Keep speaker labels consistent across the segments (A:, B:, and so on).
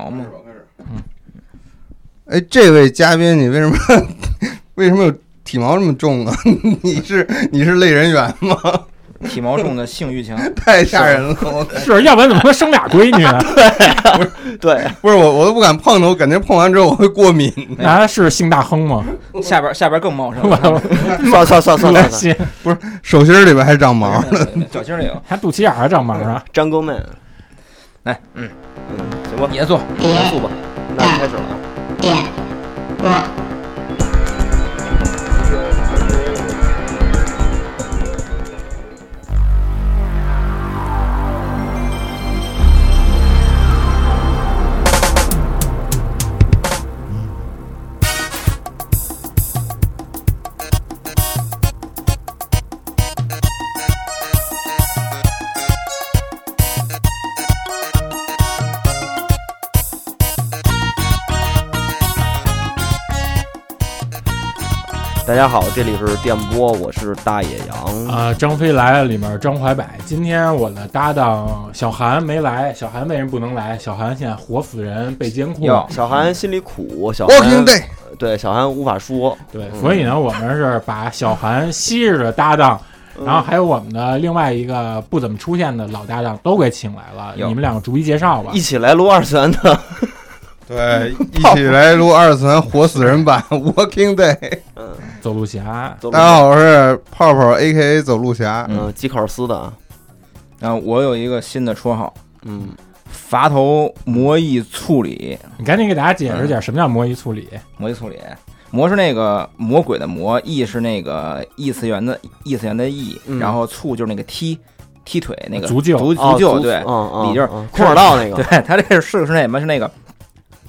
A: 吗？
B: 开始。
A: 哎，这位嘉宾，你为什么 为什么有体毛这么重啊？ 你是你是类人猿吗？
C: 体毛重的 性欲强，
A: 太吓人了！我
D: 是啊要不然怎么会生俩闺女 啊？
C: 对，
A: 不是我，我都不敢碰它，我感觉碰完之后我会过敏。
D: 啊，是姓大亨吗？
C: 下边下边更茂盛，
E: 算算算算
D: 恶
E: 算算，
D: 心，
A: 手心儿里边还长毛，
C: 脚心里有。
D: 还肚脐眼儿还长毛啊？
E: 张公妹，嗯
C: 行吧，你先做，
E: 快速吧，那开始了啊。大家好，这里是电波，我是大野羊。
D: 啊，张飞来了里面张怀柏，今天我的搭档小韩没来，小韩为什么不能来？小韩现在活死人，被监控，
C: 哟
E: 小韩心里苦，小
A: Walking
E: 韩
A: Day，
E: 对小韩无法说，
D: 对，
E: 嗯
D: 所以呢，我们是把小韩昔日的搭档，
E: 嗯
D: 然后还有我们的另外一个不怎么出现的老搭档都给请来了，
C: 哟
D: 你们两个逐一介绍吧
E: 嗯一。起来撸二次元的。
A: 对，一起来录二次元活死人版 Walking Day。
E: 嗯，
D: 走路侠，
E: 走路
A: 大家啊好，我是泡泡 A.K.A 走路侠。
E: 嗯，鸡烤丝的啊，
C: 然后我有一个新的绰号，
E: 嗯，
C: 伐头魔翼处理，
D: 你赶紧给大家
A: 嗯
D: 解释解释什么叫魔衣处理。
C: 魔翼处理，魔是那个魔鬼的魔，翼是那个异次元的异次元的翼，
E: 嗯
C: 然后处就是那个踢踢腿那个
D: 足球
C: 足
E: 哦
C: 足球对，
E: 嗯嗯，
C: 里劲儿
E: 嗯空手道那个，
C: 对他这是是那什么？是那个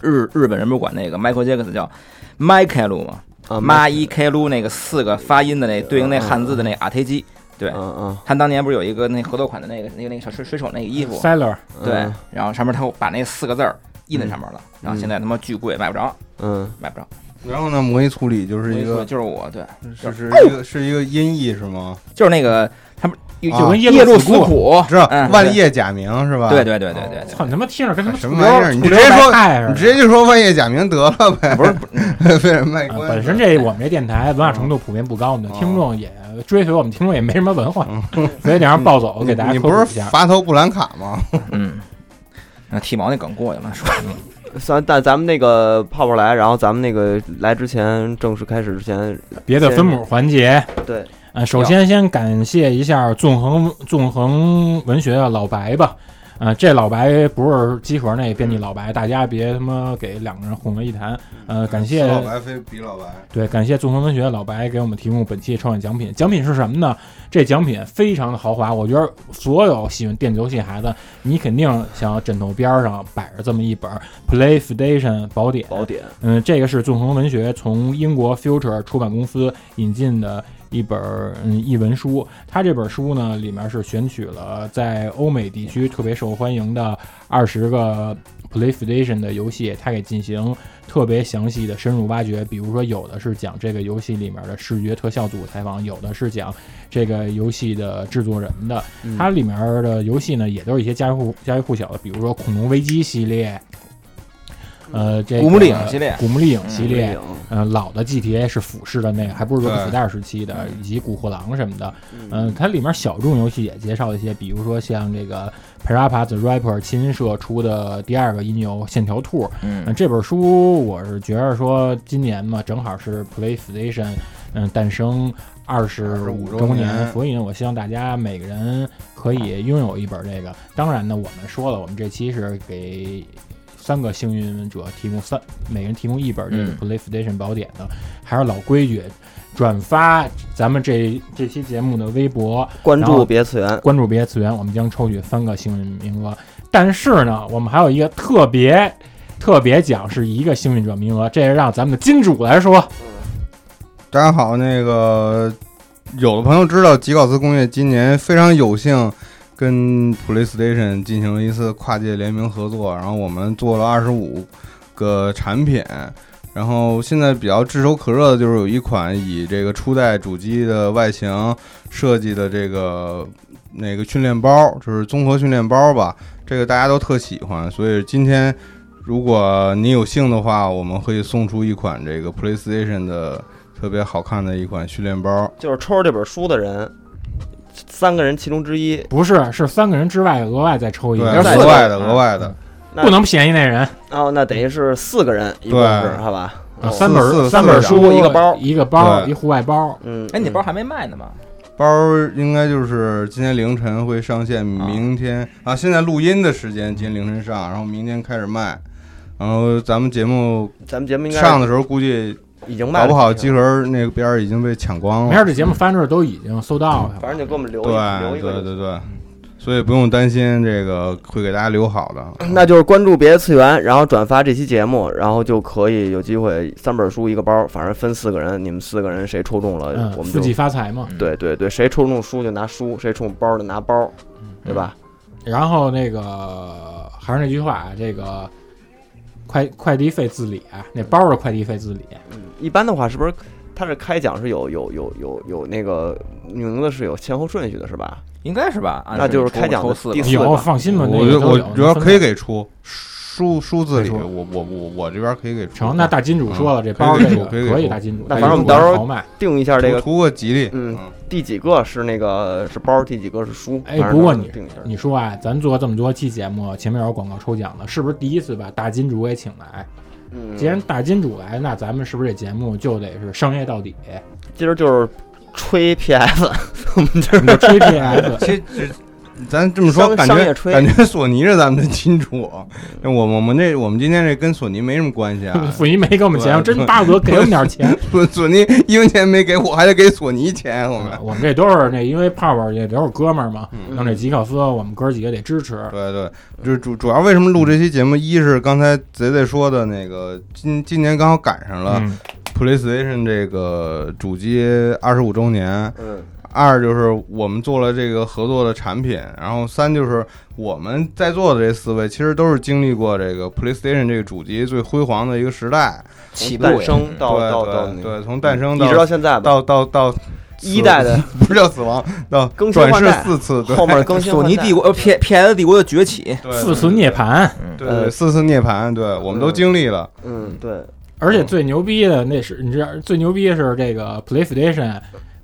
C: 日日本人不是管那个 Michael Jackson 叫 Michael 嘛
E: 啊，
C: ，Ma i k l 那个四个发音的那对应那汉字的那 a t g 对
E: 嗯，嗯
C: 他当年不是有一个那合作款的那个那个那个小水水手那个衣服，
D: Seller，
E: 嗯，
C: 对，然后上面他把那四个字儿印在上面了，然后现在他妈巨贵，买不着，
E: 嗯，
C: 买不着。
A: 然后呢，魔衣处理就是一
C: 所以
A: 个
C: 就是我对，
A: 是是一个是一个音译是吗？
C: 就是那个他们有
A: 啊
C: 有
D: 跟
C: 夜
D: 耶路
C: 路
D: 死
C: 苦
D: 苦
C: 苦，
A: 知道
C: 嗯
A: 啊万叶假名是吧？
C: 对对对对对
D: 操你他妈听着跟他妈
A: 什么玩意儿
D: 土
A: 你
D: 流
A: 直接
D: 土流
A: 说
D: 白菜似的
A: 你直接就说万叶假名得了呗，
C: 对，不是不是
A: 被人卖
D: 啊
A: 关子。
D: 本身这我们这电台文化程度普遍不高，我们
A: 哦
D: 的听众也追随我们听众也没什么文化， 所以得让暴走给大家
A: 嗯你
D: 科
A: 不
D: 普
A: 是
D: 一下。
A: 伐头布兰卡吗？
C: 嗯，那剃毛那梗过去了，说
E: 算，但咱们那个泡泡来，然后咱们那个来之前正式开始之前，
D: 别的分母环节，
E: 对，
D: 呃，首先先感谢一下纵横纵横文学的老白吧。呃，这老白不是集合那编辑老白，大家别他妈给两个人混为一谈。呃，感谢
A: 此老白非彼老白。
D: 对，感谢纵横文学的老白给我们提供本期的抽奖奖品。奖品是什么呢？这奖品非常的豪华，我觉得所有喜欢电子游戏的孩子，你肯定想枕头边儿上摆着这么一本 PlayStation 宝典。
E: 宝典，
D: 嗯，这个是纵横文学从英国 Future 出版公司引进的一本儿嗯译文书。它这本书呢，里面是选取了在欧美地区特别受欢迎的二十个 PlayStation 的游戏，它给进行特别详细的深入挖掘。比如说，有的是讲这个游戏里面的视觉特效组采访，有的是讲这个游戏的制作人的。
E: 嗯
D: 它里面的游戏呢，也都是一些家喻户家喻户晓的，比如说《恐龙危机》系列。呃，这个
C: 古墓丽影系列
D: 古墓丽影系列
E: 嗯，
D: 嗯，老的 GTA 是俯视的那个，还不是说
A: 对
D: 子弹时期的，
C: 嗯
D: 以及古惑狼什么的。
E: 嗯，
D: 嗯，它里面小众游戏也介绍一些，比如说像这个 Parappa the Rapper 亲社出的第二个音游《线条兔》。那
C: 嗯
D: 这本书我是觉着说，今年嘛，正好是 PlayStation 嗯诞生二十
A: 25周
D: 周
A: 年
D: 所以呢，我希望大家每个人可以拥有一本这个。当然呢，我们说了，我们这期是给三个幸运者提供三，每人提供一本这
C: 嗯
D: 个 PlayStation 宝典的，还是老规矩。转发咱们这这期节目的微博，
E: 关
D: 然后
E: 注别次元，
D: 关注别次元，我们将抽取三个幸运名额。但是呢，我们还有一个特别特别奖，是一个幸运者名额，这是让咱们的金主来说。
A: 大家好，那个有的朋友知道吉考斯工业今年非常有幸跟 PlayStation 进行了一次跨界联名合作，然后我们做了二十五个产品。然后现在比较炙手可热的就是有一款以这个初代主机的外形设计的这个那个训练包，就是综合训练包吧，这个大家都特喜欢，所以今天如果你有幸的话，我们会送出一款这个 PlayStation 的特别好看的一款训练包。
E: 就是抽着这本书的人，三个人其中之一，
D: 不是，是三个人之外额外再抽一
A: 对，啊
D: 个，
E: 再
A: 额外的，
D: 嗯
A: 额外的，
E: 那
D: 不能便宜那人。
E: 哦，那等于是四个人，一共
A: 对
E: 是好吧？
D: 啊
E: 哦
D: 三本
A: 四
D: 儿
A: 四
D: 三本儿
A: 四
D: 书
E: 一个包
D: 一个包
A: 对
D: 一户外包，
E: 嗯，
C: 哎，你包
E: 嗯
C: 还没卖呢吗？
A: 包应该就是今天凌晨会上线，明天啊，现在录音的时间今天凌晨上，然后明天开始卖。然后咱们节目
E: 咱们节目应该
A: 上的时候，估计
E: 已经卖
A: 搞
E: 了，
A: 不好集合那个边儿已经被抢光
D: 没
A: 了。
D: 事，这节目发完之后都已经搜到了。
E: 反正就给我们留一留
A: 对
E: 一个
A: 对
E: 就行。
A: 对对，所以不用担心这个会给大家留好的。
E: 那就是关注别的次元，然后转发这期节目，然后就可以有机会三本书一个包，反正分四个人，你们四个人谁抽中了，
D: 嗯
E: 我，们
D: 附
E: 就
D: 近发财嘛。
E: 对对对，谁抽中书就拿书，谁抽中包就拿包，对吧？
D: 然后那个还是那句话啊，这个快快递费自理啊，那包的快递费自理。
E: 一般的话是不是他这开奖是有有有有有那个名字是有前后顺序的，是吧？
C: 应该是吧？按
E: 那就是
C: 抽
E: 开奖的
C: 抽四
E: 第
C: 个哦
E: 四
C: 吧，
E: 个
D: 有放心吧，那
A: 我
D: 个
A: 觉
D: 都
A: 我
D: 有
A: 主要
D: 分
A: 可以
D: 的
A: 给出书书字里，
D: 可以
A: 我
D: 出
A: 我我我这边可以给出。
D: 成。那大金主说了，这
A: 可以
D: 包
A: 给
D: 这
A: 出
D: 个
A: 可以给
D: 可以
A: 出
D: 大金主，
E: 那
D: 大
E: 反
D: 金
E: 正我们
D: 主
E: 到时候
D: 豪迈。
E: 定一下这
A: 图
E: 个
A: 图个吉利，
E: 嗯第几个是那个是包，第几个是书。
D: 哎
E: 反正
D: 不过
E: 到时候定一下。
D: 你说啊，咱做这么多期节目，前面有广告抽奖的，是不是第一次把大金主给请来？
E: 嗯
D: 既然大金主来，那咱们是不是这节目就得是商业到底？
E: 今儿就是吹 PS，
D: 你就吹啊 PS，
A: 其实咱这么说，
E: 商
A: 感
E: 商
A: 觉
E: 业吹
A: 感觉索尼是咱们的金主，那我们我们这我们今天这跟索尼没什么关系啊。
D: 溥仪没给我们钱，
A: 对
D: 真巴不得给我们点钱。
A: 索索尼一分钱没给我，还得给索尼钱，我们
D: 啊。我们这都是那，因为泡泡也都是哥们儿嘛，
A: 嗯
D: 让这吉考斯我们哥几个得支持。
A: 对对，就是主主要为什么录这期节目，一是刚才贼贼说的那个，今今年刚好赶上了
D: 嗯，
A: PlayStation 这个主机二十五周年，
E: 嗯，
A: 二就是我们做了这个合作的产品，然后三就是我们在座的这四位其实都是经历过这个 PlayStation 这个主机最辉煌的一个时代，
C: 起步
E: 诞
C: 也
E: 生到
A: 对
E: 到
A: 对
E: 到那个
A: 对，从诞生
E: 一直到
A: 到
E: 现在吧，
A: 到到到
E: 一代的
A: 不是叫死亡，到
E: 更新
A: 转
E: 换
A: 世
E: 代
A: 四次，对
E: 后面更新
C: 索尼
E: 换代
C: 帝国呃 P P S 帝国的崛起，
A: 对
D: 四次涅槃，
A: 对对对四次涅槃，对我们都经历了，
E: 嗯，对，
D: 而且最牛逼的那是，你知道最牛逼的是这个 PlayStation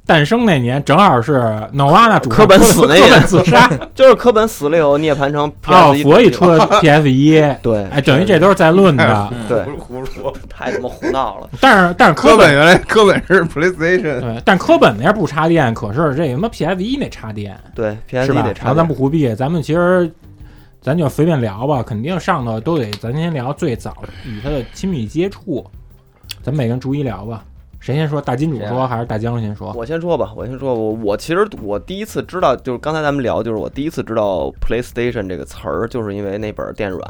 D: 诞生那年，正好是 Novana 主
E: 科本死
D: 科
E: 那年
D: 本自 杀，
E: 就是科本死了以后，涅槃成
D: 哦
E: PS，，
D: 所以出 了 PS 一。
E: 对，
D: 哎，等于这都是在论的，
E: 对嗯
A: 胡说。
E: 太他妈胡闹了，
D: 但是但是
A: 科
D: 科
A: 本原来科本是 PlayStation，
D: 对，但科本那儿不插电，可是这他妈 PS 一那插电，
E: 对
D: 是
E: PS
D: 吧然
E: 得？
D: 后
E: 插
D: 咱
E: 电，
D: 不胡逼，咱们其实咱就随便聊吧，肯定上头都得，咱先聊最早与他的亲密接触，咱每个人逐一聊吧。谁先说？大金主
E: 啊
D: 说还是大江先
C: 哦
D: 说？
E: 我先说吧，我先说，我我其实我第一次知道，就是刚才咱们聊，就是我第一次知道 PlayStation 这个词儿，就是因为那本电软，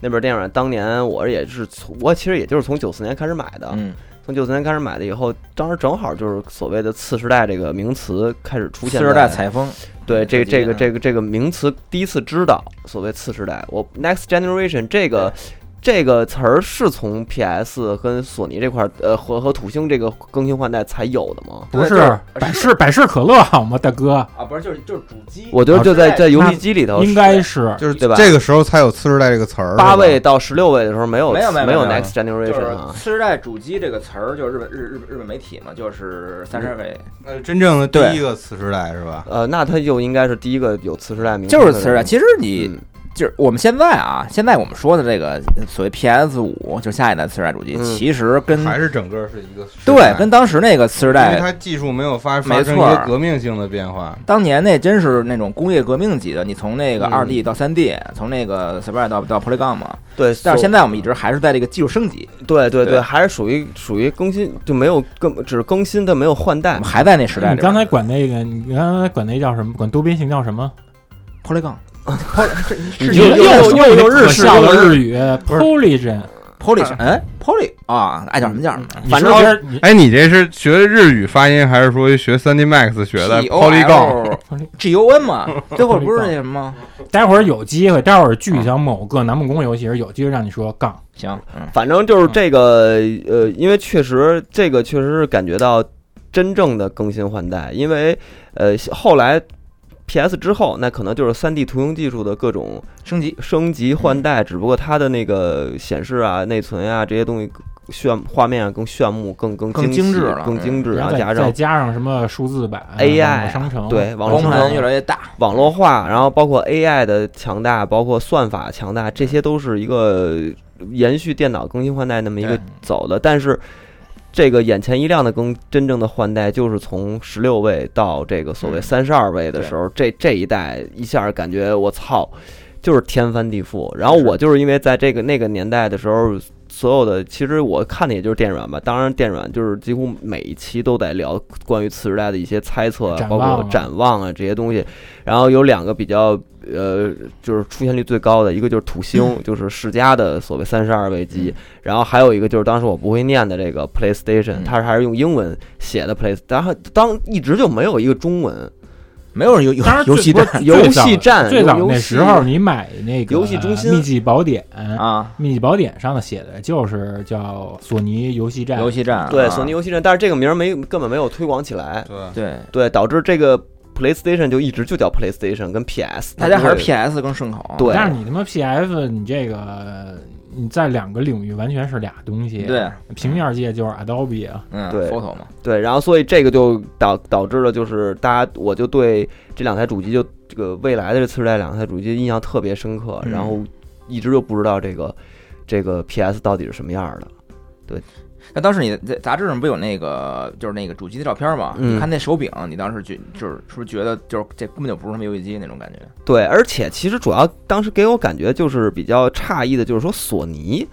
E: 那本电软当年我也是从，我其实也就是从九四年开始买的，
C: 嗯，
E: 从九四年开始买的以后，当时正好就是所谓的次时代这个名词开始出
C: 次
E: 现，
C: 世代采风，
E: 对这个这个这
C: 个
E: 个这个名词第一次知道，所谓次时代，我 next generation 这个这个词儿是从 PS 跟索尼这块儿呃和和土星这个更新换代才有的吗？
D: 不
C: 对就是
D: 百事百事可乐好吗，大哥？
C: 啊，不是就是就是主机，
E: 我觉得就
C: 啊
E: 在在游戏机里头，
D: 应该是
A: 就是
E: 对吧
A: 这个时候才有次世代这个词儿，是
E: 八
A: 吧
E: 位到十六位的时候没有
C: 没有没有
E: 没有
C: 没有
E: next generation 啊，
C: 次世代主机这个词儿，就是日本日日日本媒体嘛，就是三十位，
A: 呃，真正的
C: 对
A: 第一个次时代是吧？
E: 呃，那他就应该是第一个有次时代名词
C: 就
E: 的
C: 是
E: 人，
C: 次世代。其实你
E: 嗯
C: 就是我们现在啊，现在我们说的这个所谓 PS 五，就下一代次世代主机，
E: 嗯
C: 其实跟
A: 还是整个是一个时代
C: 对跟当时那个次世
A: 因为
C: 代，
A: 它技术没有发
C: 没
A: 发生一
C: 错
A: 些
C: 儿
A: 革命性的变化。
C: 当年那真是那种工业革命级的，你从那个
E: 嗯
C: 二 D 到三 D，从那个 Sprite 到到 Polygon 嘛。
E: 对，
C: 但是
E: 所
C: 现在我们一直还是在这个技术升级，
E: 对对对，
C: 对
E: 还是属于属于更新就没有更只是更新但没有换
C: 我
E: 代
C: 们，还在那时代
D: 你
C: 里边。
D: 刚才管那个，你刚才管那叫什么？管多边形叫什么？
C: Polygon
E: 你
D: 又
E: 就
D: 又又又日式
E: 又
D: 的
E: 日
D: 日语 Polygon，
C: Poly 哎 Poly 啊，爱叫什么叫什么。
E: 反正
D: 你是不是你
A: 哎，你这是学日语发音，还是说学三 D Max 学的
C: P O
A: Polygon？
C: L G O N 嘛，最后不是那什么吗？
D: 待会儿有机会，待会儿聚享某个南梦宫游戏时有机会让你说杠。
C: 行，嗯，
E: 反正就是这个，呃，因为确实这个确实是感觉到真正的更新换代，因为呃后来 PS 之后，那可能就是 3D 图形技术的各种
C: 升级，
E: 升级换代，只不过它的那个显示啊、内存啊这些东西炫画面啊更炫目、更更
C: 更
E: 精
C: 精
E: 细
C: 致了
E: 更精致，然后
D: 再
E: 啊加
D: 嗯再
E: 上
D: 加上什么数字版啊
E: AI
D: 网络商城，
E: 对网络
C: 光盘
E: 商城
C: 越来越大，
E: 网络化，然后包括 AI 的强大，包括算法强大，这些都是一个延续电脑更新换代那么一个
C: 对
E: 走的。但是这个眼前一亮的更真正的换代，就是从十六位到这个所谓
C: 嗯
E: 三十二位的时候，这这一代一下感觉我操，就是天翻地覆。然后我就是因为在这个那个年代的时候。所有的其实我看的也就是电软吧，当然电软就是几乎每一期都在聊关于次时代的一些猜测啊，
D: 展
E: 包
D: 望
E: 括
D: 啊
E: 展望啊这些东西。然后有两个比较呃，就是出现率最高的，一个就是土星，就是世嘉的所谓三十二位机，然后还有一个就是当时我不会念的这个 PlayStation，
C: 嗯
E: 它还是用英文写的 Play，然后当一直就没有一个中文
C: 没有人游游
D: 当然 最
C: 游戏
D: 不
C: 站
D: 是
E: 游
D: 最早
E: 戏站
D: 最早
E: 游
D: 那
E: 戏
D: 时候，你买那个
E: 游戏中心
D: 秘籍宝典，
C: 啊，
D: 秘籍宝典上的写的就是叫索尼游戏站
C: 游，戏站
E: 对
C: 啊
E: 索尼游戏站，但是这个名儿没根本没有推广起来，
A: 对，
C: 对，
E: 对，导致这个 PlayStation 就一直就叫 PlayStation 跟 PS，
C: 大家还是
E: 对
C: PS 更顺口，啊
E: 对
D: 但是你他妈 PF 你这个你在两个领域完全是俩东西，，
C: 对，
D: 平面界就是 Adobe 啊，
C: 嗯
E: 对
C: ，photo 嘛，
E: 对，然后所以这个就导导致了，就是大家我就对这两台主机就这个未来的这次世代两台主机印象特别深刻，
C: 嗯
E: 然后一直就不知道这个这个 PS 到底是什么样儿的。
C: 那当时你在杂志上不有那个就是那个主机的照片吗？
E: 嗯
C: 你看那手柄，你当时觉就是是不是觉得就是这根本就不是什么游戏机那种感觉？
E: 对，而且其实主要当时给我感觉就是比较诧异的，就是说索尼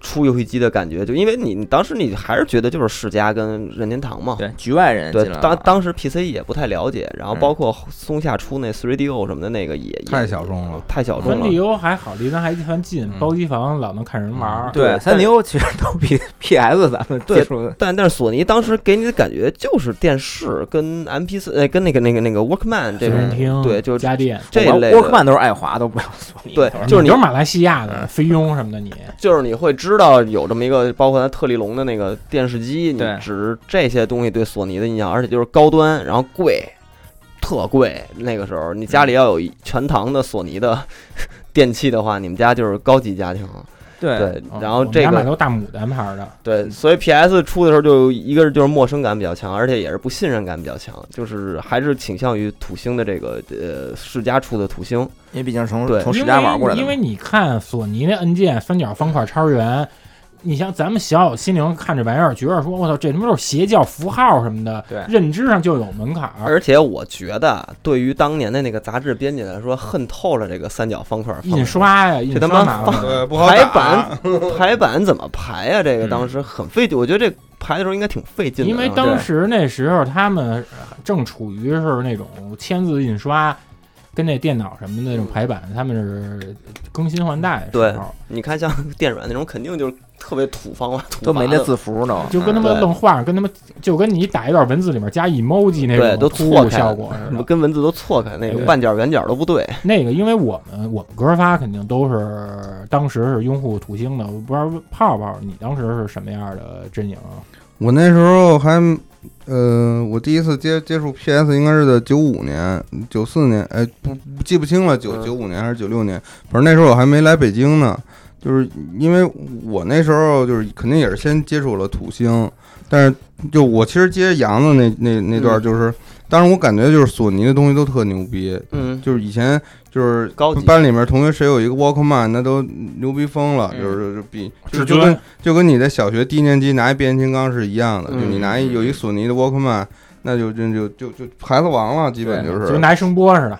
E: 出游戏机的感觉，就因为你你当时你还是觉得就是世嘉跟任天堂嘛，
C: 对，局外人
E: 哦对
C: 进来，了
E: 当
C: 啊
E: 当时 PC 也不太了解，然后
C: 嗯
E: 包括松下出那 3DO 什么的那个也也
A: 太小众了。
E: 太小众
D: 三
E: 了
D: D，U 还好，离咱还很近，
A: 嗯
D: 包机房老能看人玩儿，
C: 对
E: 嗯对
C: 三 D U 其实都比 P S 咱们
E: 对
C: 技术
E: 但但是索尼当时给你的感觉就是电视跟 M P 四，呃，跟那个那个那个 Workman 这
D: 随身听
E: 种，对，就
D: 家电。
E: 这一类的
C: Workman 都是爱华，都不要索尼，
E: 对
C: 都
E: 就是
D: 你
E: 你嗯
D: 就是马来西亚的菲佣什么的，你
E: 就是你会知道有这么一个，包括它特立龙的那个电视机，你
C: 对
E: 指这些东西对索尼的印象，而且就是高端，然后贵，特贵。那个时候你
C: 嗯
E: 家里要有一全堂的索尼的 电器的话，你们家就是高级家庭啊了。
C: 对
E: 对
D: 哦，
E: 然后
D: 我们
E: 这
D: 家买
E: 个
D: 都大牡丹牌的，
E: 对，所以 PS 出的时候就一个是就是陌生感比较强，而且也是不信任感比较强，就是还是倾向于土星的这个呃世嘉出的土星。
C: 因为毕竟从
E: 对
C: 从
D: 因
C: 世
D: 为
C: 家玩过来的
D: 因
C: 嘛
D: 为，你看索尼那按键三角方块超圆，你像咱们小小心灵看这玩意儿，觉得说我操，这他妈都是邪教符号什么的，
C: 对
D: 认知上就有门槛儿。
E: 而且我觉得，啊对于当年的那个杂志编辑来说，恨透了这个三角方块方
D: 印刷呀，印
E: 这他
D: 刷
E: 妈
D: 麻
E: 放
D: 烦。
A: 对，不好
E: 排
A: 打
E: 版排版怎么排呀、这个
C: 嗯
E: 当时很费劲，我觉得这排的时候应该挺费劲的。
D: 因为当时那时候他们正处于是那种签字印刷，跟那电脑什么的那种排版，他们是更新换代的
E: 对
D: 时候，
E: 你看像 电软那种，肯定就是特别土方啊，土
C: 都没
E: 法
C: 那
E: 的
C: 字符呢，
D: 就跟他
E: 嗯
D: 们
E: 对
D: 愣画，跟他们就跟你打一段文字里面加 emoji 那
E: 对
D: 种
E: 都
D: 突
E: 错
D: 兀
E: 开
D: 效
E: 了
D: 果似
E: 什么
D: 的。
E: 跟文字都错开，那个
D: 对
E: 半角圆角都不对。
D: 那个，因为我们我们哥仨肯定都是当时是拥护土星的，我不知道泡泡你当时是什么样的阵营啊？
A: 我那时候还，呃，我第一次接接触 PS 应该是在九五年、九四年，哎，不不记不清了，九
E: 嗯
A: 九五年还是九六年，反正那时候我还没来北京呢。就是因为我那时候就是肯定也是先接触了土星，但是就我其实接杨子那那那段
E: 嗯
A: 就是，当时我感觉就是索尼的东西都特牛逼，
E: 嗯，
A: 就是以前就是
E: 高级
A: 班里面同学谁有一个 Walkman，那都牛逼疯了，
C: 嗯
A: 就是就比
D: 至
A: 就就
D: 尊
A: 跟就跟你在小学低年级拿一变形金刚是一样的，
E: 嗯
A: 就你拿一有一索尼的 Walkman，那就就就就就孩子王了，基本就
D: 就跟
A: 是
D: 拿一声波似的，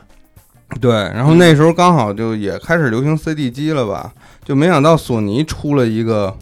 A: 对。然
E: 嗯
A: 后那时候刚好就也开始流行 CD 机了吧，就没想到索尼出了一个。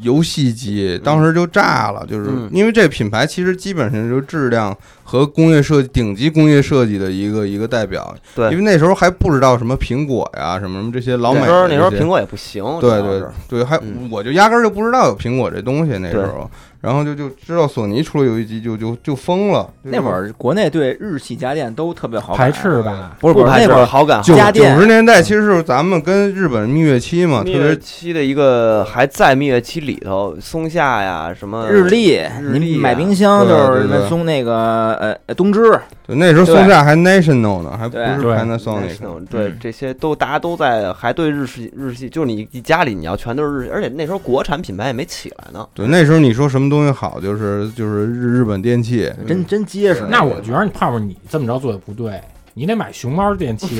A: 游戏机当时就炸了，就是
E: 嗯
A: 因为这品牌其实基本上就是质量和工业设计顶级工业设计的一个一个代表，因
E: 对。
A: 为那时候还不知道什么苹果呀、什么什么这些老美
E: 那
A: 的
E: 时候那时候
A: 这些
E: 苹果也不行，主
A: 对
E: 要
A: 对
E: 是
A: 对，还
E: 嗯
A: 我就压根儿就不知道有苹果这东西那时候，然后就就知道索尼出了游戏机就就就疯了。
C: 嗯那会儿国内对日系家电都特别好
D: 排
C: 感
D: 斥吧？
C: 不是
E: 不
C: 不是
E: 排
C: 那
E: 斥
C: 会儿
E: 好感
A: 九
C: 家电
A: 九十年代其实是咱们跟日本蜜月期嘛，特
E: 蜜月
A: 别
E: 期的一个还在蜜月期里头，松下呀什么
C: 日立，
E: 日立
C: 你
E: 啊
C: 买冰箱就是
A: 对对对
C: 那松那个呃呃东芝，
A: 对，那时候
C: 对
A: 松下还 National 呢，还不是
D: 对
A: Panasonic。
E: National，对哎这些都大家都在，还对日系日系，就是你一家里你要全都是日，而且那时候国产品牌也没起来呢。
A: 对，那时候你说什么东西好，就是就是日日本电器，
C: 真真结实。
D: 那我觉得泡泡你这么着做的不对，你得买熊猫电 器。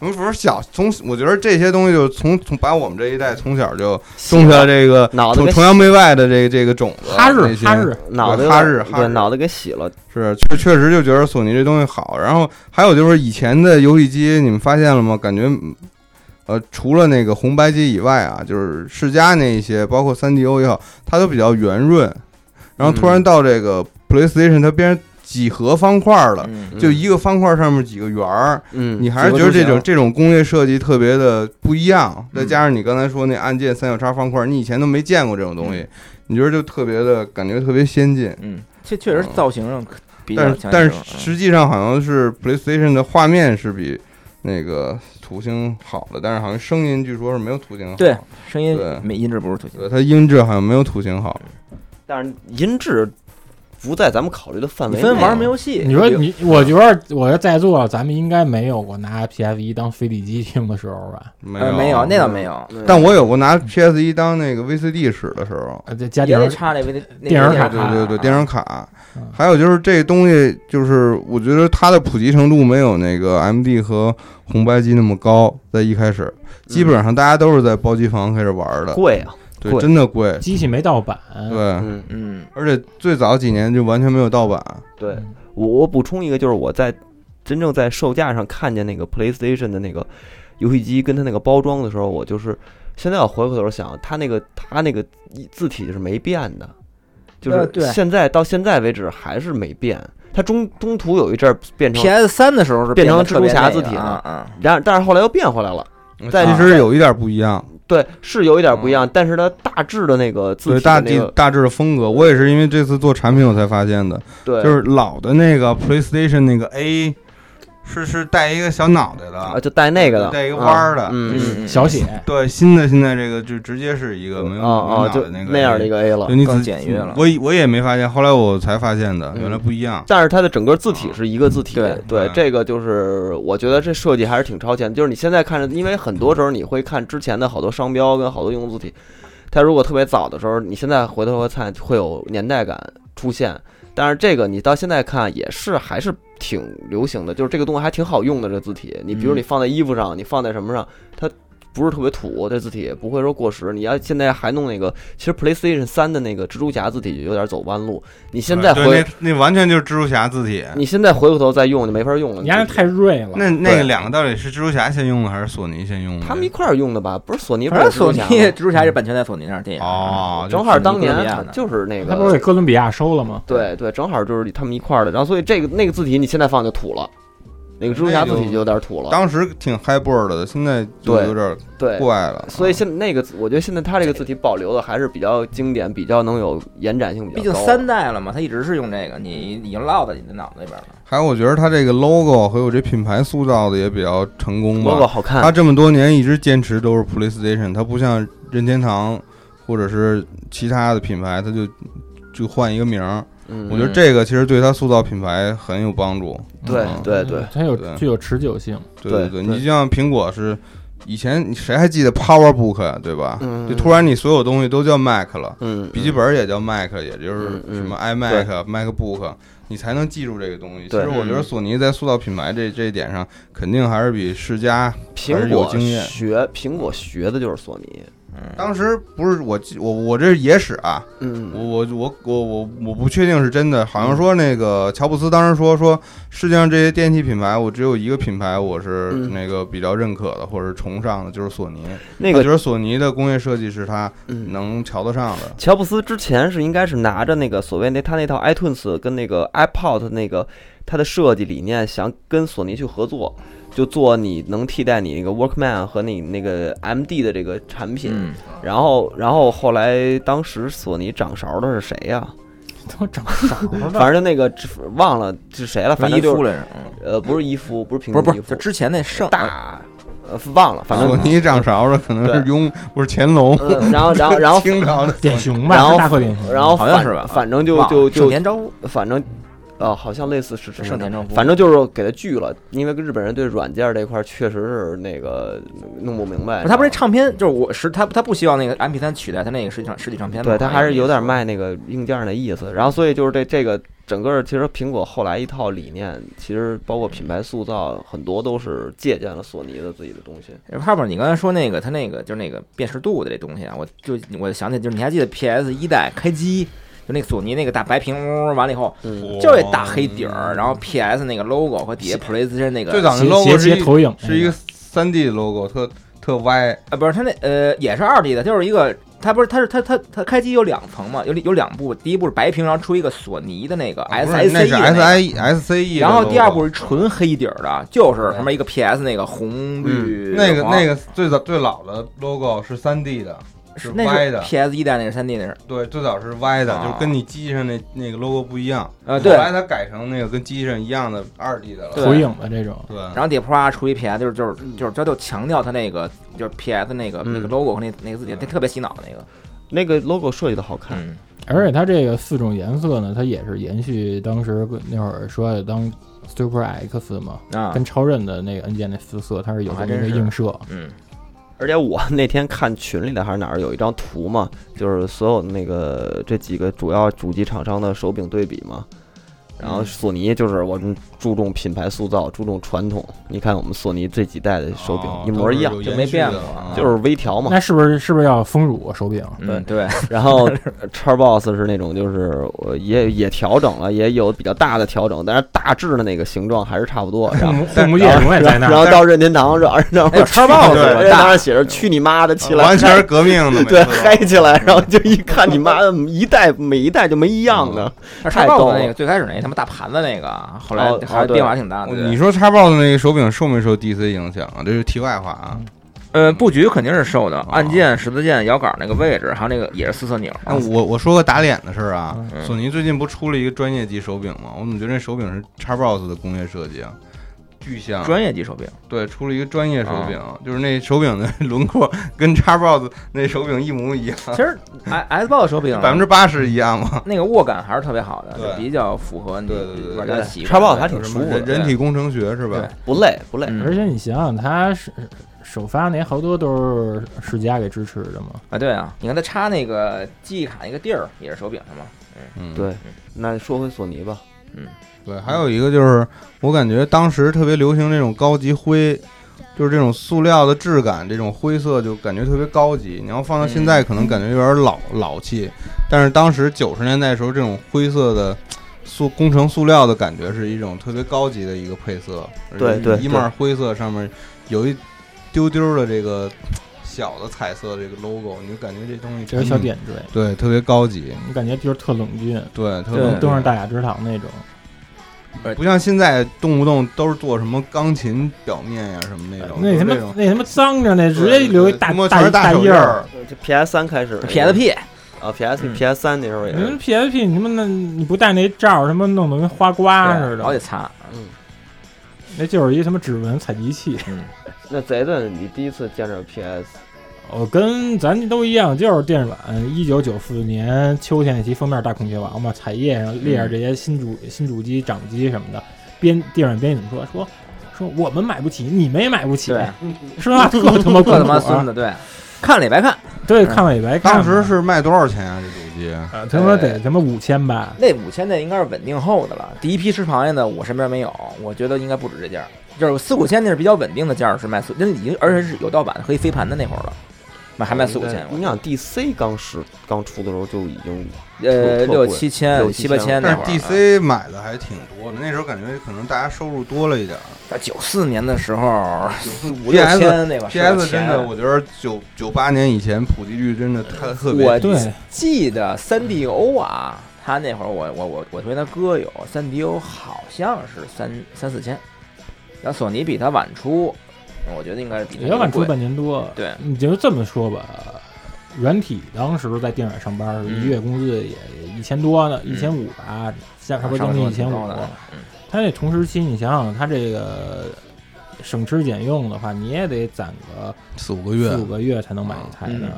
A: 我们不是小从，我觉得这些东西就是从从把我们这一代从小就种下这个
E: 脑子
A: 崇
E: 给
A: 崇洋媚外的这这个种子。
D: 哈日
A: 那些
D: 哈日，
E: 脑袋
A: 对哈日哈
E: 对
A: 日
E: 脑袋给洗了，
A: 是确确实就觉得索尼这东西好。然后还有就是以前的游戏机，你们发现了吗？感觉嗯呃，除了那个红白机以外啊，就是世嘉那一些，包括三 DO 也好，它都比较圆润。然后突
C: 嗯
A: 然到这个 PlayStation，它变成几何方块了，
C: 嗯
A: 就一个方块上面几个圆儿。
E: 嗯，
A: 你还是觉得
C: 几个
A: 这
C: 都
A: 种
C: 行
A: 这种工业设计特别的不一样，
C: 嗯
A: 再加上你刚才说那按键三角叉方块，你以前都没见过这种东西，你觉得就特别的感觉特别先进。
C: 嗯，这确实造型上比较
A: 但是
C: 强
A: 但
C: 一
A: 是
C: 些嗯
A: 实际上好像是 PlayStation 的画面是比那个土星好的，但是好像声音据说是没有土星好。
C: 对声音
A: 对
C: 没音质不是土星
A: 对，它音质好像没有土星好。
E: 但是音质不在咱们考虑的范围
C: 你
E: 内。啊
C: 分玩没游戏，
D: 你说你，我觉得我觉得在座咱们应该没有过拿 PS 一当飞地机听的时候吧？
A: 没有、啊
C: 呃没有那
E: 嗯
C: 倒没有，
E: 对
A: 但我有过拿 PS 一当那个 VCD 使的时候，
D: 呃，这家
C: 也
D: 电
C: 得
D: 儿
C: 插那微
D: 电视
C: 视
D: 卡
A: 对对对，电
C: 视
A: 声卡
D: 嗯。
A: 还有就是这东西，就是我觉得它的普及程度没有那个 MD 和红白机那么高，在一开始，
C: 嗯
A: 基本上大家都是在包机房开始玩的，
E: 贵啊，
A: 对，
E: 贵
A: 真的贵，
D: 机器没盗版，
A: 对，
E: 嗯，
C: 嗯
A: 而且最早几年就完全没有盗版，
E: 对我我补充一个，就是我在真正在售价上看见那个 PlayStation 的那个游戏机跟它那个包装的时候，我就是现在我回过头想，它那个它那个字体是没变的，就
C: 呃
E: 是
C: 对
E: 现在到现在为止还是没变。它中中途有一阵儿变成，
C: ，PS 三的时候是
E: 变成
C: 得特
E: 蜘蛛
C: 别
E: 侠
C: 那
E: 字
C: 个
E: 体
C: 啊
E: 了
C: 啊，
E: 然而但是后来又变回来了。在
A: 嗯其实有一点不一样，
E: 对，是有一点不一样，但是它大致的那个字
A: 对
E: 体
A: 大
E: 的那
A: 地
E: 个，
A: 大致的风格，我也是因为这次做产品我才发现的，
E: 对，
A: 就是老的那个 PlayStation 那个 A，是是带一个小脑袋
E: 啊，
A: 的，
E: 就带那个的，
A: 带一个弯儿的
E: 啊嗯嗯，
C: 嗯，
D: 小写，
A: 对，新的现在这个就直接是一个没有
E: 啊啊，
A: 没有脑
E: 就
A: 袋那个
E: 那样
A: A
E: 的一个 A 了
A: 就。你
C: 更
A: 仔
C: 简约了
A: 我以我也没发现，后来我才发现的，
E: 嗯
A: 原来不一样。
E: 但是它的整个字体是一个字体，
C: 对
E: 对
A: 啊嗯，
E: 这个就是我觉得这设计还是挺超前的。就是你现在看着，因为很多时候你会看之前的好多商标跟好多用户字体，它如果特别早的时候，你现在回头看会有年代感出现。但是这个你到现在看也是还是挺流行的，就是这个东西还挺好用的。这字体，你比如
C: 嗯
E: 你放在衣服上，你放在什么上，它不是特别土，这字体也不会说过时。你要现在还弄那个，其实 PlayStation 三的那个蜘蛛侠字体就有点走弯路。你现在
A: 啊对
E: 回
A: 那那完全就是蜘蛛侠字体。
E: 你现在回过头再用就没法用了。
D: 你家
E: 就
D: 太锐了。
A: 那那个
E: 对
A: 两个到底是蜘蛛侠先用的还是索尼先用的？
E: 他们一块儿用的吧？不是索尼，
C: 反正索尼
E: 不是蜘
C: 蜘
E: 蛛侠吗
C: 蛛侠是版权在索尼那儿，电啊影
A: 哦，
E: 正好当
C: 就是哥伦比亚
E: 年
C: 的
E: 就是那
D: 他不是给
E: 个，
D: 哥伦比亚收了吗？
E: 对对，正好就是他们一块儿的。然后所以这个那个字体你现在放就土了，那个蜘蛛侠字体就有点土了。
A: 当时挺 high board 的，现在就
E: 对
A: 有点
E: 对，
A: 怪了。啊
E: 所以现在那个字，我觉得现在它这个字体保留的还是比较经典，比较能有延展性比
C: 毕竟
E: 较高。
C: 三代了嘛，它一直是用这个，你已经落在你的脑子里边了。
A: 还有，我觉得他这个 logo 和我这品牌塑造的也比较成功吧。
E: logo 好
A: 他
E: 看，
A: 这么多年一直坚持都是 PlayStation，他不像任天堂或者是其他的品牌，他就就换一个名儿。
E: 嗯，
A: 我觉得这个其实对他塑造品牌很有帮助。
E: 对
A: 嗯
E: 对对，
D: 它有
A: 对
D: 具有持久性。
A: 对
E: 对
A: 对，
E: 对
A: 你就像苹果是以前谁还记得 PowerBook 呀，对吧？
E: 嗯
A: 就突然你所有东西都叫 Mac 了，
E: 嗯，嗯
A: 笔记本也叫 Mac，也就是
E: 嗯嗯
A: 什么 iMac、MacBook，你才能记住这个东西。其
E: 对嗯
A: 实我觉得索尼在塑造品牌这这一点上，肯定还是比世嘉。还
E: 嗯苹
A: 是有
E: 果
A: 经验
E: 学苹果学的就是索尼，
C: 嗯
A: 当时不是我记我我这是野史啊，我
E: 嗯，
A: 我我我我我不确定是真的，好像说那个乔布斯当时说说世界上这些电器品牌，我只有一个品牌我是
E: 嗯
A: 那个比较认可的或者是崇尚的，就是索尼。
E: 那
A: 我
E: 个
A: 觉得索尼的工业设计是他
E: 嗯。
A: 能瞧得上的。
E: 乔布斯之前是应该是拿着那个所谓那他那套 iTunes 跟那个 iPod 那个他的设计理念，想跟索尼去合作，就做你能替代你那个 Workman 和你那个 MD 的这个产品。
C: 嗯，
E: 然后，然后后来当时索尼掌勺的是谁呀、
D: 都长勺了，
E: 反正就那个忘了是谁了，反正
C: 一
E: 就
C: 出
E: 是
C: 来着，嗯
E: 呃不是伊夫，不是苹
C: 不是不
E: 果伊
C: 是，就
E: 夫，
C: 之前那圣呃
E: 大呃忘了，反正
A: 索尼掌勺的可能是
E: 对
A: 雍，不是乾隆，
E: 呃 然后然后然后
A: 清朝的。
D: 点熊
E: 然
D: 吧，
E: 后
D: 大块点熊。
E: 然后
C: 好像
E: 反
C: 是吧
E: 反正就
C: 忘了
E: 就
C: 盛
E: 就
C: 田昭夫
E: 反正啊，好像类似是是
C: 是
E: 的
C: 田，正夫，
E: 反正就是给他拒了，因为日本人对软件这块儿确实是那个弄不明白。
C: 不是他不是唱片，就是我是他他不希望那个 M P 三取代他那个实体唱实体唱片嘛，
E: 对他还是有点
C: 慢。
E: 卖那个硬件的意思。然后所以就是这这个整个其实苹果后来一套理念，其实包括品牌塑造，很多都是借鉴了索尼的自己的东西。
C: 泡呃泡，你刚才说那个他那个就是那个辨识度的这东西啊，我就我想起就是你还记得 P S 一代开机就那个索尼那个大白屏呜完了以后，
E: 嗯，
C: 就是一大黑底儿，然后 P S 那个 logo 和底下 PlayStation 那个
A: 最早那
D: 斜
A: logo
D: 斜
A: 是
D: 斜
A: 一
D: 投影
A: 是一个三 D logo，特特歪，
C: 啊，不是它那呃也是二 D 的，就是一个它不是它是它它它开机有两层嘛，有有两部，第一部是白屏，然后出一个索尼的那个
A: 啊不
C: S I
A: 是那
C: C E，
A: 是 S I S C E，
C: 然后第二部是纯黑底儿的，就是什么一个 PS 那个红绿
A: 嗯那个
C: 黄
A: 那个最早最老的 logo 是三 D 的，
C: 是
A: 是
C: 那
A: 歪
C: 是
A: 的嗯
C: PS 一代那是三 D 那是
A: 对，最早是歪的，
C: 啊
A: 就是跟你机器上那那个 logo 不一样。
C: 呃对，
A: 后来它改成那个跟机器上一样的二 D 的了。
C: 对
D: 投影的这种。
A: 对，
C: 然后底下啪出一 PS，就是就是就是它就强调它那个就是 PS 那个
E: 嗯
C: 那个 logo 和那那个字体，它特别洗脑的那个，
E: 那个 logo 设计的好看。
C: 嗯，
D: 而且它这个四种颜色呢，它也是延续当时那会儿说的当 Super X 嘛，
C: 啊
D: 跟超任的那个按键那四色，它是有
C: 还
D: 这么一个
C: 真是
D: 映射。
C: 嗯
E: 而且我那天看群里的还是哪儿有一张图嘛，就是所有那个这几个主要主机厂商的手柄对比嘛。然后
C: 嗯
E: 索尼就是我们注重品牌塑造，注重传统。你看我们索尼这几代的手柄
A: 哦
E: 一模一样，
A: 都是
C: 就
A: 有
C: 没
A: 延续
C: 变
A: 的
C: 过啊
A: 啊
E: 就是微调嘛。
D: 那是不是是不是要丰乳手柄？
C: 嗯 对，
E: 然后 Xbox 是那种就是呃也也调整了，也有比较大的调整，但是大致的那个形状还是差不多。然
D: 父
E: 后
D: 母父母也永远在那
E: 然
D: 儿。
E: 后到任天堂，然后然后
C: 哎有 Xbox
E: 对
C: 多
E: 任天堂
C: 大
E: 上写着“去你妈的”起来，
A: 完全是革命 的，每次
E: 对，
A: 都
E: 嗨起来，然后就一看你妈的，一代每一代就没一样的，
C: 叉
E: 太
C: b
E: 逗
C: o
E: 了
C: 那个最开始那他妈大盘子那个，后来
E: 哦哦
C: 还
E: 对
C: 变化挺大的。对
A: 你说叉 box 那个手柄受没受 DC 影响啊？这是题外话啊。
C: 呃，布局肯定是瘦的，按键、十字键、摇杆那个位置，还有那个也是四色钮。
A: 那我我说个打脸的事儿啊，
C: 嗯
A: 索尼最近不出了一个专业级手柄吗？我怎么觉得那手柄是叉 box 的工业设计啊？巨像，
C: 专啊业级手柄，
A: 对，出了一个专业手柄，就是那手柄的 轮廓跟叉 box 那手柄一模一样，
C: 其实 S box 手柄
A: 啊百分之八十一样嘛。
C: 那个握感还是特别好的，
A: 对
C: 就比较符合你
A: 对对对
C: 玩
E: 对
C: 家
E: 对
C: 习
E: 叉
C: 惯。
E: box 还
C: 对
E: 挺舒服
A: 人
E: 的，
A: 人体工程学是吧？
C: 对
E: 不累不累。
C: 嗯
D: 而且你想想，它是首发那好多都是世嘉给支持的嘛。
A: 嗯
C: 啊，对啊，你看它插那个记忆卡那个地儿也是手柄上嘛，
A: 嗯，
E: 对，那说回索尼吧，
A: 对，还有一个就是，我感觉当时特别流行这种高级灰，就是这种塑料的质感，这种灰色就感觉特别高级。你要放到现
E: 嗯
A: 在，可能感觉有点老老气，但是当时九十年代的时候，这种灰色的塑工程塑料的感觉是一种特别高级的一个配色。
E: 对对
A: 一面灰色上面有一丢丢的这个小的彩色这个 logo，你就感觉这东西
D: 这是小
A: 真的
D: 点缀，
A: 对特别高级，
D: 你感觉就是特冷峻，
A: 对特别
C: 对
A: 高级
D: 登上大雅之堂那种。
A: 不像现在动不动都是做什么钢琴表面呀、什么那种，
D: 哎那他
A: 都
D: 妈
A: 是这种
D: 那他妈脏着呢，
A: 对
D: 直接留一大
A: 他妈全
D: 大
A: 是大
D: 大
A: 手
D: 印儿
A: 儿。，
E: 这 PS 三开始
C: PSP
E: 啊 PS
C: 嗯
E: PS 三那时候也
D: 你们
E: 是，
D: PSP 你他妈那你不戴那罩儿，他妈弄得跟花瓜似
C: 老得
D: 的，
C: 擦，
D: 那就是一他妈指纹采集器。
C: 嗯，
E: 那贼的你第一次见着 PS
D: 我呃跟咱都一样，就是电软一九九四年秋天那期封面大孔雀王嘛，彩页上列着这些新主、新主机、掌机什么的，编电软编辑怎么说？说说我们买不起，你们也买不起，
C: 对，
D: 说话特他妈
C: 特他妈
D: 拱火
C: 孙子，
A: 啊
C: 对，看了也白看，
D: 对，看了也白看
A: 当
D: 嘛。
A: 时是卖多少钱啊？这主机
D: 呃他妈得他妈五千吧，
C: 那五千那应该是稳定后的了。第一批吃螃蟹的，我身边没有，我觉得应该不止这价儿，就是四五千那是比较稳定的价儿，是卖四，那已经而且是有盗版可以飞盘的那会儿了，卖还卖四五千，我
E: 你想 DC 刚是刚出的时候就已经
C: 呃
E: 特贵
C: 六七千
E: 六
C: 七
E: 七
C: 八
E: 千
C: 千那
A: 但是
C: 会儿。啊
A: DC 买的还挺多的，那时候感觉可能大家收入多了一点儿。
C: 在九四年的时候，五六
A: PS
C: 千那会儿是有
A: PS 真
C: 钱
A: 的，我觉得九九八年以前普及率真的太特别
C: 我
A: 低。
D: 对，
C: 记得三 D O 啊，他那会儿我我我我同学他哥有三 D O，好像是三三四千，然后索尼比他晚出，我觉得应该是比他
D: 也要晚出
C: 贵
D: 半年多。
C: 对
D: 你就这么说吧，软体当时在电软上班儿，
C: 嗯
D: 一月工资也一千多呢，
C: 嗯
D: 一千五吧，下差
C: 上
D: 不多将
C: 升
D: 近
C: 了
D: 一千
C: 挺
D: 五
C: 高。的，嗯
D: 他这同时期，你想想，他这个省吃俭用的话，你也得攒个
A: 四五个
C: 嗯
D: 四五个月才能买一台呢。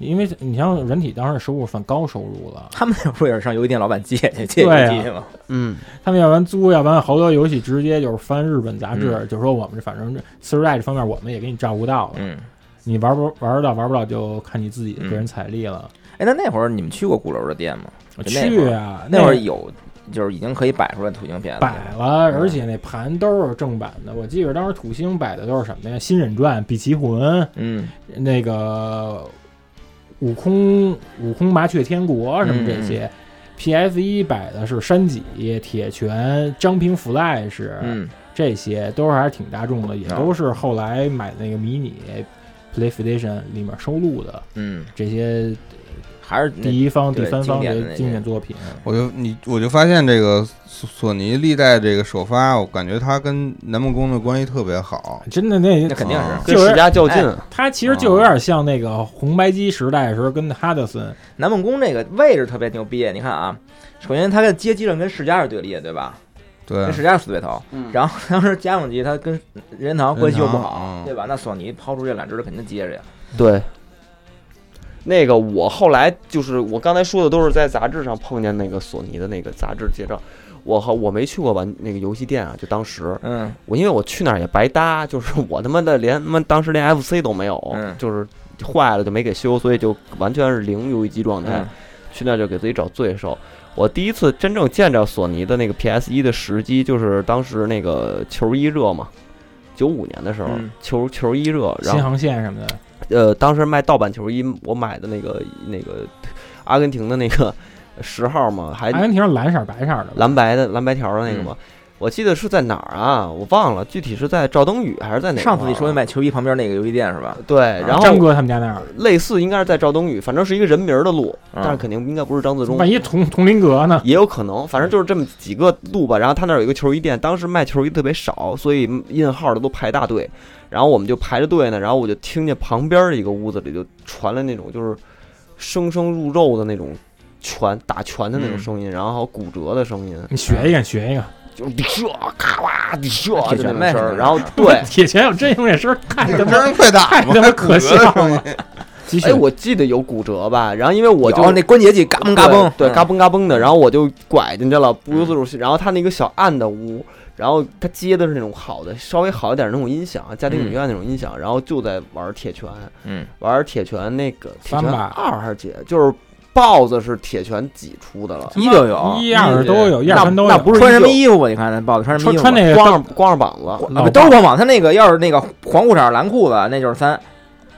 D: 因为你像人体当时收入算高收 入了，
C: 他们那会儿上游戏店老板借去借游
D: 对啊
C: 戏去嘛，
E: 嗯，
D: 他们要不然租，要不然好多游戏直接就是翻日本杂志，就说我们这反正这次世代这方面我们也给你照顾到了，
C: 嗯，
D: 你玩不玩到玩不到就看你自己的个人财力了。
C: 哎，那那会儿你们去过鼓楼的店吗？
D: 我
C: 就那
D: 去啊，
C: 那
D: 会
C: 会儿有，就是已经可以摆出来土星片了。嗯
D: 摆了，而且那盘都是正版的。我记着当时土星摆的都是什么呀？《新忍传》《比奇魂》
C: 嗯，
D: 那个《悟空》《悟空麻雀天国》什么
C: 嗯
D: 这些。P.S. 一摆的是山脊、铁拳、张平 Flash，、
C: 嗯，
D: 这些都是还是挺大众的，也
C: 啊
D: 都是后来买那个迷你 PlayStation 里面收录的
C: 嗯，
D: 这些
C: 还是那
D: 第一方、
C: 对
D: 第三
C: 经
D: 方
C: 典的那些
D: 的
C: 嗯
D: 经典作品。
A: 我就你我就发现这个索索尼历代这个首发，我感觉它跟南梦宫的关系特别好。
D: 嗯真的那
C: 那肯定哦是
E: 跟
D: 就是
E: 世家较劲，啊
D: 它其实就有点像那个红白机时代的时候跟哈德森，
C: 南梦宫这个位置特别牛逼。你看啊，首先它的街机上跟世嘉是对立的，对吧？
A: 对
C: 跟，世嘉是死对头。
E: 嗯
C: 然后 当时家用机它跟任天堂关系又不好
A: 任天堂，嗯
C: 对吧？那索尼抛出这两只肯定接着呀。
E: 对。那个我后来就是我刚才说的都是在杂志上碰见那个索尼的那个杂志介绍，我好我没去过玩那个游戏店啊，就当时
C: 嗯
E: 我因为我去那儿也白搭，就是 我他妈的连他妈当时连 FC 都没有，
C: 嗯
E: 就是坏了就没给修，所以就完全是零游戏机状态，
C: 嗯
E: 去那儿就给自己找罪受。我第一次真正见着索尼的那个 PS 一的时机，就是当时那个球衣热嘛，九五年的时候，
C: 嗯
E: 球球衣热，
D: 新
E: 然后
D: 航线什么的，
E: 呃，当时卖盗版球衣，我买的那个那个阿根廷的那个十号嘛，
C: 哎
E: 还
D: 阿根廷是蓝色白色的吧，
E: 蓝白的蓝白条的那个嘛。
C: 嗯
E: 我记得是在哪儿啊？我忘了，具体是在赵登禹还是在哪？啊
C: 上次你说的啊卖球衣旁边那个游戏店是吧？
E: 对，然
D: 张
E: 后
D: 哥他们家那儿，
E: 类似应该是在赵登禹，反正是一个人名儿的路，
C: 嗯
E: 但是肯定应该不是张自忠，
D: 万一同同林格呢？
E: 也有可能，反
C: 嗯
E: 正就是这么几个路吧。然后他那儿有一个球衣店，当时卖球衣特别少，所以印号的都排大队。然后我们就排着队呢，然后我就听见旁边的一个屋子里就传来那种就是生生入肉的那种拳打拳的那种
C: 嗯
E: 声音，然后还有骨折的声音，
D: 你学一个，学一个。，
E: 就是你这咔哇，你这就
C: 铁
E: 那
C: 拳
E: 种
C: 呗
E: 声儿。
C: 那
E: 然 后
C: 种
E: 对
D: 铁拳有真用这声儿，太他
A: 这真
D: 妈
A: 人快打
D: 太
A: 吗？
D: 他妈可笑
A: 骨折的声
D: 了
A: 音。
D: 继续
E: 哎，，我记得有骨折吧，然后因为我就
C: 有哦那关节器嘎嘣嘎嘣，
E: 对，对
C: 嗯
E: 嘎嘣嘎嘣的，然后我就拐进去了，不由自主。然后他那个小暗的屋，然后他接的是那种好的，稍微好一点的那种音响，啊家庭影院那种音响，然后就在玩铁拳，
C: 嗯
E: 玩铁拳那个铁拳
D: 三吧
E: 二还是几，就是豹子是铁拳几出的了，
D: 他妈
C: 一就有
D: 一二都有，一二
E: 那
D: 三都有。
E: 那不
C: 啊
E: 是
C: 穿什么
E: 一
C: 衣服？你看那豹子穿什么
D: 穿
C: 衣服？
D: 穿那个
E: 光着光着膀子，
D: 老
C: 啊不都是光膀，他那个要是那个黄裤衩蓝裤子，那就是三。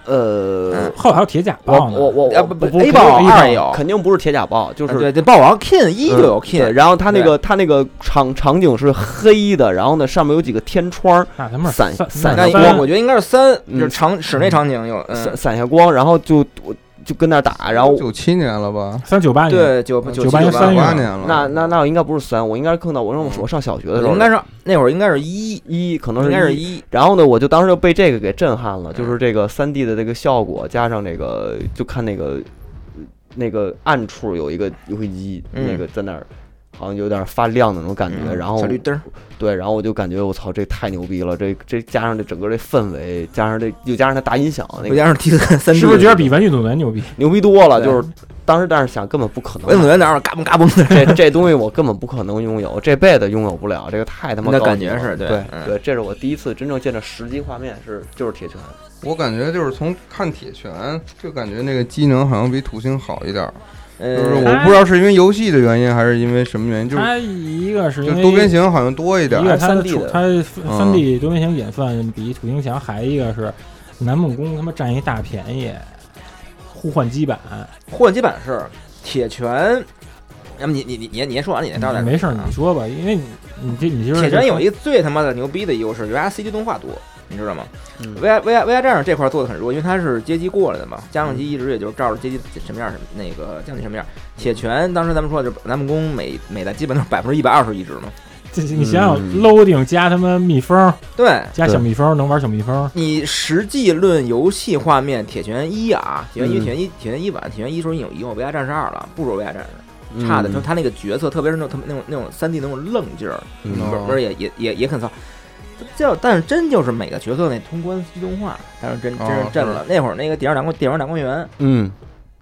E: 呃
C: 嗯，
D: 后头还有铁甲
E: 我
D: 豹呢
E: 我，我
C: 啊
E: 我
C: 不
D: 不
C: A
D: 不
C: 豹
D: 不
C: 二也有，
E: 肯定不是铁甲豹，就
C: 啊
E: 是
C: 对对，霸王 King 一就有
E: 对，
C: King，
E: 然后它那个它那个场场景是黑的，然后呢上面有几个天窗儿，
D: 那他啊们是
E: 散
D: 三
E: 散
C: 那
D: 三
E: 光
C: 我我觉得应该是三，
E: 嗯
C: 就是场室内场景有，
E: 散
C: 嗯，
E: 散下光，然后就我就跟那儿打，啊然后
A: 九七年了吧？
D: 三九八年，
C: 对，九九
D: 九八
C: 七
D: 年
C: 九
D: 三
A: 九
D: 月
A: 八年了。
E: 那那那我应该不是三，我应该是碰到我上
C: 嗯
E: 我上小学的时候，
C: 应该是那会儿应该是一，
E: 一，可能
C: 应该
E: 是
C: 是
E: 一。
C: 一，嗯
E: 然后呢，我就当时就被这个给震撼了，就是这个三 D 的这个效果，加上那个就看那个那个暗处有一个游戏机，
C: 嗯
E: 那个在那儿好像有点发亮的那种感觉，
C: 嗯
E: 然后
C: 小绿灯儿，
E: 对，然后我就感觉我操，这太牛逼了！这这加上这整个这氛围，加上这又加上它大音响，那
C: 不
E: 个
C: 加上第三三 D，
D: 是不是觉得比《玩具总动员》牛逼？
E: 牛逼多了。
C: 对
E: 就是当时，但是想根本不可能
C: 文总，员哪有嘎嘣嘎嘣的？
E: 这这东西我根本不可能拥有，这辈子拥有不了。这个太他妈
C: 那
E: 高级
C: 感觉
E: 了
C: 是对
E: 对
C: 嗯
E: 对，这是我第一次真正见着实际画面是就是铁拳，
A: 我感觉就是从看铁拳，就感觉那个机能好像比土星好一点儿。就是
C: 呃，
A: 我不知道是因为游戏的原因，还是因为什么原因，就是
D: 它一个是
A: 就
D: 因
A: 是
D: 为
A: 多边形好像多一点
D: 一个
A: 儿。
D: 它
E: 3D 的
D: 它三 D 多边形演算比土星强，还一个是南梦宫他妈占一大便宜，互换机板。
C: 霍基板是铁拳，要么你你你你你先说完，你啊再到点
D: 没事儿，你说吧，因为你你这你就是
C: 铁拳有一最他妈的牛逼的优势，就是它 CG 动画多，你知道吗
E: 嗯
C: ？V I V I V I 战士这块做的很弱，因为它是街机过来的嘛，家用机一直也就是照着街机什么样儿什么那个将军什么样儿。铁拳当时咱们说的就是南梦宫每每代基本都是百分之一百二十移植嘛，
D: 这你想想
E: 嗯
D: ，loading 加他妈蜜蜂
C: 对。
D: 加小蜜蜂能玩小蜜蜂，
C: 你实际论游戏画面，铁拳一啊，铁拳一、铁
E: 嗯
C: 拳一、铁拳一晚，铁拳一时候已经已经有 V I 战士二了，不如 V I 战士，
D: 嗯
C: 嗯差的，就他那个角色，特别是那种他们那种那种三 D 那种愣劲儿，
E: 嗯
A: 嗯
C: 不是也也也也很糙。叫，但是真就是每个角色那通关自动化，但是真真
A: 哦
C: 是震
A: 是
C: 了。那会儿那个《电玩大观》《电玩大观园》
E: 嗯，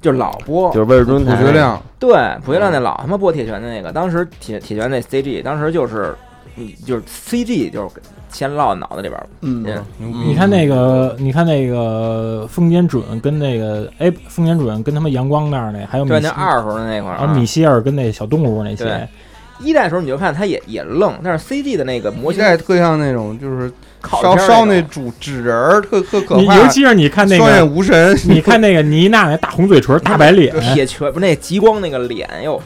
C: 就是老播，
E: 就是威尔
A: 普
E: 敦台
A: 学亮，
C: 对，普月亮那老他妈播铁拳的那个，当时铁铁拳那 CG，当时就是你就是 CG 就是先落脑子里边了，
E: 嗯
C: 嗯
A: 牛逼！
D: 你看那个，你看那个风间准跟那个哎，风间准跟他们阳光那儿那，还有米
C: 对，那
D: 歇
C: 二时候的那块儿、
D: 啊米歇尔跟那小动物那些
C: 对，一代的时候你就看他也也愣，但是 CG 的那个模
A: 我
C: 型
A: 现在特像那种就是
C: 烤
A: 烧
C: 片儿
A: 烧那
C: 那种
A: 主纸人儿，特特可
D: 你
A: 怕，
D: 尤其是你看那
A: 双
D: 个，
A: 眼无神。
D: 你看那个妮娜那大红嘴唇、大白脸，
C: 铁拳不是那极光那个脸哟。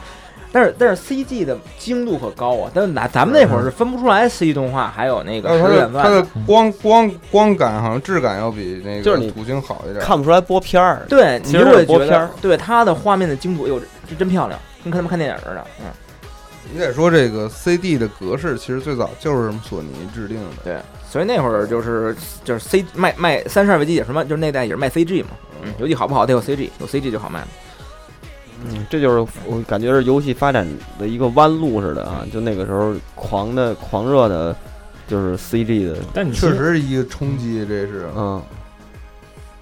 C: 但是但是 CG 的精度可高啊，但是咱咱们那会儿是分不出来 CG 动画还有那个
A: 但是它
C: 实
A: 的
C: 验
A: 它
C: 外
A: 的光光光感好像质感要比那个
E: 就是你
A: 图形好一点，
E: 看不出来播片儿，
C: 对，你
E: 其
C: 就
E: 实就是
C: 会
E: 播
C: 觉
E: 片
C: 得
E: 儿
C: 对它的画面的精度，哟，这这真漂亮，跟看他们看电影似的。嗯，
A: 你得说这个 CD 的格式，其实最早就是索尼制定的。
C: 对，所以那会儿就是就是 C 卖卖三十二位机也是卖，就是那代也是卖 CG 嘛，嗯，游戏好不好得有 CG，有 CG 就好卖了。
E: 嗯，这就是我感觉是游戏发展的一个弯路似的啊，就那个时候狂的狂热的，就是 CG 的，
D: 但你
A: 确实是一个冲击，这是，
E: 嗯，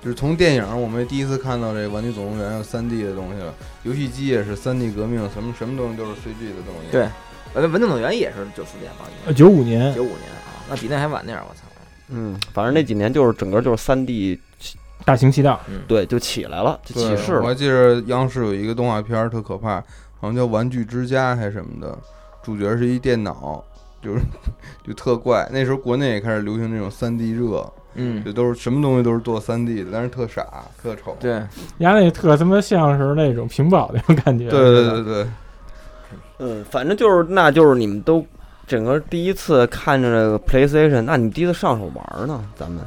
A: 就是从电影我们第一次看到这《玩具总动员》有三 D 的东西了，游戏机也是三 D 革命，什么什么东西都是 CG 的东西。
C: 对呃，文总动员也是九四年吧，
E: 呃
D: 九五年
C: 九五年啊，那比那还晚点儿，我操。
E: 嗯，反正那几年就是整个就是三 D，
D: 大行其道，
E: 对，就起来了，就
A: 对，
E: 起势
A: 我
E: 了。
A: 还记得央视有一个动画片儿特可怕，好像叫《玩具之家》还是什么的，主角是一电脑，就是 就特怪。那时候国内也开始流行这种三 D 热，
C: 嗯，
A: 就都是什么东西都是做三 D 的，但是特傻特丑。
C: 对，
D: 人家那特他妈像是那种屏保那种感觉，
A: 对对对对，
E: 嗯，反正就是那就是你们都整个第一次看着这个 PlayStation，那你们第一次上手玩儿呢？咱们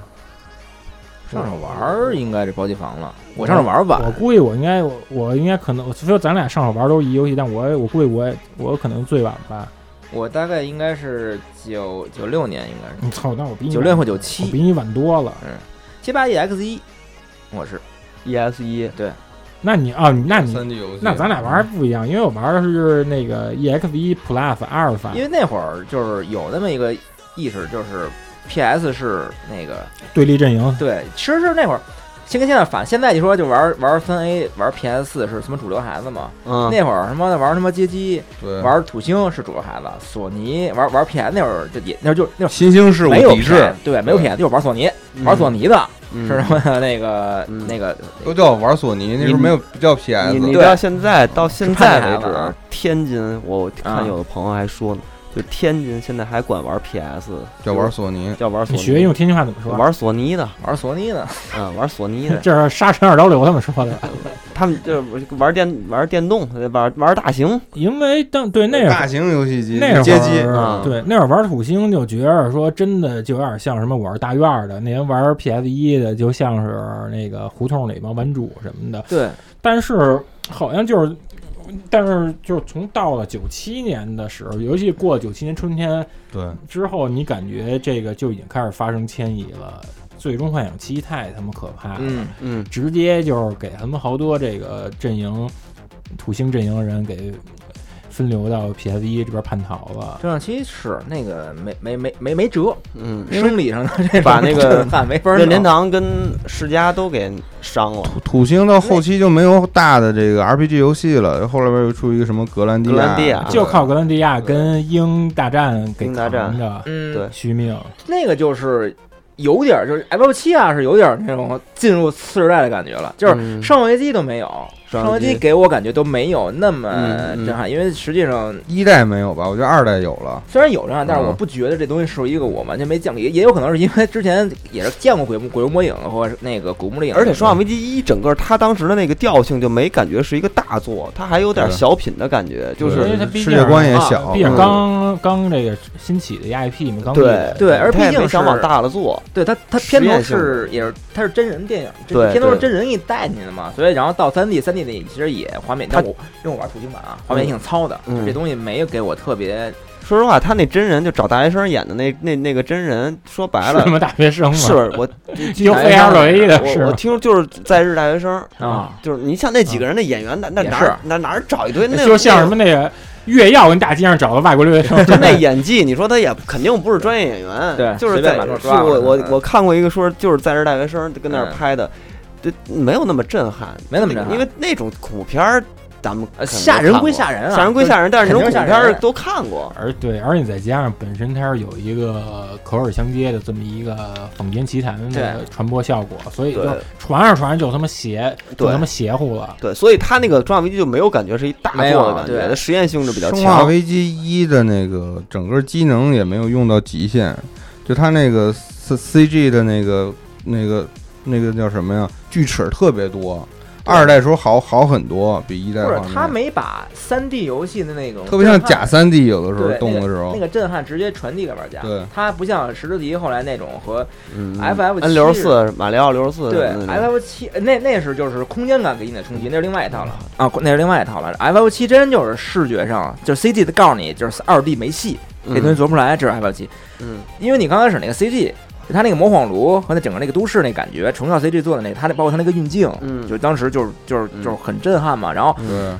C: 上手玩儿应该是包机房了，我
E: 嗯
C: 上手玩儿晚
D: 我，估计我应该我我应该可能，虽说咱俩上手玩都是一游戏，但我我估计我也我可能最晚吧。
C: 我大概应该是九九六年，应该是
D: 你操，那我比你
C: 嗯九六
D: 晚
C: 或九
D: 嗯我比
C: 七，
D: 你晚多了。
C: 七八 EX 一，我是
E: ES 一，
D: 那你啊，你那你
A: 三 D 游戏。
D: 那咱俩玩儿不一样，因为我玩的是那个 EX 一 Plus 阿尔法
C: 因为那会儿就是有那么一个意识，就是 PS 是那个
D: 对立阵营，
C: 对，其实是那会儿，先跟现在反，现在一说就玩玩三 A、玩 PS 四是什么主流孩子嘛？
E: 嗯，
C: 那会儿他妈的玩他妈街机、
A: 对
C: 玩土星是主流孩子，索尼玩玩 PS 那会儿就也那就那会
A: 新兴事
C: 儿
A: 物
C: 没有
A: 抵制
C: PS，，对，没有
A: 对
C: PS 就是玩索尼，
E: 嗯
C: 玩索尼的
E: 嗯
C: 是他妈的那个
E: 嗯
C: 那个
A: 都叫我玩索尼，那时候没有不叫 PS，
E: 你你
C: 对
E: 到现在到现在
C: 是怕你
E: 为
C: 孩子
E: 止
C: 啊，
E: 天津我
C: 啊
E: 看有的朋友还说呢，就天津现在还管玩 PS，
A: 叫玩索尼。
E: 叫玩索
D: 你
E: 尼，
D: 学用天津话怎么说？
E: 玩索尼的，
C: 玩索尼的，
E: 嗯，玩索尼的，
D: 这是沙尘二刀流他们说的，
E: 他们就是玩电玩电动，玩玩大型，
D: 因为当对那会
A: 大
D: 儿。
A: 型游戏机
D: 那会儿
A: 街机，
E: 啊
D: 对那会儿玩土星就觉着说真的就有点像什么我是大院儿的，那人玩 PS 一的就像是那个胡同里帮玩主什么的，
C: 对，
D: 但是好像就是，但是就是从到了九七年的时候，尤其过了九七年春天
A: 对，
D: 之后，你感觉这个就已经开始发生迁移了。最终幻想七太他妈可怕了，
C: 嗯，
E: 嗯，
D: 直接就是给他们好多这个阵营土星阵营人给分流到 PS 一这边叛逃了。
C: 这上期是那个没没没没没辙，
E: 嗯，
C: 生理 上的这种
E: 把那个
C: 震撼没法儿
E: 任天
C: 弄。
E: 堂跟世嘉都给伤了，
A: 土星到后期就没有大的这个 RPG 游戏了，后来边又出一个什么格兰蒂亚，
E: 格兰蒂亚
D: 就靠格兰蒂亚跟鹰大战给
E: 啊鹰大战哦
D: 扛着
C: 嗯，
E: 对
D: 续命，
C: 那个就是有点儿就是 F 七啊，是有点儿那种进入次时代的感觉了，就是
E: 嗯
C: 上位机都没有，
E: 上
C: 上位
E: 位机
C: 机给我感觉都没有那么
E: 嗯嗯
C: 震撼，因为实际上
A: 一代没有吧？我觉得二代有了。
C: 虽然有震撼，但是
A: 嗯
C: 我不觉得这东西是一个我完全没见过，也也有可能是因为之前也是见过鬼木鬼屋魔影或者是那个古墓丽影，
E: 而且《生化危机一》整个它当时的那个调性就没感觉是一个大作，它还有点
A: 对
E: 小品的感觉，就
D: 因为
E: 是
D: 它
A: 对
D: 毕
A: 世
D: 竟
A: 界观也
D: 啊
A: 小，
D: 毕竟
A: 嗯
D: 刚刚这个新起的 IP 嘛，刚立
E: 对
D: 的
C: 对而
E: 它也
C: 毕竟
E: 没想往
C: 是
E: 大了做，
C: 对它它片
E: 实
C: 头
E: 验性
C: 是也是它是真人电影，这
E: 对
C: 片头是
E: 对
C: 真人给你带进去的嘛，所以然后到三 D 三 D 那其实也画面，
E: 它
C: 但我因为我玩土星版啊，画面
E: 嗯
C: 挺糙的，
E: 嗯
C: 这东西没有给我特别
E: 说实话，他那真人就找大学生演的那那那个真人，说白
D: 是
E: 了
D: 他妈大学生嘛，
E: 是 我
D: 有
C: 台
D: A
C: 上
D: L A 的
E: 我
D: 是
E: 我
D: 吗，
E: 听就是在日大学生，
C: 啊，
E: 就是你像那几个人的演员，那那
C: 也
E: 哪
C: 是
E: 儿哪哪儿找一堆那
D: 就像什么那个越要跟大街上找个外国留学生，
E: 就那演技，你说他也肯定不是专业演员，
C: 对
E: 就是
C: 随便
E: 在
C: 马路
E: 是
C: 抓
E: 我
C: 了
E: 我
C: 嗯
E: 我看过一个说就是在日大学生跟那儿
C: 嗯
E: 拍的。对没有那么震撼，
C: 没那么震撼
E: 因为那种恐怖片儿咱们
C: 呃
E: 肯定
C: 吓人
E: 看
C: 归
E: 过
C: 吓人啊
E: 吓人归吓人，但是那种恐
C: 肯定
E: 怖
C: 吓
E: 片儿
C: 人
E: 都看过。
D: 而对，而且再加上本身它是有一个口耳相接的这么一个坊间奇谈的
C: 对
D: 传播效果，所以就
E: 对
D: 传着传着就他妈邪，就
E: 对
D: 他妈邪乎了。
E: 对，所以他那个《生化危机》就没有感觉是一大
C: 没有
E: 作的感觉，
C: 对
E: 它实验性质比较
A: 生化
E: 强。
A: 危机一的那个整个机能也没有用到极限，就它那个 C C G 的那个那个那个叫什么呀？锯齿特别多，二代时候好好很多，比一代
C: 或者
A: 方面
C: 他没把三 D 游戏的那种
A: 特别像
C: 震撼
A: 假三 D，有的时候
C: 对
A: 动
C: 那个
A: 的时候，
C: 那个震撼直接传递给玩家。
A: 对
C: 它不像石头题后来那种和
E: 嗯
C: FF
E: ，N 六十四，马里奥六十四，
C: 对
E: 嗯
C: FF 七，呃那那是就是空间感给你的冲击，那是另外一套了
E: 嗯
C: 啊，那是另外一套了。FF 七真就是视觉上，就是 CG 的告诉你，就是二 D 没戏，这东西做不出来，这是 FF 七。
E: 嗯，
C: 因为你刚开始那个 CG，它那个魔幻炉和那整个那个都市那感觉，纯靠 CG 做的那个，它那包括它那个运镜，
E: 嗯
C: 就当时就是就是
E: 嗯
C: 就是很震撼嘛。然后
E: 嗯
A: 对，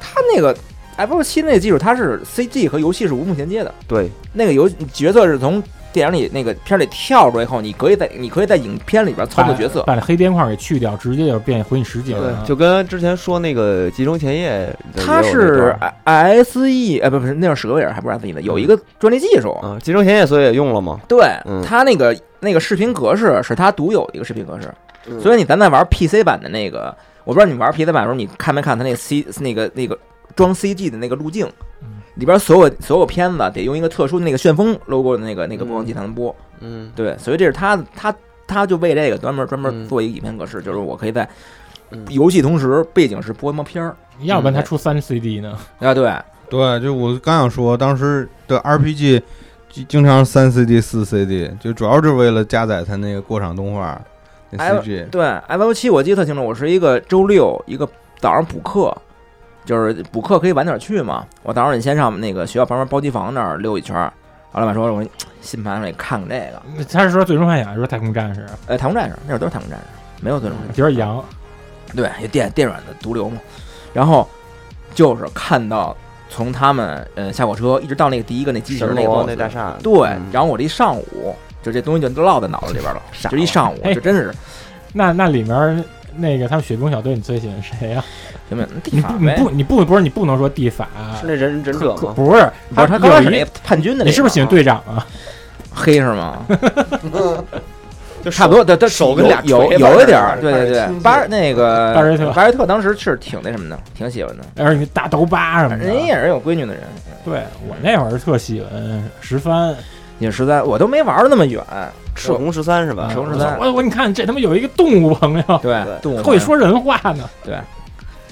C: 它那个 FF 七那个技术，它是 CG 和游戏是无缝衔接的，
E: 对，
C: 那个游角色是从。电影里那个片儿里跳出来以后，你可以在你可以在影片里边操作角色，
D: 把这黑边框给去掉，直接就变回你实景了。
E: 对，就跟之前说那个《集中前夜》里
C: 它
E: 也有那
C: 是
E: 段
C: S E，哎，不不是，那是舍维尔，还不是 S E 呢，有一个专利技术。
E: 啊，《集中前夜》所以也用了嘛，
C: 对
E: 嗯，
C: 它那个那个视频格式是它独有的一个视频格式，
E: 嗯
C: 所以你咱在玩 PC 版的那个，我不知道你玩 PC 版的时候，你看没看它那个 C 那个那个装 CG 的那个路径
D: 嗯，
C: 里边所有所有片子得用一个特殊的那个旋风 logo 的那个那个播放器才能播。
E: 嗯
C: 对，所以这是它它它就为这个专门专门
E: 嗯
C: 做一个影片格式，就是我可以在
E: 嗯
C: 游戏同时背景是播什么片儿
D: 要不然它
C: 嗯
D: 出三 CD 呢？
C: 啊？对，
A: 对，就我刚想说，当时的 RPG 经经常三 CD、四 CD，就主要是为了加载它那个过场动画
C: 哎
A: 那 CG。
C: 对，F 七我记得特清楚，我是一个周六一个早上补课，就是补课可以晚点去嘛。我早上你先上那个学校旁边包机房那儿溜一圈儿。后来老板说：“我说新盘上也看看这个。
D: 他是说《最终幻想》，还是说《太空战士》，”
C: 呃，太空战士那会儿都是太空战士，没有最终幻
D: 有点洋。嗯
C: 想。对，也电电软的毒瘤嘛。然后就是看到从他们呃下火车一直到那个第一个那机器人
E: 神
C: 那
E: 罗
C: boss，
E: 那大厦，
C: 对，
E: 嗯
C: 然后我这一上午就这东西就都落在脑子里边了，
E: 傻
C: 就一
E: 了
C: 上午，
D: 哎
C: 这真是
D: 那那里面那个他们雪崩小队，你最喜欢谁呀？
C: 什么地
D: 你
C: 法
D: 不你
C: 呗？
D: 不你不不是你不能说地法，啊
E: 是那忍忍者
D: 可
E: 吗？
D: 不是
C: 不是他刚
D: 有
C: 开始
D: 一
C: 那叛军的那个啊，
D: 你是不是喜欢队长啊？
C: 黑是 吗？
E: 就
C: 差不多，对对，
E: 手跟
C: 有
E: 俩锤
C: 有有
E: 子
C: 一
E: 似的
C: 点儿，对对
E: 看着
C: 对，
E: 亲
C: 巴尔那个
D: 巴瑞特
C: 巴瑞特当时是挺那什么的，挺喜欢的，
D: 然后你大头巴什么的。
C: 人家也是有闺女的人。
D: 对我那会儿特喜欢十番，
C: 也实在，我都没玩儿那么远，
E: 赤红十三是吧？
C: 赤红
D: 我
C: 十
D: 操
C: 三
D: 嗯我我你看这他妈有一个动物朋友，
C: 对
E: 对
C: 动物
D: 会说人话呢。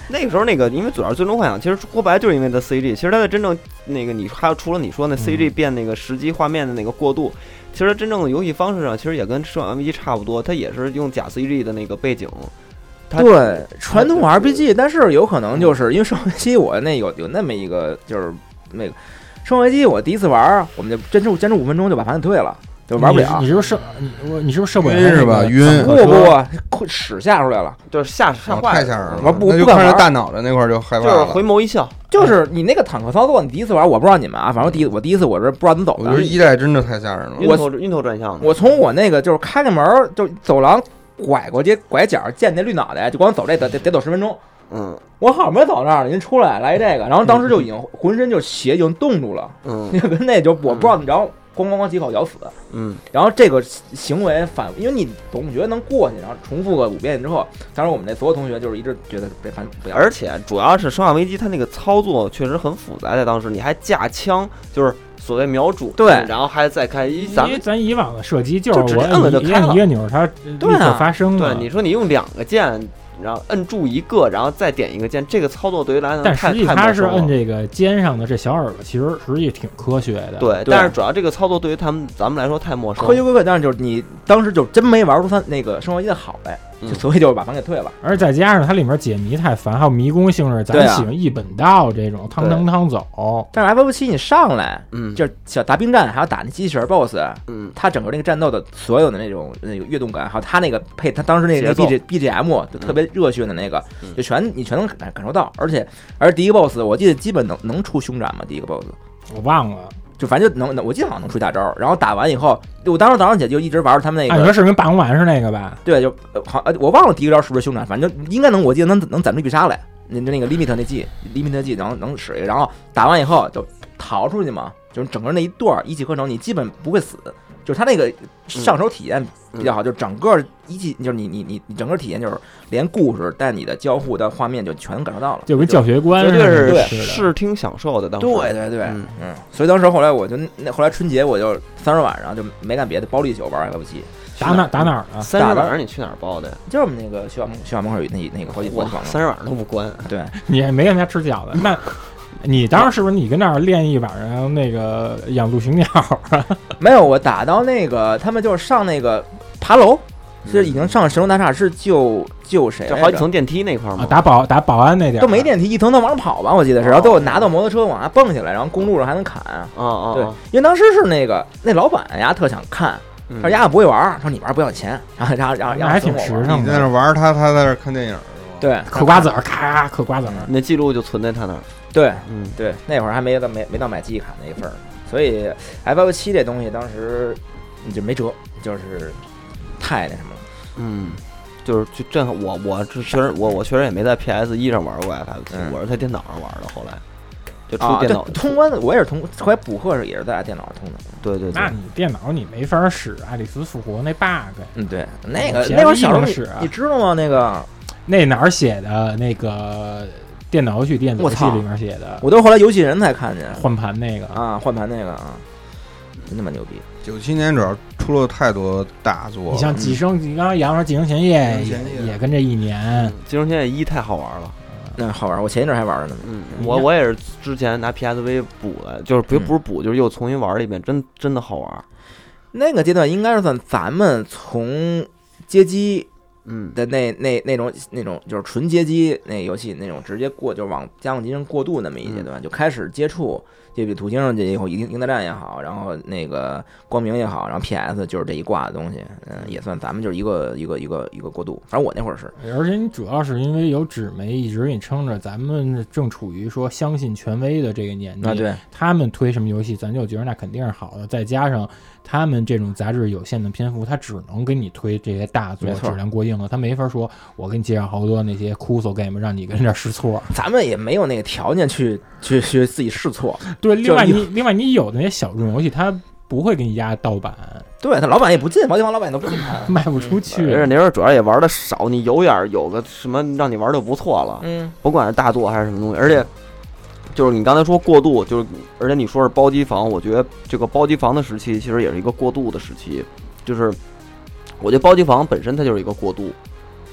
E: 那个时候那个，因为主要是最终幻想，其实说白了就是因为它 CG，其实它的真正那个你还有除了你说那 CG 变那个实际画面的那个过渡，其实真正的游戏方式上其实也跟《生化危机》差不多，它也是用假 CG 的那个背景。它嗯
C: 对传统
E: 它
C: RPG，但是有可能就是因为《生化危机》，我那有有那么一个就是那个《生化危机》，我第一次玩儿，我们就坚持坚持五分钟就把盘给退了，就玩不了
D: 你。是不是射你我你是不是射不了
A: 晕是吧
D: 那个
A: 晕
D: 坦
C: 不
D: 克车
C: 不，屎吓出来了，
E: 就是吓吓
A: 哦
E: 坏嗯
A: 太吓人了，
C: 我不
A: 那就
C: 不敢
A: 看着
C: 玩
A: 大脑袋那块儿就害
E: 就
A: 怕
E: 是
A: 了。
E: 回眸一笑，
C: 就是你那个坦克操作，你第一次玩儿，我不知道你们啊，反正我第一我第一次我是不知道怎么走
A: 我
C: 的
A: 觉，得一代真的太吓人了。
E: 晕头晕头转向的。
C: 我从我那个就是开着门儿就走廊拐过去拐角见那绿脑袋，就光走这得得得走十分钟。
E: 嗯
C: 我好没走那儿，人出来来这个，然后当时就已经浑身就血已经冻住了，
E: 嗯
C: 那个那就我不知道怎么着，咣咣咣几口咬死。
E: 嗯，
C: 然后这个行为反，因为你总觉得能过去，然后重复个五遍之后，当时我们那所有同学就是一直觉得这反不要。
E: 而且主要是《生化危机》它那个操作确实很复杂，在当时你还架枪，就是所谓瞄准，
C: 对
E: 然后还再开一咱
D: 因为
E: 们。
D: 咱以往的射击就
E: 就是直
D: 我
E: 接摁了就
D: 一
E: 开了
D: 按一个钮儿，它立
C: 对啊
D: 刻发生
E: 对
D: 了。，
E: 你说你用两个键，然后摁住一个，然后再点一个键，这个操作对于来讲
D: 但
E: 太
D: 实际
E: 太
D: 它
E: 陌
D: 是
E: 生
D: 摁
E: 了。
D: 这个肩上的这小耳朵，其实实际挺科学的。，
E: 对，
C: 对
E: 但是主要这个操作对于他们咱们来说太陌生
C: 科学。归科，但是就是你当时就真没玩出它那个生活机的好来，就
E: 嗯
C: 所以就把盘给退了。
D: 而再加上它里面解谜太烦，还有迷宫性质，咱
C: 对啊
D: 喜欢一本道这种，汤汤汤走。
C: 但是 F 七你上来
E: 嗯，
C: 就是想打冰战，还要打那机器人 BOSS，
E: 嗯，
C: 他整个那个战斗的所有的那种那个跃动感，还有他那个配，他当时那
E: 节
C: 个
E: 奏
C: B G B G M 就特别热血的那个，
E: 嗯
C: 就全你全能感感受到。而且而第一个 boss，我记得基本能能出胸斩嘛，第一个 boss
D: 我忘了，
C: 就反正就能，能我记得好像能出一大招儿。然后打完以后，我当时早上起来就一直玩他们那
D: 按
C: 个
E: 哎
D: 你说是跟霸王丸是那个吧？
C: 对，就呃好，呃我忘了第一个招是不是凶斩，反正应该能，我记得能能攒出一必杀来。那那那个 limit 那技，limit 技能能使一个，然后打完以后就逃出去嘛，就是整个那一段儿一气呵成，你基本不会死。就是他那个上手体验
E: 嗯
C: 比较好，就是整个一气，就是你你你你整个体验就是连故事带你的交互的画面就全感受到了，
D: 就跟教学观
E: 绝
D: 似
E: 对
D: 的嗯
E: 是
D: 是的
E: 视听享受的。当时
C: 对对对，
E: 嗯
C: 嗯，所以当时后来我就那后来春节我就三十晚上就没干别的，包了一宿玩 F 七，
D: 打哪打哪儿啊？
E: 三十晚上你去哪儿包的呀？
C: 就是我们那个学校门学校门口有那那个好几好
E: 哇
C: 几，房子，
E: 三十晚上都不关，
C: 对，
D: 你也没跟他吃饺子，那你当时是不是你跟那儿练一晚上那个养鹿行鸟 啊？
C: 没有我打到那个他们就是上那个爬楼，是已经上神龙大厦，是救救谁
E: 嗯就
C: 来着
E: 好几层电梯那块儿嘛。
D: 啊打保打保安那点儿
C: 都没电梯，一层层往上跑吧，我记得是，然后
E: 哦
C: 最后拿到摩托车往下蹦起来，然后公路上还能砍，
E: 啊啊
C: 对
E: 啊！，
C: 因为当时是那个那老板呀特想看，
E: 嗯
C: 他说丫不会玩儿，说你玩儿不要钱， 然后然后然后然
D: 那
C: 后
D: 还
C: 怂
D: 挺
C: 我玩儿
D: 实诚
A: 你在那
D: 的。
A: 玩儿他，他在那儿看电影儿是吧？，
C: 对
D: 嗑瓜子儿，咔嗑瓜子儿，
E: 那记录就存在他那儿。
C: 对，
E: 嗯，
C: 对，那会儿还没到没没到买记忆卡那一份儿，所以 F F 七这东西当时你就没辙，就是太那什么了。
E: 嗯，就是就正好我我这确实我我确实也没在 PS 一上玩过 FF 七，
C: 嗯
E: 我是在电脑上玩的，后来就出
C: 啊，
E: 电
C: 对
E: 脑，
C: 通关的我也是通，后来补课时候也是在电脑上通的。
E: 对对
D: 那
E: 对，
D: 你电脑你没法使爱丽丝复活那 bug，
C: 嗯，对，那个
D: 嗯
C: 那会儿
D: PS1
C: 小时候
D: 能
C: 你
D: 使啊
C: 你知道吗？那个
D: 那哪儿写的？那个电脑游戏电子游戏
C: 我操
D: 里面写的，
C: 我都后来游戏人才看见
D: 换盘那个
C: 啊，换盘那个啊，真他妈牛逼！
A: 九七年主要出了太多大作了，
D: 你像寄生，你刚刚杨说寄生前夜
A: 寄生前夜
D: 也也跟这一年，
E: 嗯《金融现在一》太好玩了。
C: 那好玩儿，我前一阵还玩儿着呢。
E: 嗯，
D: 嗯
E: 我我也是之前拿 PSV 补了，就是不
C: 嗯
E: 不是补，就是又重新玩了一遍，真真的好玩。
C: 那个阶段应该是算咱们从街机
E: 嗯，
C: 的那那那种那种就是纯街机那游戏那种直接过就往家用机上过渡那么一阶段，就开始接触这比土星上这以后，银银大战也好，然后那个光明也好，然后 PS 就是这一挂的东西，嗯，也算咱们就是一个一个一个一个过渡。反正我那会儿是，
D: 而且你主要是因为有纸媒一直给你撑着，咱们正处于说相信权威的这个年
C: 啊
D: 代，
C: 对，
D: 他们推什么游戏，咱就觉得那肯定是好的。再加上他们这种杂志有限的篇幅，他只能给你推这些大作
C: 没，错
D: 质量过硬的，他没法说我给你介绍好多那些枯燥 game 让你跟这儿试错。
C: 咱们也没有那个条件去去去自己试错，
D: 对，另外
C: 就
D: 你另外你有的那些小众游戏，它不会给你压盗版，，
C: 对他老板也不进，毛地方老板也都不进盘
D: 卖不出去。
E: 而且那时候主要也玩的少，你有点儿有个什么让你玩就不错了，
C: 嗯，
E: 甭管是大作还是什么东西，而且。就是你刚才说过渡，就是而且你说是包机房，我觉得这个包机房的时期其实也是一个过渡的时期，就是我觉得包机房本身它就是一个过渡，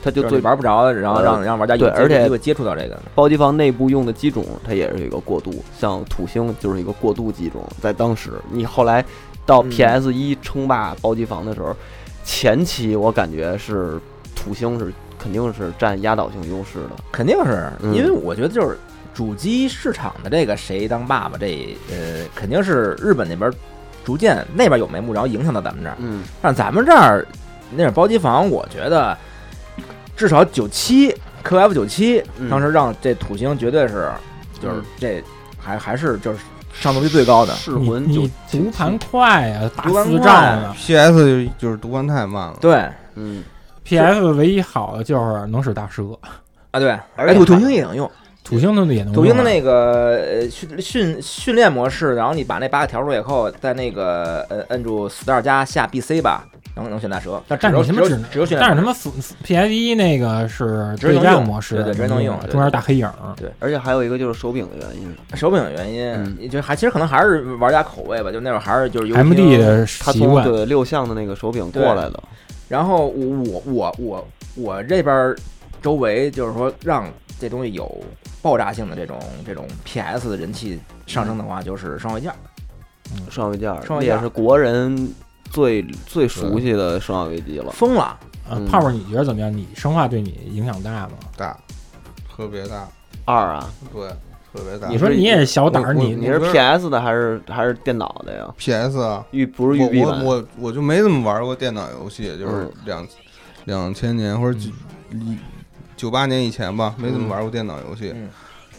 E: 它
C: 就
E: 就
C: 是嗯
E: 最
C: 你玩不着，然后让
E: 呃
C: 让玩家有
E: 对而且
C: 有机会接触到这个，
E: 包机房内部用的机种，它也是一个过渡，像土星就是一个过渡机种，在当时你后来到
C: 嗯
E: PS 一称霸包机房的时候，前期我感觉是土星是肯定是占压倒性优势的，
C: 肯定是
E: 嗯
C: 因为我觉得就是主机市场的这个谁当爸爸这呃，肯定是日本那边逐渐那边有眉目，然后影响到咱们这儿，
E: 嗯，
C: 但咱们这儿那点包机房，我觉得至少九七 QF 九七
E: 嗯
C: 当时让这土星绝对是就是
E: 嗯
C: 这还还是就是上座率最高的。
E: 噬
D: 你
E: 魂就
D: 你读盘快啊，打四照
C: 读
D: 呢。
A: PS 就就是读完太慢了，
C: 对
E: 嗯，
D: PS 唯一好的就是能使大蛇，
C: 啊，对，
E: 而
C: 哎，
E: 且
C: 土
E: 它
C: 土星也能用，
D: 土星的也能用啊。
C: 土星的那个呃训训训练模式，然后你把那八个条入以后，在那个呃摁住 star 加下 B C 吧，能能选大蛇。
D: 但你
C: 只
D: 他
C: 有
D: 妈
C: 只
D: 只
C: 有只有选大
D: 但
C: 蛇
D: 是他妈 PS 一那个是
C: 直接
D: 对
C: 能
D: 战
C: 用
D: 模式，嗯
C: 对对直接能用对
D: 中间大黑影儿。
E: 而且还有一个就是手柄的原因，
C: 手柄的原因，
E: 嗯
C: 就还其实可能还是玩家口味吧，就那会儿还是就是游戏
D: M D 的
E: 它
D: 习
E: 从
D: 惯，
E: 对六项的那个手柄过来的，
C: 然后我我我我我这边儿周围就是说让这东西有爆炸性的这种这种 P S 的人气上升的话，就是双位件儿。
E: 生化危机二，
C: 生化
E: 那
C: 危机二
E: 也是国人最最熟悉的生化危机了。
C: 疯了，
D: 呃
E: 嗯
D: 泡泡，你觉得怎么样？你生化对你影响大吗？
A: 大，特别大，
E: 二啊，
A: 对，特别大。
D: 你说你也是小胆儿，
A: 我
D: 你
E: 你
D: 你
E: 是
A: 我觉得
E: PS 的还是还是电脑的呀？
A: PS 啊，
E: 玉不是玉
A: 我
E: 璧
A: 我
E: 版，
A: 我我就没怎么玩过电脑游戏，就是
E: 嗯
A: 两两千年或者九一九八年以前吧，没怎么玩过电脑游戏
C: 嗯。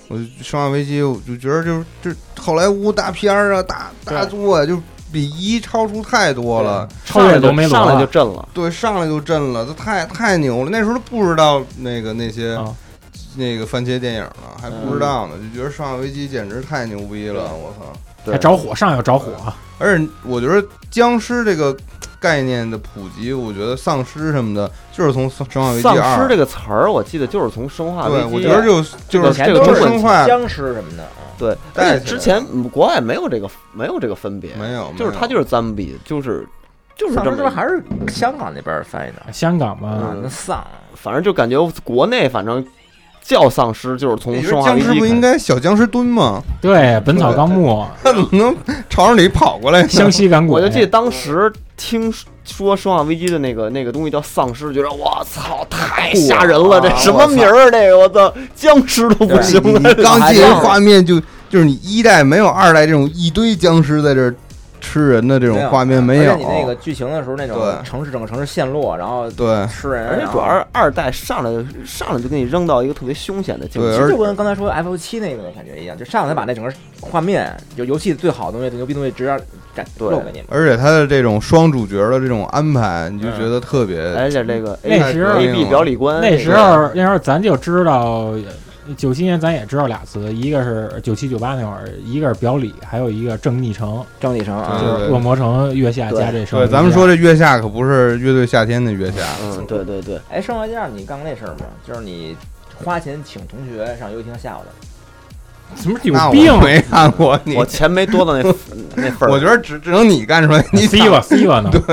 A: 我就《生化危机》，我就觉得就是这好莱坞大片儿啊，大大作呀、就比一超出太多了。
D: 超越
E: 就
D: 罗梅罗
E: 上来就
D: 了
E: 震了，
A: 对，上来就震了，这太太牛了。那时候都不知道那个那些、
D: 啊！
A: 那个番茄电影呢，还不知道呢，就觉得《生化危机》简直太牛逼了，我操！
E: 嗯对
D: 还着火，上要着火啊，
A: 而且我觉得僵尸这个概念的普及，我觉得丧尸什么的，就是从《生化危机
E: 丧
A: 二》
E: 尸这个词儿，我记得就是从《生化危
A: 对，
E: 机》
A: 我觉得就就是
E: 有钱都
A: 就是生化
C: 僵尸什么的，啊
E: 对，
A: 带
E: 而且
A: 起
E: 之
A: 来
E: 前嗯国外没有这个没有这个分别，
A: 没有，
E: 就是它就是 zombie，就是就是
C: 丧
E: 这
C: 尸是不是
E: 么，
C: 还是香港那边儿翻译的
D: 香港嘛，
C: 啊？
A: 嗯
C: 那丧
E: 反正就感觉国内反正叫丧尸就是从
A: 你
E: 《
A: 觉得
E: 生化
A: 僵
E: 危机
A: 尸》不
E: 开
A: 应
E: 始。
A: 该小僵尸蹲吗？
D: 对，《本草纲目
A: 他怎么能朝着你跑过来》哎呢？
D: 湘西赶鬼，
E: 我就记得当时听说《生化危机》的那个那个东西叫丧尸，觉得我操太吓人了，
A: 啊
E: 这什么名儿？啊这个我操，僵尸都不
C: 对
E: 行
A: 你
E: 了。啊
A: 刚进入画面就就是你一代没有二代这种一堆僵尸在这儿吃人的这种画面没
C: 而且
A: 有，
C: 你那个剧情的时候，那
A: 对
C: 种城市整个城市陷落，然后
A: 对
C: 吃人，
E: 而且
C: 然后
E: 主要是二代上来就上来就给你扔到一个特别凶险的境
A: 对
E: 界，
C: 其实
A: 而
C: 就跟刚才说 F 七那个感觉一样，就上来把那整个画面，就游戏最好的东西、最牛逼的东西，直接展
E: 对
C: 露给你们。
A: 而且他的这种双主角的这种安排，你就
C: 嗯
A: 觉得特别。
E: 而且这个 A
D: 那时候
A: 哎
E: A B 表里观
D: 那时候那时候咱就知道，九七年咱也知道俩词，一个是九七九八那会儿，一个是表里，还有一个正逆城，
C: 张继成
A: 对
C: 啊，
D: 就是恶魔城月下加这声。
A: 对，咱们说这月下可不是乐队夏天的月下，
E: 嗯，对对对，
C: 哎，生化危机二你干过那事儿吗？就是你花钱请同学上游戏厅下午的，
D: 什么有
A: 那
D: 病啊
A: 我没看过你，
E: 我钱没多到那 那份儿，
A: 我觉得只只能你干出来， 你
D: ？C 吧 C 吧呢？
C: 不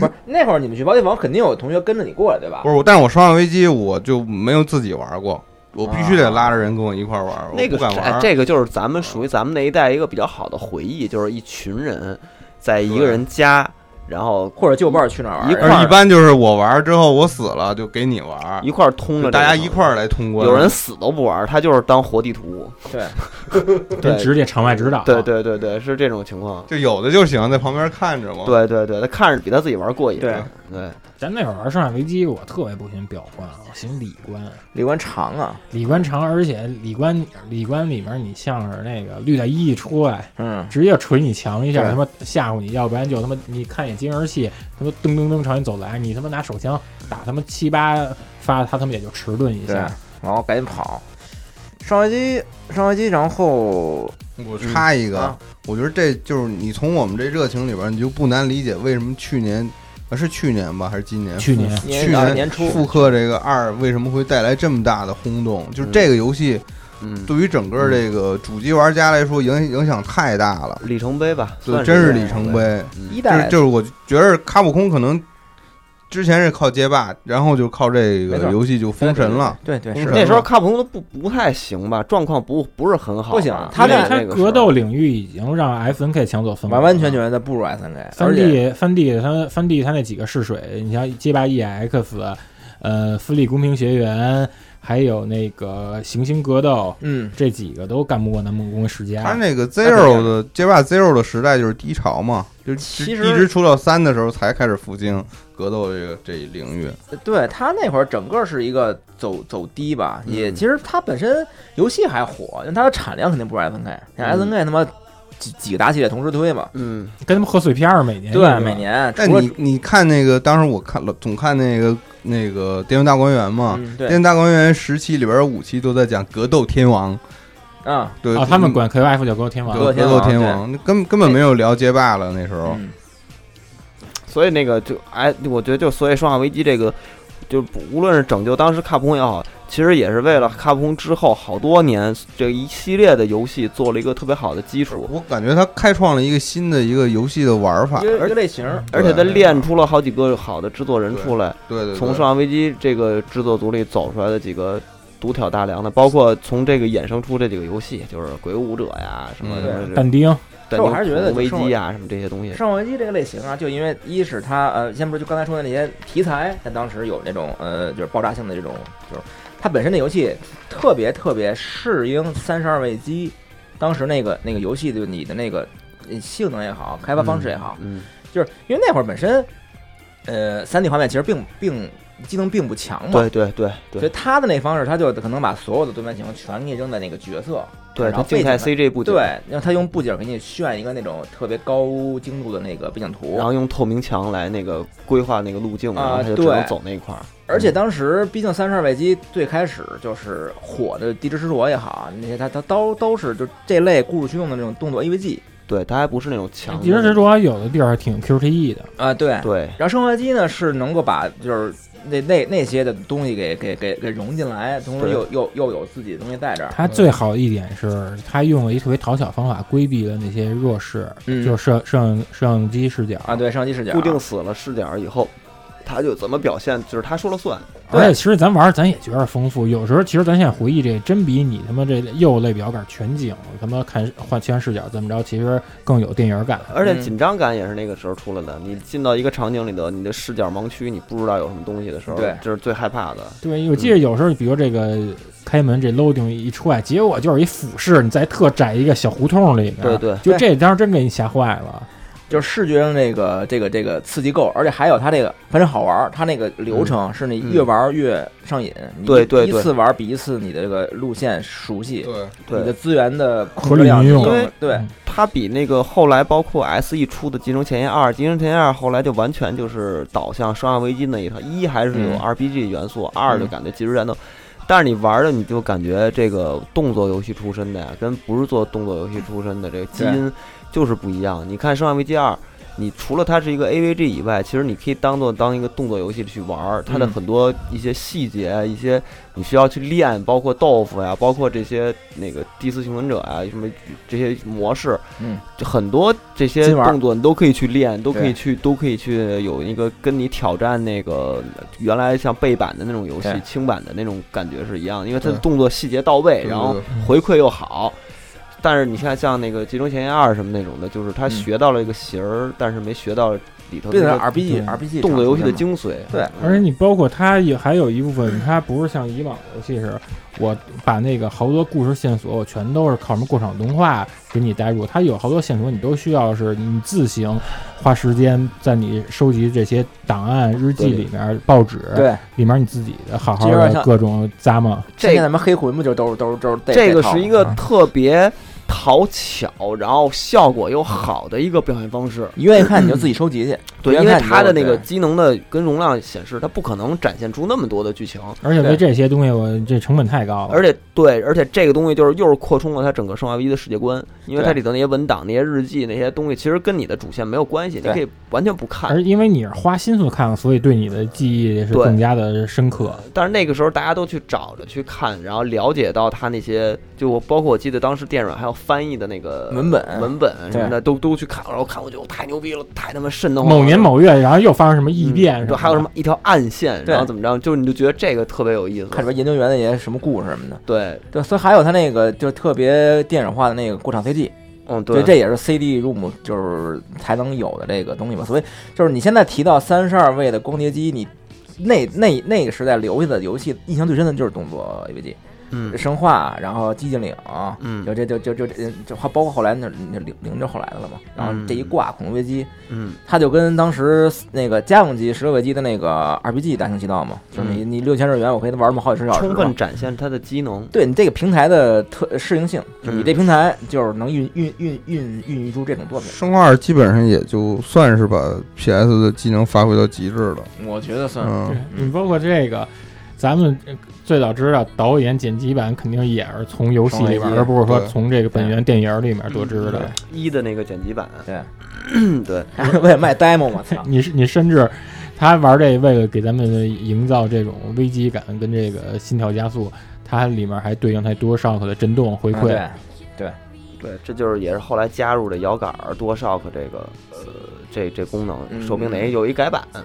C: 是那会儿你们去包机房肯定有同学跟着你过来，对吧
A: 不？是我，但是我《生化危机》我就没有自己玩过，我必须得拉着人跟我一块儿玩，
E: 啊那
A: 我
E: 个
A: 不敢
E: 是哎
A: 玩。
E: 这个就是咱们属于咱们那一代一个比较好的回忆，就是一群人在一个人家，然后
C: 或者旧伴儿去哪儿玩哎
E: 一
C: 儿？
E: 块儿
A: 而一般就是我玩之后我死了就给你玩，
E: 一块儿通
A: 就
E: 了，
A: 大家一块。儿来通关。
E: 有人死都不玩，他就是当活地图。
C: 对，
D: 人
E: 对
D: 直接场外指导。
E: 对对对对，是这种情况。
A: 就有的就喜欢在旁边看着嘛。，
E: 对对对，他看着比他自己玩过瘾。啊
C: 对
E: 对，
D: 咱那会儿玩《生化危机》，我特别不行表观，啊我行理观。
C: 李关长啊，
D: 理观长，而且理观理观里面，你像是那个绿带一一出来，
C: 嗯，
D: 直接捶你墙一下，
C: 对
D: 他妈吓唬你，要不然就他妈你看一眼监视器，他妈噔噔噔朝你走来，你他妈拿手枪打他妈七八发，他他妈也就迟钝一
C: 对
D: 下。，
C: 然后赶紧跑。上回机，上回机，然后
A: 我插一个，
C: 嗯啊
A: 我觉得这就是你从我们这热情里边，你就不难理解为什么去年啊是去年吧还是今年？
D: 去年
A: 去
C: 啊
A: 年
C: 年初
A: 复刻这个二为什么会带来这么大的轰动？就是
E: 嗯
A: 这个游戏
E: 嗯，
A: 对于整个这个主机玩家来说影影响太大了，
E: 里程碑吧，
A: 对，
E: 算
A: 真是
E: 这
A: 里
E: 样
A: 程
E: 对。
A: 碑。
C: 一
A: 就是
C: 代
A: 就是，我觉得卡普空可能之前是靠街霸，然后就靠这
C: 没
A: 个
C: 错
A: 游戏就封神了。
C: 对对
A: 封
C: 是
A: 神
E: 那时候卡普空都不不太行吧，状况不不是很好吧。
C: 不行他
D: 他
E: 那
D: 在
C: 那
E: 那
D: 他
E: 个时候
D: 格斗领域已经让 S N K 抢走风格
C: 完
D: 了，
C: 完全全的不如 S N K，
D: 翻
C: 而且
D: 地翻地他翻地他那几个试水，你像街霸 E X，呃，私立公平学员，还有那个行星格斗。
C: 嗯，
D: 这几个都干不过南梦宫世
A: 他
D: 家，
A: 那个
C: 那不
A: Zero
C: 一
A: 的街霸 Zero 的时代就是低潮嘛，就
C: 其
A: 就
C: 实
A: 一直出到三的时候才开始复兴格斗这个这一领域。
C: 对他那会儿整个是一个走走低吧，
A: 嗯
C: 也其实它本身游戏还火，但它的产量肯定不如 S
A: 嗯
C: N K，像 S N K 他妈几几个大系列同时推嘛，
E: 嗯，
D: 跟他们贺岁片儿每年一
C: 对，
D: 个
C: 每年
A: 但
C: 除了
A: 你你看那个，当时我看了总看那个那个《电锯大观园》嘛，
C: 嗯
A: 《
C: 对
A: 电锯大观园》十期里边有五期都在讲格斗天王，
C: 啊
A: 对，嗯
D: 哦，他们管 KOF 叫格斗天王，
A: 格
C: 格斗天
A: 斗
C: 王
A: 天王，那根根本没有聊街霸了那时候。
C: 嗯
E: 所以那个就哎，我觉得就所以《生化危机》这个，就不无论是拯救当时卡普空也好，其实也是为了卡普空之后好多年这一系列的游戏做了一个特别好的基础，
A: 我感觉他开创了一个新的一个游戏的玩法
C: 一，个一个类型，
A: 嗯
E: 而且他
A: 对
E: 练出了好几个好的制作人出来，
A: 对对对，
E: 从《生化危机》这个制作组里走出来的几个。独挑大梁的，包括从这个衍生出这几个游戏，就是《鬼舞者》呀，什么
A: 嗯
E: 什么
D: 但丁，
E: 这
C: 但我还是觉得
E: 《危
C: 就
E: 机啊
C: 是我》
E: 呀，什么这些东西。
C: 上回机这个类型啊，就因为一是它呃，先不是就刚才说的那些题材，在当时有那种呃，就是爆炸性的这种，就是它本身的游戏特别特别适应三十二位机，当时那个那个游戏的你的那个呃性能也好，开发方式也好，
E: 嗯，
C: 就是因为那会儿本身呃，三 D 画面其实并并机能并不强嘛，
E: 对对对
C: 所以
E: 对
C: 他的那方式，他就可能把所有的对白情况全给你扔在那个角色，
E: 对，
C: 然
E: 他
C: 后
E: 静
C: 背景
E: 态
C: 呢
E: CG 布景，
C: 对，然后他用布景给你炫一个那种特别高精度的那个背景图，
E: 然后用透明墙来那个规划那个路径，然
C: 啊
E: 后他就只能
C: 对
E: 走那一块儿。嗯
C: 而且当时，毕竟三十二位机最开始就是火的《地之执着》也好，那些它它都都是就这类故事驱动的那种动作 AVG
E: 对，他还不是那种墙。
D: 哎其实执着有的地儿还挺 QTE 的，
C: 啊、对。
E: 对
C: 然后生化危机呢是能够把就是那那那些的东西给给给给融进来，同时
E: 对
C: 又又又有自己的东西在这儿，
D: 它最好的一点是它用了一特别讨巧方法规避了那些弱势，
C: 嗯
D: 就是摄摄像摄像机视角
C: 啊，对，上机视角
E: 固定死了视角以后，他就怎么表现，就是他说了算。
C: 对
D: 而且其实咱玩儿咱也觉得丰富，有时候其实咱现在回忆这真比你他妈这右类表杆全景他妈看换切换视角怎么着，其实更有电影感。
E: 而且
C: 嗯
E: 紧张感也是那个时候出来的。你进到一个场景里头，你的视角盲区，你不知道有什么东西的时候，
C: 对
E: 这是最害怕的。
D: 对，我记得有时候，比如这个开门这 loading 一出来，结果就是一俯视，你在特窄一个小胡同里面，
C: 啊
E: 对对
D: 就这当时真给你吓坏了。
C: 就是视觉上这个这个这个刺激够，而且还有它这个反正好玩儿，它那个流程是你
E: 嗯
C: 越玩越上瘾，你
E: 对对
C: 一
E: 对
C: 次玩比一次你的这个路线熟悉，
A: 对，
C: 你的
E: 对，
C: 资源的
D: 合
C: 控
D: 理
C: 制量
D: 运用
C: 更
E: 因为
C: 对
D: 嗯
E: 它比那个后来包括 S E 出的《继承前夜二》，《继承前夜二》后来就完全就是导向《生化危机》那一套，一还是有
C: 嗯
E: R P G 元素，二就感觉即时战斗。但是你玩的你就感觉这个动作游戏出身的呀，跟不是做动作游戏出身的这个基因就是不一样。你看《生化危机二》，你除了它是一个 AVG 以外，其实你可以当做当一个动作游戏去玩儿，它的
C: 嗯
E: 很多一些细节啊，一些你需要去练，包括豆腐呀，包括这些那个第四幸存者啊，什么这些模式，
C: 嗯，
E: 就很多这些
C: 金玩
E: 动作你都可以去练，都可
C: 对
E: 以去，都可以去有一个跟你挑战那个原来像背板的那种游戏
C: 对、
E: 轻板的那种感觉是一样的，因为它的
A: 对
E: 动作细节到位，
A: 对
E: 然后
A: 对
E: 回馈又好。但是你看，像那个《集中前沿二》什么那种的，就是他
C: 嗯
E: 学到了一个型儿，但是没学到里头
C: 变成
E: 那个
C: RPG
D: 对
C: RPG
E: 动作游戏的
C: 场景
E: 精髓。嗯
C: 对
D: 而且你包括它也还有一部分，它不是像以往游戏是，我把那个好多故事线索我全都是靠什么过场动画给你带入，它有好多线索你都需要是你自行花时间在你收集这些档案、日记
E: 对
D: 里面、报纸
C: 嘛对，
D: 里面你自己的好好
C: 这有点
D: 的
C: 像
D: 各种咂摸。
C: 现
E: 这
C: 在咱们黑魂不就都是都是都是
E: 这个是一个
D: 啊
E: 特别讨巧，然后效果又好的一个表现方式。
C: 你愿意看你就自己收集去，不
E: 对，因
C: 愿
E: 为
C: 意看
E: 它的
C: 你
E: 那
C: 就
E: 个机能的跟容量显示，它不可能展现出那么多的剧情，
D: 而且为
C: 对
D: 这些东西我这成本太高了，
E: 而且对，而且这个东西就是又是扩充了它整个《生化危机》的世界观，因为它
C: 对
E: 里头那些文档、那些日记、那些东西，其实跟你的主线没有关系，你
C: 对
E: 可以完全不看。
D: 而因为你是花心思看，所以对你的记忆是
E: 对
D: 更加的深刻。
E: 但是那个时候大家都去找着去看，然后了解到它那些，就我包括我记得当时电软还有翻译的那个
C: 文本
E: 文本什么的，都都去看，然后看我就太牛逼了，太他妈瘆得慌了。
D: 某年某月，然后又发生什么异变
E: 嗯
D: 么的，
E: 对，还有什么一条暗线，
C: 对
E: 然后怎么着，就是你就觉得这个特别有意思。
C: 看里边研究员那些什么故事什么的。
E: 对，
C: 对，所以还有他那个就特别电影化的那个过场 CG，
E: 嗯，
C: 对，这也是 CD room 就是才能有的这个东西吧。所以就是你现在提到三十二位的光碟机，你那那那个时代留下的游戏印象最深的就是动作 AVG，
E: 嗯
C: 生化，然后寂静岭，
E: 嗯
C: 就这就就就这就包括后来那那零零就后来的了嘛。然后这一挂恐怖危机，
E: 嗯，
C: 它就跟当时那个家用机十六位机的那个 RPG 大行其道嘛，就是你你六千日元我可以玩那么好几十小时嘛，
E: 嗯充分展现它的机能。
C: 对你这个平台的特适应性，就你
E: 嗯
C: 这平台就是能孕孕孕孕孕育出这种作品，
A: 生化二基本上也就算是把 PS 的技能发挥到极致了。
C: 我觉得算
D: 对
A: 嗯，
D: 你包括这个，咱们呃最早知道导演、剪辑版肯定也是从游戏里边，
C: 从游戏
D: 而不是说
A: 对
D: 从这个本源电影里面得知的。
E: 一的那个剪辑版，
C: 对，
E: 对，
C: 为了卖 demo 嘛，操，
D: 你是你甚至他玩这为了给咱们营造这种危机感跟这个心跳加速，它里面还对应太多 shock 的震动回
C: 啊
D: 馈。
C: 对
E: 对，这就是也是后来加入的摇杆儿多 shock 这个呃这这功能，
C: 嗯
E: 手柄哪有一改版，
C: 嗯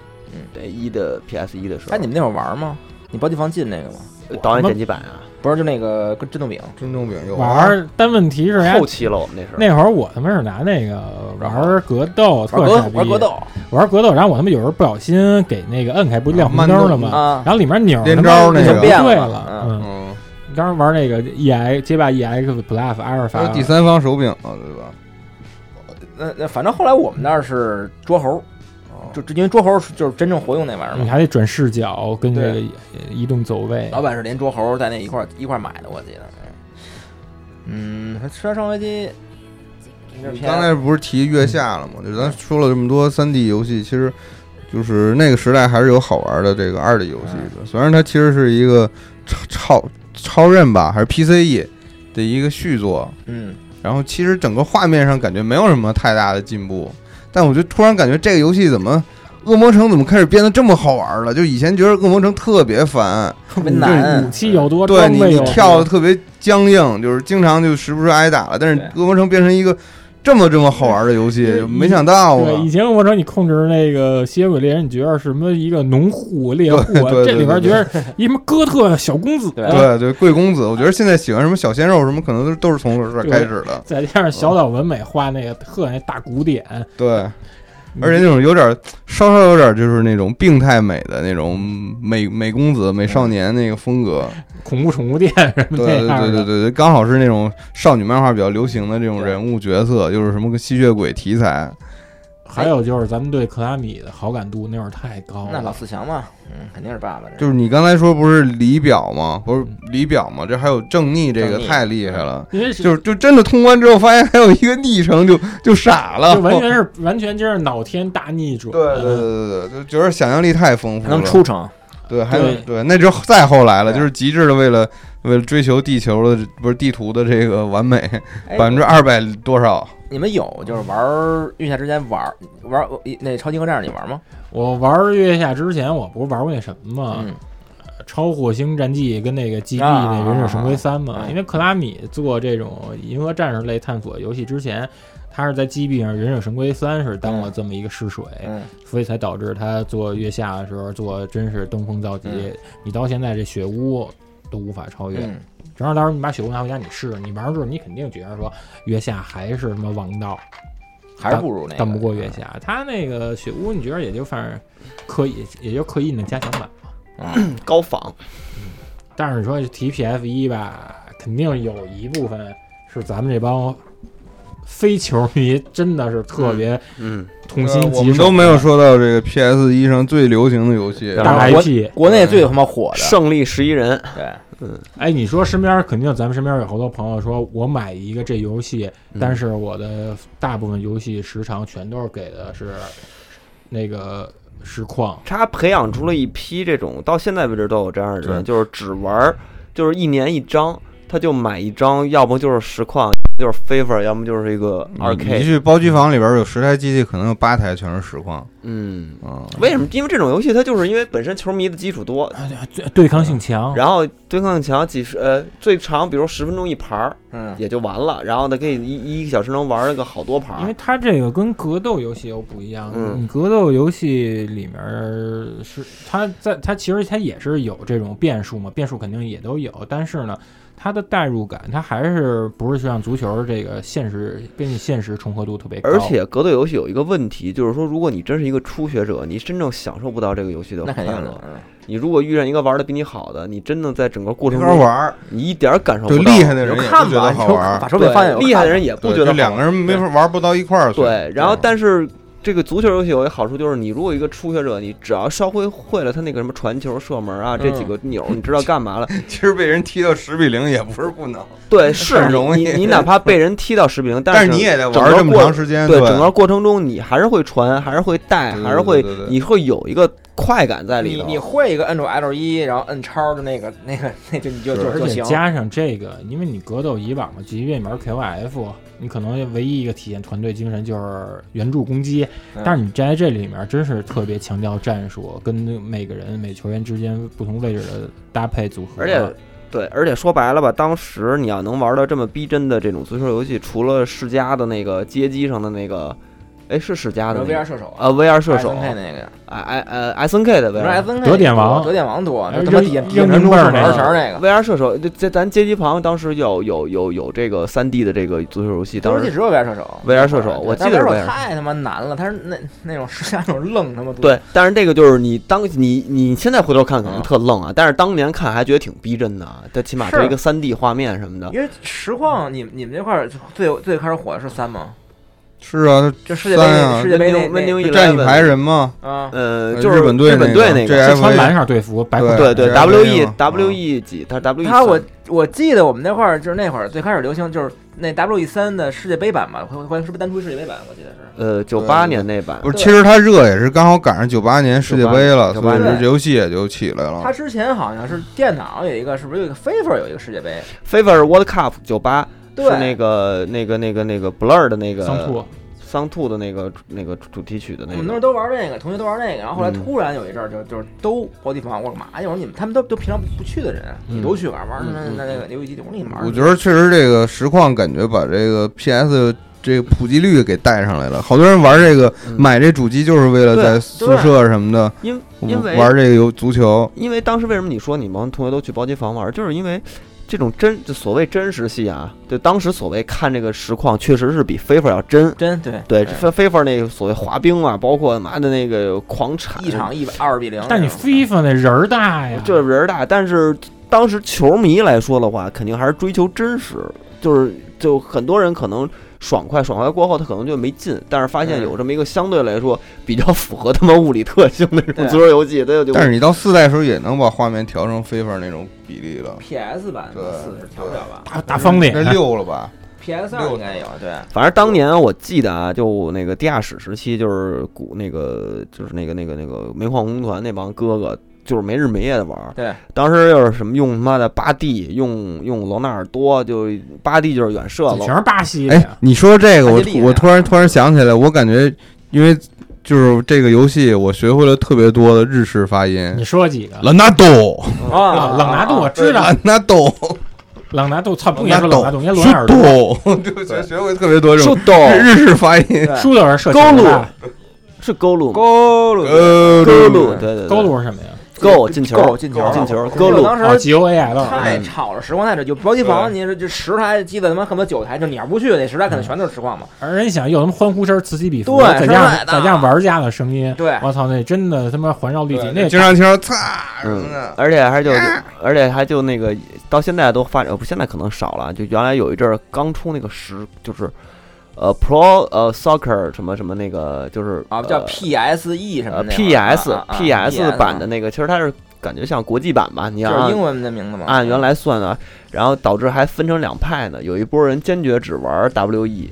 E: 对一的 PS 一的时候，
C: 哎，你们那会儿玩吗？你包机房进那个吗？
E: 呃导演剪辑版啊，
C: 不是，就那个跟震动柄，
A: 真正饼有
D: 玩儿，但问题是人家
E: 后期了我们那时候，
D: 那会儿我他妈是拿那个玩儿格斗，特
C: 玩格
D: 傻逼
C: 玩格，斗
D: 玩格斗，然后我他妈有时候不小心给那个摁开，不亮红
A: 慢
D: 灯
A: 动
D: 了吗？
C: 啊
D: 然，后里面钮儿
A: 连
D: 他妈
A: 招那
D: 就
A: 个
D: 不对
C: 变了
D: 了，
C: 嗯
D: 嗯。
A: 嗯，
D: 当时玩那个 E X 街霸 E X Plus 阿尔
A: 还
D: 法
A: 有第三方手柄了，对吧？
C: 那那反正后来我们那儿是捉猴，
A: 哦
C: 就就因为桌猴是就是真正活用那玩意儿
D: 嗯你
C: 嘛。
D: 还得转视角跟这个
C: 对
D: 移动走位
C: 老。板是连桌猴在那一块儿一块儿买的，我记得。嗯，嗯吃完上飞机，你这
A: 你
C: 片
A: 刚才不是提月下了吗？就咱说了这么多三 D 游戏，其实就是那个时代还是有好玩的这个二 D 游戏的。虽然它其实是一个超超超任吧，还是 PCE 的一个续作，
C: 嗯，
A: 然后其实整个画面上感觉没有什么太大的进步，但我就突然感觉这个游戏怎么恶魔城怎么开始变得这么好玩了？就以前觉得恶魔城特别烦，
C: 特别
D: 你这武
C: 难。
D: 器有多，
A: 啊对
D: 装
A: 你
D: 备
A: 你
D: 有多
A: 跳的特别僵硬，就是经常就时不时挨打了。但是
D: 对
A: 恶魔城变成一个这么这么好玩的游戏，
D: 对
A: 就没想到啊！
D: 对，以前恶魔城你控制那个吸血鬼猎人，你觉得是什么一个农户猎户啊，
A: 对对对
D: 这里边觉得一什么哥特小公子，
C: 对
A: 对对，贵公子，我觉得现在喜欢什么小鲜肉什么，可能都是都是从这儿开始的。
D: 再加上小岛文美画那个特那大古典，
A: 对，
D: 嗯
A: 嗯而且那种有点稍稍有点就是那种病态美的那种美美公子、美少年那个风格。
D: 恐怖宠物店什么
A: 对
D: 嗯那
A: 对
D: 样
A: 对对
D: 的，
A: 对对，刚好是那种少女漫画比较流行的这种人物角色，又是什么个吸血鬼题材，
D: 还有就是咱们对克拉米的好感度那会儿太高
C: 那老
D: 了，
C: 四强嘛，嗯，肯定是爸爸这。
A: 就是你刚才说不是李表吗？不是李表吗？这还有正逆这个
C: 正逆
A: 太厉害了，
D: 因为
A: 就是就真的通关之后发现还有一个逆程就就傻了，
D: 就完全是完全就是脑天大逆转，
A: 对对对对对，就觉得想象力太丰富
C: 还
A: 了，
C: 能出城，
A: 对，还有
D: 对
A: 对，那就再后来了，
C: 对
A: 就是极致的为了为了追求地球的不是地图的这个完美，
C: 哎
A: 百分之二百多少？
C: 你们有就是玩儿月下之前玩儿玩儿那超级客栈，你玩吗？
D: 我玩月下之前，我不是玩过那什么吗？
C: 嗯，
D: 超火星战记跟那个 G D
C: 啊
D: 那忍者神龟三嘛
C: 啊，
D: 因为克拉米做这种银河战士类探索游戏之前，他是在 G B 上忍者神龟三是当了这么一个试水，
C: 嗯，
D: 所以才导致他做月下的时候做真是登峰造极
C: 嗯，
D: 你到现在这雪屋都无法超越。
C: 嗯，
D: 正好到时候你把雪屋拿回家你试，你玩完之后你肯定觉得说月下还是什么王道，
C: 还是不如那个，嗯啊
D: 干不过月下。他那个雪屋你觉得也就反正刻意也就刻意的加强版。
C: 嗯。
E: 高仿，
D: 但是你说提 PF 一吧，肯定有一部分是咱们这帮非球迷真的是特别
E: 嗯，
D: 痛心
A: 呃我
D: 疾
A: 们
D: 首的、
A: 都没有说到这个 PS 一上最流行的游戏，
E: 对
D: 大
C: 然后我
D: IP。
C: 国内最他妈火的，
E: 胜利十一人，
C: 对，
D: 哎，你说身边肯定咱们身边有好多朋友说，我买一个这游戏，
E: 嗯
D: 嗯但是我的大部分游戏时长全都是给的是那个实况。
E: 他培养出了一批这种，到现在为止都有这样的
A: 对
E: 人，就是只玩儿，就是一年一张，他就买一张，要么就是实况，就是 favor，要么就是一个
A: 你你
E: RK。
A: 去包机房里边有十台机器，可能有八台全是实况
E: 嗯，
A: 啊。
E: 为什么？因为这种游戏它就是因为本身球迷的基础多，
D: 对对抗性
C: 哦
D: 强，
E: 然后对抗强几十呃最长，比如十分钟一盘儿
C: 嗯，
E: 也就完了，然后呢可以一一个小时能玩儿个好多盘
D: 因为
E: 儿。
D: 它这个跟格斗游戏又不一样，
E: 嗯
D: 你格斗游戏里面是它在它其实它也是有这种变数嘛，变数肯定也都有，但是呢，它的代入感它还是不是像足球这个现实跟你现实重合度特别高，
E: 而且格斗游戏有一个问题，就是说，如果你真是一个初学者，你真正享受不到这个游戏的
C: 那
E: 快
C: 肯定的嗯
E: 乐。，你如果遇上一个玩的比你好的，你真的在整个过
A: 没
E: 程
A: 法
E: 中，
A: 玩儿，
E: 你一点儿感受不
A: 就
E: 到。
A: 厉害的
C: 就
A: 人也不
C: 看
A: 觉
C: 吧，
A: 得好玩
C: 把
A: 儿，
C: 手
E: 对
C: 柄放下，
E: 厉害的人也不
A: 对，
E: 觉
A: 就
E: 得
A: 两个人没法玩不到一块儿去。
E: 对，然后
A: 对
E: 但是这个足球游戏有一个好处就是，你如果一个初学者，你只要稍微会了他那个什么传球、射门啊这几个
A: 嗯
E: 钮儿， 你知道干嘛了。
A: 其实被人踢到十比零也不是不能，
E: 对，是
A: 很容易
E: 你你哪怕被人踢到十 比零，
A: 但
E: 但是
A: 你也得
E: 整
A: 玩
E: 个
A: 这么
E: 过
A: 长时间，
E: 对整个过程中，你还是会传，还是会带，
A: 对
E: 还是会
A: 对对对，
E: 你会有一个快感在里
C: 你
E: 头。
C: 你会一个摁住 L 一，然后摁超的那个那个那就你就是就
D: 而
C: 就
D: 且
C: 行，
D: 加上这个，因为你格斗以往嘛，即便你玩 KOF，你可能唯一一个体现团队精神就是援助攻击，
C: 嗯
D: 但是你在这里面真是特别强调战术，跟每个人每球员之间不同位置的搭配组合，
E: 而
A: 嗯
E: 且对，而且说白了吧，当时你要能玩到这么逼真的这种足球游戏，除了世嘉的那个街机上的那个，哎，是世嘉
C: 然
E: 的
C: 后
E: 那个
C: VR 射手
E: 呃 VR 射手，
C: SNK 那个，
E: 哎哎呃 S N K 的 VR
C: 不是 SNK
D: 折点王
C: 折点王多，
D: 哎
C: 那他妈
D: 扔
C: 底下底下
D: 扔
C: 人
D: 扔
C: 中
D: 棍儿
C: 是
D: 那
C: 门
D: 个
C: 神儿那个，
E: VR 射手，就在咱街机旁当时有有有有这个三 D 的这个足球游戏，
C: 当
E: 当
C: 时
E: 时
C: 只有 VR 射手
E: VR 射手我记得是 VR
C: 手太他妈难了，他是那那种是那种愣他妈多，
E: 对，但是这个就是你当你你现在回头看可能
C: 嗯
E: 特愣啊，但是当年看还觉得挺逼真的啊，这起码
C: 是
E: 是一个三 D 画面什么的。
C: 因为实况，你你们这块儿最最开始火的是三吗？
A: 是啊，
C: 这世界杯
A: 三
C: 那
A: 啊
C: 世界杯那
E: 温
C: 那
E: 宁
A: 这站一排人嘛，
C: 啊，
A: 呃
E: 呃，就是
A: 日本队
E: 日本队
A: 那
E: 那
A: 个
E: 个，
D: 是
A: FA
D: 穿蓝色队服，白裤
A: 对
E: 对对
A: 这样
E: ，W
A: 这
E: E
A: 样
E: W E 几，他是 W E
C: 他我我记得我们那块儿就是那会儿最开始流行就是那 W E 三的世界杯版吧，会会是不是单出世界杯版？我记得是。
E: 呃九八年那版
A: 不是，
C: 对
A: 其实它热也是刚好赶上九八年世界杯了，
E: 98
A: 所以
C: 年
A: 这游戏也就起来
E: 啊
C: 他
A: 了。
C: 之前好像是电脑有一个，是不是有一个 FIFA 有一个世界杯？
E: ，Favor World Cup 九八。
C: 对，
E: 是那个那个那个那个 Blur 的那个
D: 桑兔，
E: 桑兔的那个那个主题曲的
C: 我
E: 那
C: 们那时候
E: 个，
C: 都玩那个，同学都玩那个，然后后来
E: 嗯
C: 突然有一阵儿就就是都包地方，我说干嘛呀？我说你们他们都都平常不去的人，你都去玩玩
E: 嗯
C: 那
E: 嗯
C: 那那个游戏机，我说你们玩。
A: 我觉得确实这个实况感觉把这个 PS 这个普及率给带上来了，好多人玩这个
E: 嗯
A: 买这主机就是为了
E: 对
A: 在宿舍什么的
E: 因因为
A: 玩这个游足球。
E: 因为当时为什么你说你们同学都去包机房玩，就是因为这种真就所谓真实戏啊，就当时所谓看这个实况，确实是比 FIFA 要真。
C: 真对
E: 对，非非法那个所谓滑冰啊，包括妈的那个狂铲，啊
C: 一场一百二十比零。
D: 哎但你 E FIFA 那人儿大呀，
E: 就是人儿大，但是当时球迷来说的话，肯定还是追求真实，就是就很多人可能爽快，爽快过后他可能就没劲，但是发现
C: 嗯
E: 有这么一个相对来说比较符合他们物理特性的这种
C: 对
E: 足球游戏，他就就
A: 但是你到四代的时候也能把画面调成 FIFA 那种比例了，
C: PS 版
A: 对
C: 四是调不了吧
D: 大大方脸，
E: 啊
A: 那六了吧？
C: ？PS 二应该有对。
E: 反正当年我记得啊，就那个地下室时期，就是古那个就是那个那个那个煤矿工团那帮哥哥，就是没日没夜的玩儿。
C: 对，
E: 当时又是什么用他妈的巴蒂，用用罗纳尔多，就巴蒂就是远射了，
D: 全是巴西的
A: 哎
D: 呀，，
A: 你说这个，
C: 看
A: 我
C: 这厉害
A: 我
C: 啊
A: 突然突然想起来，我感觉因为就是这个游戏，我学会了特别多的日式发音
D: 你，说几个？
A: 兰纳豆，
C: 啊，
D: 朗拿度我知道，
A: 兰纳豆，
D: 朗拿度操，不应该
A: 纳
D: 说
A: 豆
D: 朗拿度，应该罗纳尔 多。
A: 豆，就学学会特别多这
E: 是
A: 种
E: 斗
A: 日日式发音，
C: 对
D: 输的人射球
E: 高
D: 的
E: 是勾路
C: 勾路
A: 呃，
E: 勾
A: 对
E: 路，对对对，
D: 高度是什么呀？
E: 勾进球
C: 勾进球
E: 进球
C: 我记得
E: 勾路
C: 当
D: 哦
C: 时
D: ，G O A
E: 啊
D: L，
C: 太
E: 嗯
C: 吵了，实况赛这有包机房，你说这十台机子他妈恨不得九台，就你要不去那十台可能全都是实况嘛。
D: 而人想有什么欢呼声此起彼伏，
C: 对
D: 再加上
C: 是的
D: 再加上玩家的声音，
C: 对
D: 我操，那真的他妈环绕立体，那
A: 经常听到擦什么
E: 嗯
A: 的，，
E: 而且还就，而且还就那个，到现在都发展，呃不，现在可能少了。就原来有一阵儿刚出那个十，就是，呃，Pro 呃 Soccer 什么什么那个，就是
C: 啊，叫
E: 呃
C: PSE 什么
E: 呃
C: 的
E: PS
C: 啊啊啊
E: PS 版的
C: 啊
E: 那个，其实它是感觉像国际版吧？你要
C: 就是
E: 按
C: 英文的嗯名字嘛。
E: 按啊原来算的，然后导致还分成两派呢。有一波人坚决只玩 E WE，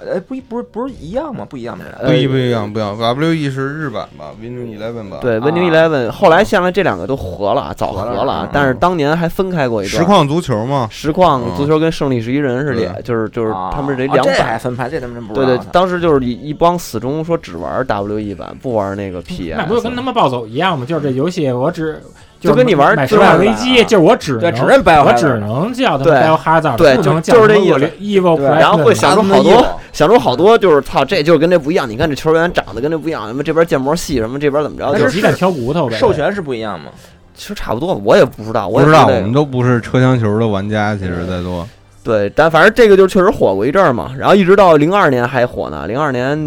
C: 呃，不一不是不是一样吗？不一样吗？这俩
A: 不一
E: 呃
A: 不一样不一样，W E 是日版吧，Windows Eleven 吧，，
E: 对 Windows
C: 啊
E: Eleven，后来现在这两个都合了，早
C: 合
E: 合
C: 了
E: 了
C: 嗯。
E: 但是当年还分开过一段
A: 实。况足球嘛，
E: 实况
A: 嗯
E: 足球跟胜利十一人是
A: 对
E: 俩，就是就是
C: 啊
E: 他们得
C: 啊
E: 两
C: 这
E: 版
C: 还分派，这他妈真不知
E: 对
C: 道。
E: 对
C: 我，操
E: 当时就是一一帮死忠说只玩 WE 版，不玩那个 PS，
D: 嗯那不就跟他妈暴走一样吗？就是这游戏我只就
E: 就跟你玩
D: 买生化危机，
C: 对
D: 就是我只
C: 对，只
D: 能
C: 能掰
D: 我只能叫他
E: 对
D: 们 b i o h a z a r
E: 对
D: 不
E: 就
D: 能叫
E: 就是这意思
D: evil，
C: 对
D: President
E: 然后会想出好多，
C: 啊
E: 想出好多就是操，这就是跟这不一样。你看这球员长得跟这不一样，什么这边建模细，什么这边怎么着，
C: 但
E: 就是是
C: 是
D: 鸡蛋挑骨头呗。
C: 授权是不一样嘛。
E: 其实差不多。我也不知道，
A: 不
E: 也
A: 知道，
E: 不
A: 我
E: 这
A: 们
E: 个
A: 都不是车厢球的玩家，其实在做，
E: 对，但反正这个就确实火过一阵儿嘛。然后一直到零二年还火呢，零二年，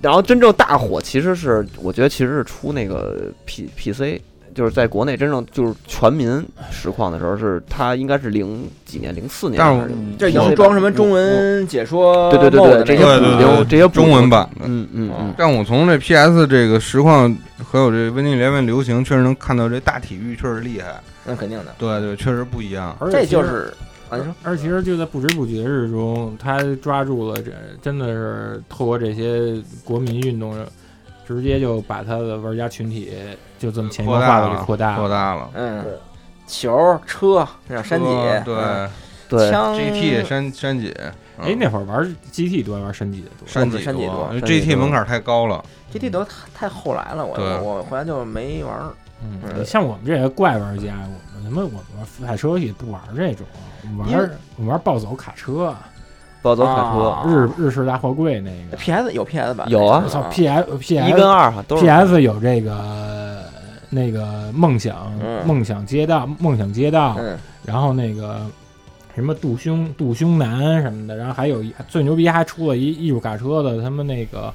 E: 然后真正大火其实是我觉得其实是出那个 P P C。就是在国内真正就是全民实况的时候，是它应该是零几年，零四年
A: 但
E: 还
A: 是我
E: 是零五年，嗯
C: 这能装什么中文解说？
E: 对对对
A: 呃
E: 对，这些
A: 对
E: 补
A: 对对
E: 丁，这些补丁
A: 中文版的。啊
E: 嗯嗯嗯，
A: 但我从这 PS 这个实况和有这 Windows Eleven 流行，确实能看到这大体育确实厉害，
C: 那肯定的，
A: 对对，确实不一样。
D: 而且
C: 这
D: 其实
C: 就是啊，你说
D: 而其实就在不知不觉之中，他抓住了这，真的是透过这些国民运动，直接就把他的玩家群体就这么潜移默化的给扩大
A: 扩
D: 了。
A: 大了。
C: 嗯，球车那叫山
A: 车
C: 脊，嗯
A: 对
E: 对，
C: 枪
A: GT 山山姐，嗯
D: 哎，那会儿玩 GT 多，玩山脊的多。
A: 山
C: 我
A: 脊
C: 们山脊多
A: 因为
E: 山脊
A: GT
E: 多
A: 门槛太高了，
C: GT 都太太后来了，我
A: 对
C: 我后来就没玩儿。
D: 嗯
C: 对
D: 像我们这些怪玩家，我们他妈我们玩赛车游戏不玩这种，我们
C: 因为
D: 玩我们玩暴走卡车，啊
E: 暴走卡
C: 啊
E: 车
D: 日日式大货柜那个。
C: PS 有 PS 版
E: 有啊
D: 我操，P F P
E: 一跟
D: F
E: 二哈都是
D: P F 有这个那个梦想
C: 嗯
D: 梦想街道梦想街道，
C: 嗯，
D: 然后那个什么杜胸杜胸男什么的，然后还有一最牛逼还出了一艺术卡车的他们那个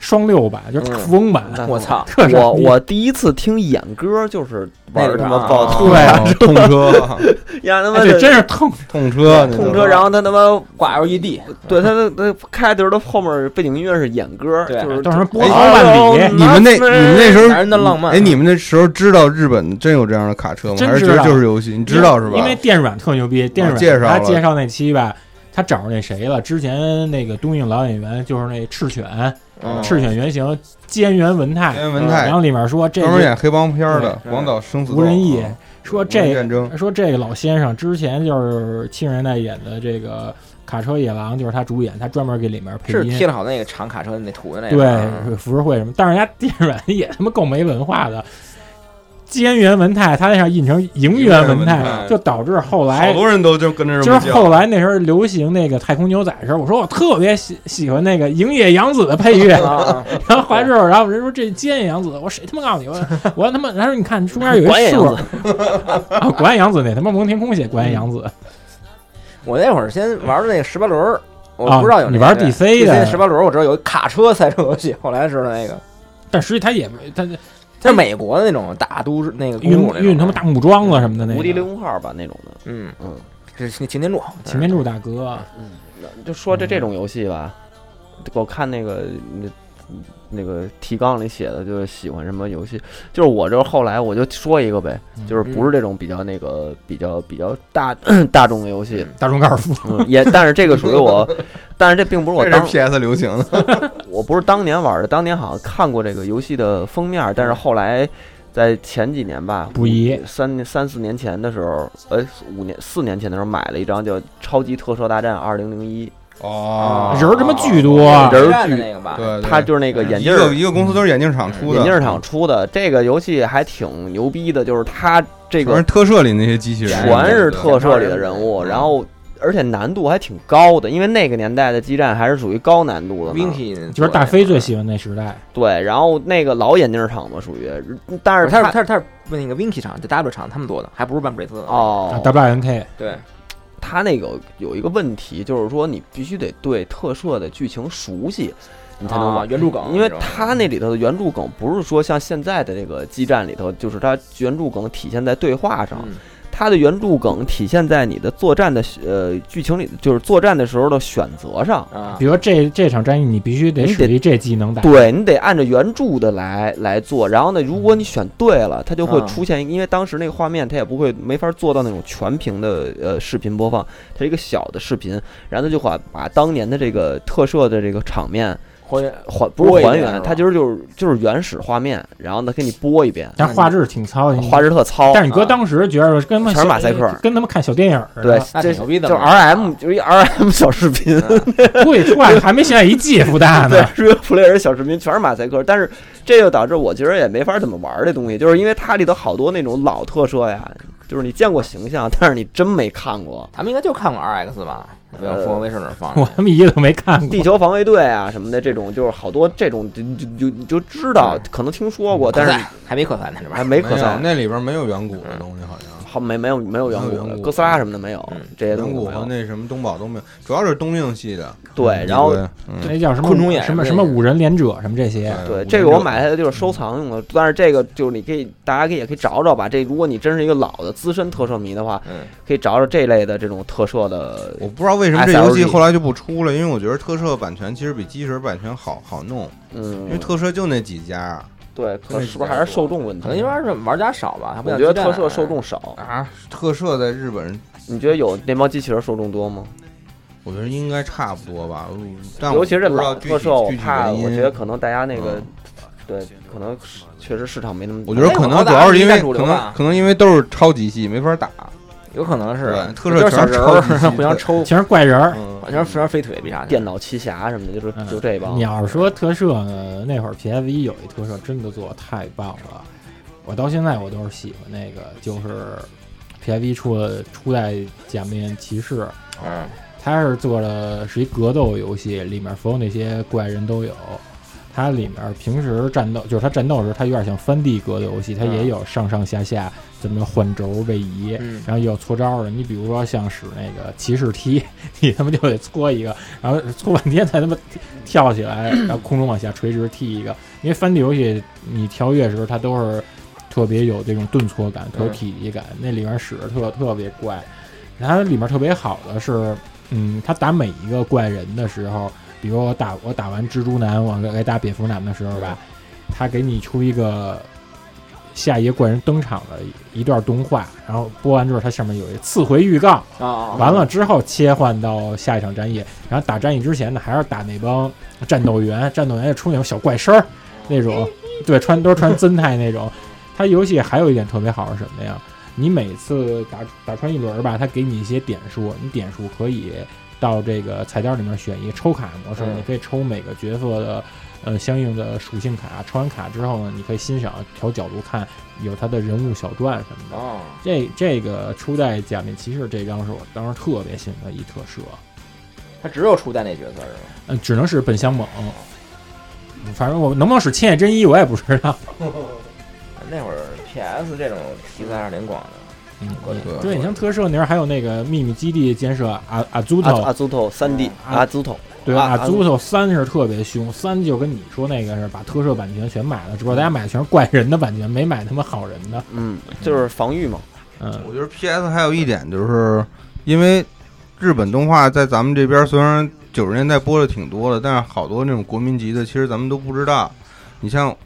D: 双六版，就是
E: 嗯
D: 富翁版，
E: 那
C: 我操，
D: 特傻
E: 我
D: 逼
E: 我第一次听演歌就是玩
C: 那
E: 儿
C: 个
E: 他妈
C: 啊
E: 暴
C: 啊
E: 徒，
D: 哦
A: 对，痛 车，
E: 呀他
D: 哎
E: 妈
D: 这
E: 的
D: 真是啊痛
A: 痛车，那
E: 痛
A: 叫
E: 车，然后他他妈
C: 挂 LED，
E: 对他的他开头的后面背景音乐是演歌，
C: 对
E: 就是
D: 到时候波
A: 哎
D: 涛万里，
A: 你们那你们那时候
C: 男人的浪漫啊
A: 哎，你们那时候知道日本真有这样的卡车吗？
D: 真
A: 还是
D: 知
A: 觉得
D: 道
A: 就是游戏？你知道是吧？哦
D: 因为电软特牛逼，电软
A: 介绍
D: 他
A: 了
D: 介绍那期吧，他找着那谁了？之前那个东映老演员就是那赤犬，
C: 嗯
D: 赤犬原型菅原文太，
A: 田哦文
D: 嗯然
A: 泰
D: 后里面说这
A: 专门演黑帮片儿的
C: 对
A: 《广岛生死斗》
D: 吴仁义
A: 嗯
D: 说
A: 无人
D: 这
A: 战争
D: 说这老先生之前就是七十年代演的这个《卡车野狼》，就是他主演，他专门给里面配
C: 是贴
D: 音。
C: 了好那个长卡车的那图的那个，啊
E: 嗯
D: 对，浮世绘什么，但是人家电软也他妈够没文化的，菅原文太他那上印成营
A: 原
D: 原文
A: 文
D: 太，
A: 太
D: 就导致后来
A: 好多人都就跟着这
D: 就
A: 么
D: 是
A: 叫
D: 后来那时候流行那个太空牛仔的时候，我说我特别喜喜欢那个营野洋子的配乐，
E: 嗯
C: 啊啊，
D: 然后怀之后，然后人说这菅野洋子，我谁他妈告诉你，我我他妈，他说你看中间有
E: 管
D: 一
E: 野
D: 数
E: 洋子，
D: 啊，果然洋子那他妈蒙天空写果然洋子，
C: 我那会儿先玩的那个十八轮儿，我
D: 啊
C: 不知道有
D: 你玩 DC 的
C: 十八轮儿，我知道有卡车赛车游戏，后来知道那个，
D: 但实际他也没他
C: 它是美国的那种大都市那个公
D: 哎运
C: 路那种
D: 运他妈大木桩了什么的那
E: 啊无敌
D: 个，
E: 雷公号吧那种的，
C: 嗯，
E: 嗯
C: 是擎擎天柱，
D: 擎天柱大哥，
E: 嗯，那就说这这种游戏吧，我看那个那那个提纲里写的，就是喜欢什么游戏，就是我这后来我就说一个呗，
D: 嗯
E: 就是不是这种比较那个比较比较大 大众的游戏，
D: 大众高尔夫，
E: 嗯，也但是这个属于我，但是这并不是我
A: 这是
E: 当
A: PS 流行的，
E: 我不是当年玩的，当年好像看过这个游戏的封面，但是后来在前几年吧，
D: 溥仪
E: 三三四年前的时候，呃，五年四年前的时候买了一张叫《超级特摄大战二零零一
A: 哦
D: 人儿他妈巨多啊
E: 人儿
C: 站的
E: 巨
C: 那个吧，》，
A: 对，对哎
E: 它就是那个眼
A: 一
E: 镜
A: 个
E: 儿
A: 一个公嗯司都是眼镜厂出的，
E: 眼镜儿厂出的。这个游戏还挺牛逼的，就是它这
A: 全是
E: 个
A: 特摄里那些机器人，
E: 全是特摄里的
C: 对
E: 人物，
C: 嗯
E: 然后而且难度还挺高的，因为那个年代的激战还是属于高难度的嘛。
C: Winky
D: 就是大飞最喜欢那时代，
E: 对，然后那个老眼镜儿厂嘛，属于，但
C: 欢，
E: 是
C: 他是他是他是那个 Winky 厂，这 W 厂他们做的，还不是半贝斯的，
E: 哦，
D: 啊
E: 嗯
D: W N K
C: 对，
E: 他那个有一个问题，就是说你必须得对特摄的剧情熟悉，你才能
C: 啊
E: 玩。
C: 原著梗，
E: 因为他那里头的原著梗不是说像现在的这个基站里头，就是它原著梗体现在对话上，
C: 嗯
E: 它的原著梗体现在你的作战的呃剧情里，就是作战的时候的选择上。
C: 啊
D: 比，如说这这场战役你必须得
E: 你
D: 属
E: 得
D: 于这技能打，
E: 对你得按照原著的来来做，然后呢，如果你选对了，它就会
C: 啊
E: 出现，因为当时那个画面它也不会没法做到那种全屏的呃视频播放，它是一个小的视频，然后它就把把当年的这个特摄的这个场面
C: 还原
E: 还不是
C: 播一
E: 还
C: 遍是
E: 原，
C: 吧
E: 它就是就是就是原始画面，然后呢给你播一遍，
D: 但是画质挺糙的，
E: 哦画质特糙，
D: 但是你哥
E: 啊
D: 当时觉得跟他妈
E: 全
D: 小
E: 是马赛克
D: 跟他们看小电影似的
E: 对，
C: 那
E: 这
C: 挺牛逼的
E: 就是
C: 嘛
E: R M 就是一 R M 小视频，
D: 对，出来还没现在一 GIF 大
E: 对
D: 呢。
E: ，Real Player 小视频全是马赛克，但是这就导致我其实也没法怎么玩儿这东西，就是因为它里头好多那种老特摄呀，就是你见过形象，但是你真没看过
C: 他们应该就看过 RX 吧，没有
E: 呃
C: 凤凰卫视那儿放
D: 我
C: 的，
D: 他妈一个都没看
E: 地
D: 过，
E: 球防卫队啊什么的这种，就是好多这种就就就你就知道，可能听说过，但
C: 可
E: 是
C: 赛还没可赛呢，这边
E: 还没可赛，
A: 那里边没有远古的东西，好像
E: 好没没有没有远
A: 没有远
E: 古
A: 古
E: 哥斯拉什么的没有
C: 嗯，
E: 这些
A: 远
E: 东西
A: 古
E: 没
A: 和
E: 有。
A: 那什么东宝都没有，主要是东映系的。
E: 对，然后
A: 一堆嗯
D: 那叫什么
C: 昆虫眼
D: 什么
C: 之
D: 什
C: 类
D: 么
C: 的
D: 五人连者什么这些，
E: 对，这个我买下
A: 的
E: 来就是收藏用的，但是这个就是你可以，大家可以也可以找找吧。这如果你真是一个老的资深特摄迷的话，
C: 嗯，
E: 可以找找这类的这种特摄的
A: 我不知道为什么这游戏
E: SLG
A: 后来就不出了，因为我觉得特摄版权其实比机器人版权好好弄，
E: 嗯，
A: 因为特摄就那几家
E: 对，可能
A: 那
E: 是
A: 几
E: 不是
A: 家
E: 还是受众问题嗯
C: 可？能因为是玩家少吧，他不
E: 我
C: 像
E: 觉得
C: 基站
E: 特摄受众少，
A: 啊，特摄在日本，
E: 你觉得有那帮机器人受众多吗？
A: 我觉得应该差不多吧。嗯但我
E: 尤其是
A: 不知道
E: 老
A: 具体
E: 特摄，我
A: 具体
E: 怕
A: 原因
E: 我觉得可能大家那个
A: 嗯，
E: 对，可能是确实市场没那么大。
A: 我觉得可能主要是因为可能可能因为都是超级系没法打，
C: 有可能是
A: 对特摄
C: 就是小
A: 全是
C: 人
A: 超级系
C: 儿 互相抽，
D: 全是怪人儿。
A: 嗯
C: 全是全是飞腿必杀技
E: 电。脑奇侠什么的，就是
D: 嗯
E: 就这帮
D: 你。要是说特摄呢，那会儿 PS 一有一特摄真的做得太棒了，我到现在我都是喜欢那个，就是 PS 一出了初代假面骑士，
C: 嗯，
D: 它是做了是一格斗游戏，里面所有那些怪人都有。它里面平时战斗就是它战斗时，它有点像翻地格的游戏，它也有上上下下怎么换轴位移，
C: 嗯
D: 然后也有搓招的。你比如说像使那个骑士踢，你他妈就得搓一个，然后搓半天才他妈跳起来，然后空中往下垂直踢一个。因为翻地游戏你跳跃的时候它都是特别有这种顿挫感，特有体积感，那里面使的特特别怪。然后它里面特别好的是，嗯，它打每一个怪人的时候，比如我打我打完蜘蛛男，我该打蝙蝠男的时候吧，他给你出一个下一个怪人登场的一段动画，然后播完之后，它上面有一次回预告，
C: 啊，
D: 完了之后切换到下一场战役，然后打战役之前呢，还是打那帮战斗员，战斗员也出那种小怪声儿那种，对，穿都是穿姿态那种。它游戏还有一点特别好是什么呀？你每次打打穿一轮儿吧，它给你一些点数，你点数可以到这个菜单里面选一个抽卡模式，
C: 嗯
D: 你可以抽每个角色的呃相应的属性卡，抽完卡之后呢，你可以欣赏调角度看有它的人物小传什么的。
C: 哦，
D: 这这个初代假面骑士这张是我当时特别喜欢的一特摄，
C: 他只有初代那角色是吧？
D: 嗯，只能是本乡猛。反正我能不能使千叶真一我也不知道。
C: 那会儿 PS 这种题材还是挺广的。
D: 嗯
C: 对对
D: 对你像特摄那时候还有那个秘密基地建设阿啊阿祖
E: 阿阿
D: 头，
E: 祖头三 D
D: 啊
E: 阿祖头，
D: 对
E: 啊
D: 阿
E: 啊
D: 祖头三是特别凶，三就跟你说那个是把特摄版权全买了，只不过大家买的全是怪人的版权，没买他妈好人的。
E: 嗯，就是防御嘛，
D: 嗯，
A: 我觉得 PS 还有一点就是，因为日本动画在咱们这边虽然九十年代播的挺多的，但是好多那种国民级的，其实咱们都不知道。你像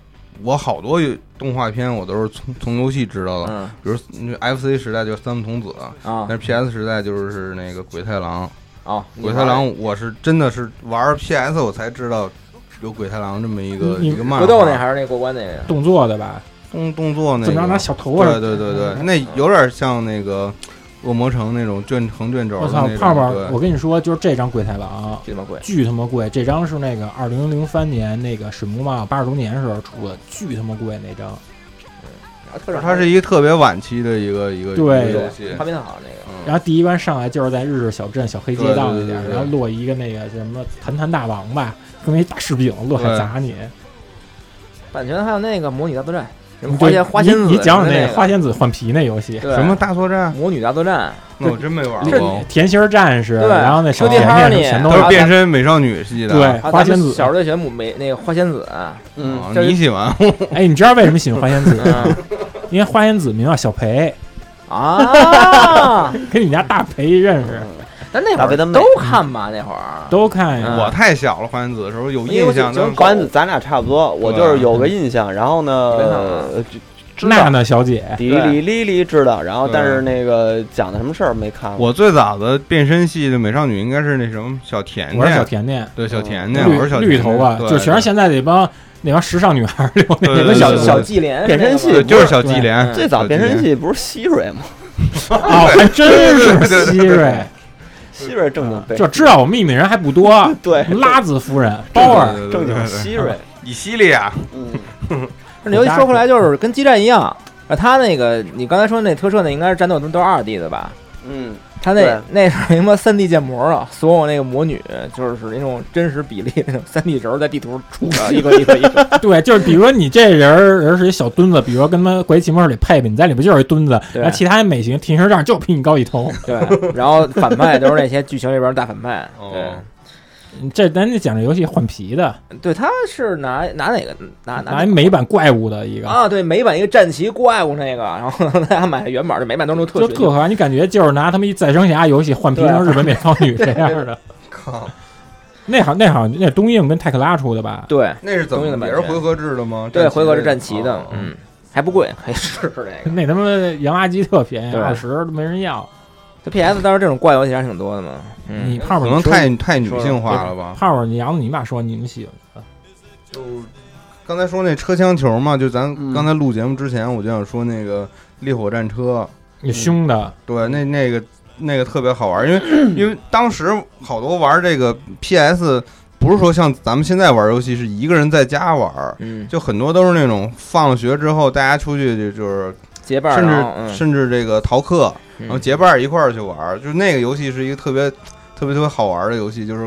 A: 我好多动画片，我都是从从游戏知道的，
C: 嗯
A: 比如那 FC 时代就是三木童子，
C: 啊
A: 但
E: 嗯
A: 是 PS 时代就是那个鬼太郎。
C: 啊，
A: 鬼太郎，我是真的是玩 PS 我才知道有鬼太郎这么一个
D: 你
A: 一个漫画。
C: 格斗那还是那过关那个？
D: 动作的吧，
A: 动动作那
D: 怎么着
A: 个
D: 拿小嗯头发
A: 对对对对，那有点像那个恶魔城那种卷横卷轴
D: 我
A: 的
D: 操
A: 那，种。
D: 泡泡
A: 对，
D: 我跟你说，就是这张鬼太郎，
C: 巨他妈贵！
D: 巨他妈贵！这张是那个二零零三年那个水木茂八十周年时候出的，巨他妈贵那张。
C: 嗯然啊后特上
A: 它是一个特别晚期的一个一个
D: 对
A: 一个游戏
C: 画。面特好那个，
A: 嗯
D: 然后第一关上来就是在日式小镇、小黑街道那点儿，
A: 对对对对对
D: 然后落一个那个叫什么弹弹大王吧，跟一大柿饼落下砸你。
C: 版权还有那个模拟大作战，什么花
D: 嗯对
C: 仙花仙子，
D: 你你讲讲
C: 那
D: 那花仙子换皮那游戏，
C: 对
A: 什么大作战？
C: 模拟大作战，
A: 那我真没玩过，
D: 甜心儿战士，
C: 对
D: 然后那小
C: 车地
D: 甜
C: 哈
D: 面
C: 里
D: 全都
A: 都
D: 是
A: 是变身美少女系的。
D: 啊对
C: 啊
D: 花
C: 咱
D: 仙
C: 们
D: 子
C: 小时候就学母美那个花仙子，啊
E: 嗯，
A: 哦
C: 这是
A: 你喜欢？
D: 哎，你知道为什么喜欢花仙子？
C: 嗯
D: 因为花仙子名叫小培，
C: 啊，
D: 跟你们家大培认识，
C: 但那
E: 大
C: 会
E: 飞他
C: 儿
E: 妹
C: 都看吧，那会儿
D: 都看呀。
C: 嗯
A: 我太小了，花仙子的时候有印象，
C: 因为我
A: 但
C: 就
E: 关子咱俩差不多，我就是有个印象，然后呢，
C: 对啊
E: 呃就知
D: 娜
E: 道
D: 娜小姐，
E: 迪丽莉莉知道，然后
A: 对
E: 但是那个讲的什么事儿没看过，
A: 我最早的变身系的美少女应该是那什么小
C: 嗯
A: 甜
D: 我是小
A: 甜，
D: 甜甜。
A: 对小甜甜，我是小
D: 绿绿头发，
A: 对
D: 就全是现在那帮那帮时尚女孩儿留那
A: 对
C: 什么
D: 那
A: 对
D: 个
A: 对
C: 小
A: 对
C: 小伎俩
E: 变身器
A: 对，就是小
D: 对
A: 鸡莲。
C: 嗯
E: 最早变身
A: 系，
E: 器不是希瑞 吗？
D: 哦，还真是希瑞，
E: 希瑞正
C: 嗯
E: 经被
D: 就知道我秘密人还不多。啊
E: 对
D: 拉兹夫人、包
A: 对
D: 尔，
A: 对对
E: 正
A: 对
E: 经
A: 对
E: 希瑞，
A: 以西啊利亚，
E: 嗯，
C: 那游戏说回来就是跟基站一样，啊，他那个你刚才说那特摄那应该是战斗都都是二 D 的吧？
E: 嗯，
C: 他那
E: 对
C: 那是他妈三 D 建模了，所有那个魔女就是那种真实比例那种三 D 轴在地图出的一个一个一个，
D: 对，就是比如说你这人儿人是一小墩子，比如说跟他妈《鬼泣魔手》里配吧，你在里边就是一墩子，
C: 对
D: 然后其他美型停身杖就比你高 一头。
C: 对，然后反派都是那些剧情里边的大反派，
A: 哦
D: 这咱得讲这游戏换皮的，
C: 对，对，他是拿拿哪个拿
D: 拿
C: 哪
D: 一美版怪物的一个，
C: 啊？对，美版一个战旗怪物那个，然后 大家买原版，这美版都是特
D: 就
C: 学
D: 特好，你感觉就是拿他们一再生侠游戏换皮
C: 对啊
D: 成日 本美少女这样的。
A: 靠，
D: 那好，那好，那东映跟泰克拉出的吧？
C: 对
A: 那是怎
C: 东映的
A: 么
C: 版
A: 也
C: 权
A: 是回合制的吗？
C: 对，
A: 战旗
C: 回合是
A: 类的
C: 战旗的
A: 哦，
C: 嗯，还不贵，可以试试这个。
D: 那他妈洋垃圾特便宜，
C: 对
D: 二十都没人要。
C: 这 PS 当时这种怪游戏还是挺多的嘛，嗯，
D: 你泡泡
A: 可
D: 你
A: 能
D: 说
A: 太太女性化了吧？
D: 泡泡，你杨子你爸说你们喜
C: 嗯
D: 欢的，
A: 就刚才说那车厢球嘛，就咱
E: 嗯
A: 刚才录节目之前，我就想说那个烈火战车，
D: 你凶的，
A: 对，那那个那个特别好玩，因为因为当时好多玩这个 PS，不是说像咱们现在玩游戏是一个人在家玩。
C: 嗯，
A: 就很多都是那种放了学之后，大家出去就就是，
C: 结伴儿，
A: 甚
C: 然后嗯
A: 至哦甚至这个逃课，然后
C: 嗯
A: 结伴儿一块儿去玩儿，就是那个游戏是一个特别特别特别好玩儿的游戏，就是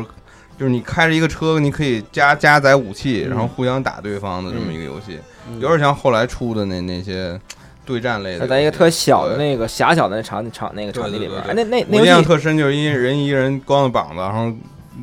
A: 就是你开着一个车，你可以加加载武器，然后
C: 嗯
A: 互相打对方的这么一个游戏，有点像后来出的那那些对战类的游
C: 它
A: 戏。
C: 在一个特小的
A: 对
C: 那个狭小的那场场那个
A: 对
C: 场地
A: 对
C: 里
A: 对
C: 边，
A: 对
C: 哎，那那
A: 我
C: 那
A: 印
C: 游
A: 象
C: 戏
A: 特深，就是一人一人光着膀子，然后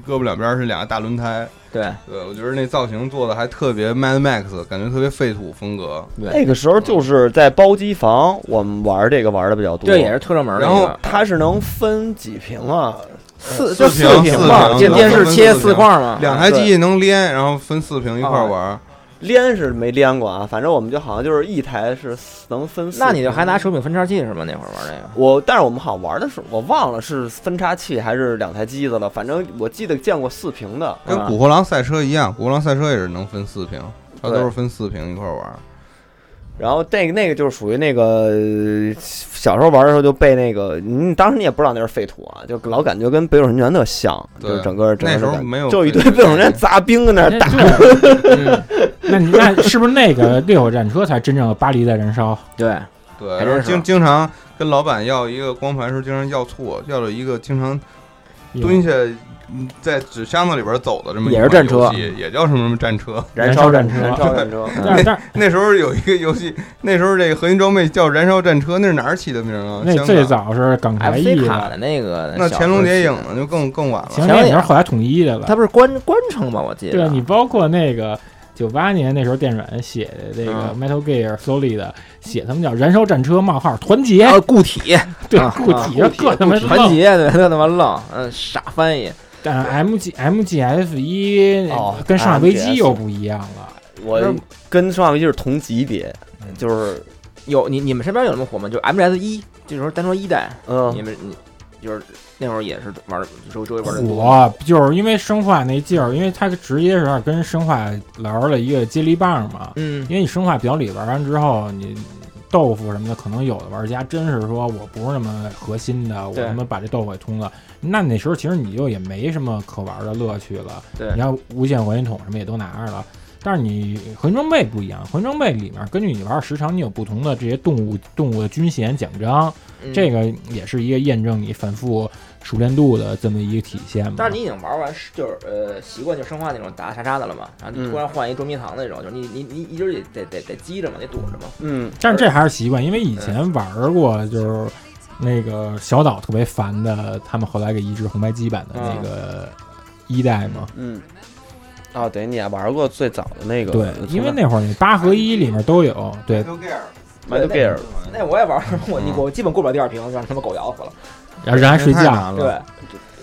A: 胳膊两边是两个大轮胎。
C: 对
A: 对，我觉得那造型做的还特别 Mad Max，感觉特别废土风格。
C: 对
E: 那个时候就是在包机房，我们玩这个玩的比较多。
C: 这也是特热门的一
A: 然后
C: 个，
E: 它是能分几屏啊？
C: 四
A: 四
C: 就
A: 屏
C: 屏
A: 四
C: 嘛，
A: 屏
C: 这
A: 对
C: 电
A: 分
C: 视
A: 四
C: 切
A: 屏
C: 四块嘛，
A: 两台机器能连，然后分四屏一块儿玩儿。
E: 连是没连过啊，反正我们就好像就是一台是能分四屏。
C: 那你就还拿手柄分叉器是吗？那会儿玩那个，
E: 我，但是我们好像玩的时候，我忘了是分叉器还是两台机子了。反正我记得见过四屏的，
A: 跟
C: 啊
A: 《古惑狼赛车》一样，《古惑狼赛车》也是能分四屏，它
E: 对
A: 都是分四屏一块儿玩儿。
E: 然后那个那个就是属于那个呃小时候玩的时候就被那个，你当时你也不知道那是废土啊，就老感觉跟北斗神拳特像，
A: 对啊
E: 就是整个整
A: 那
E: 个
A: 时候
E: 感觉
A: 没有
E: 就一堆
A: 废土
E: 北斗神拳杂兵跟那儿打。
C: 嗯，
D: 那你那是不是那个烈火战车才真正的巴黎在燃烧？
C: 对，
A: 对，
C: 还
A: 然后
C: 真是
A: 经经常跟老板要一个光盘时，候，经常要错，要了一个经常蹲下嗯在纸箱子里边走的这么一
C: 也是
A: 款
C: 战车
A: 游戏，也叫什么什么战车。
D: 燃
E: 烧
D: 烧战车
E: 燃烧战车，
D: 但是但是
A: 那时候有一个游戏，那时候这个核心装备叫《燃烧战车》，那是哪儿起的名啊？
D: 那
A: 香
D: 最
A: 港。
D: 早是港台译
C: FC 卡
D: 的，
C: 的那个，
A: 那
C: 小
A: 乾隆
C: 时候
A: 谍
C: 起
A: 影
C: 的，
A: 呢，就更更晚
D: 前
A: 了。
D: 两年后来统一的了。
C: 它不是关关城吗？我记
D: 对啊
C: 得啊
D: 你包括那个九八年那时候电软写的这个
C: 嗯
D: Metal Gear Solid 的，写他们叫燃烧战车冒号团结，
C: 啊，固体
D: 对
C: 啊
D: 固体
E: 啊固体
D: 各他妈
E: 固
C: 团。结，对，特他妈愣，嗯，傻翻译，
D: 但 M G M G F 一
E: 哦
D: 跟上海危
E: MGS
D: 机又不一样了。
E: 我
C: 嗯
E: 跟上一就是同级别
D: 嗯，
E: 就是
C: 有你你们身边有那么火吗？就 MGS 一，这时候单说一代，你
E: 嗯，
C: 们你就是那会儿也是玩儿周周围玩的多，
D: 火就是因为生化那劲儿，因为它直接是跟生化玩了一个接力棒嘛。
C: 嗯，
D: 因为你生化表里玩完之后，你豆腐什么的，可能有的玩家真是说我不是那么核心的，我
C: 对
D: 他妈把这豆腐给通了。那那时候其实你就也没什么可玩的乐趣了。
C: 对
D: 你要无限火焰筒什么也都拿着了。但是你魂装备不一样，魂装备里面根据你玩时长，你有不同的这些动物动物的军衔奖章，
C: 嗯
D: 这个也是一个验证你反复熟练度的这么一个体现嘛。
C: 但是你已经玩完是就是呃习惯就生化那种打打杀杀的了嘛，然后
E: 嗯
C: 你突然换一捉迷藏那种，就是你你你一直得得得得积着嘛，得躲着嘛。
E: 嗯，
D: 但是这还是习惯，因为以前玩过，就是那个小岛特别烦的，他们后来给移植红白机版的
C: 嗯
D: 那个一代嘛。
E: 嗯，哦，对，你也玩过最早的那个，
D: 对，因为
E: 那
D: 那会儿那八合一里面都有，对，
C: 嗯
E: Metal Gear，
C: 那哎我也玩，我
A: 嗯
C: 我基本过不了第二屏，让他们狗咬死了。
D: 然后人还睡
A: 太
D: 觉，
A: 难
E: 嗯
A: 了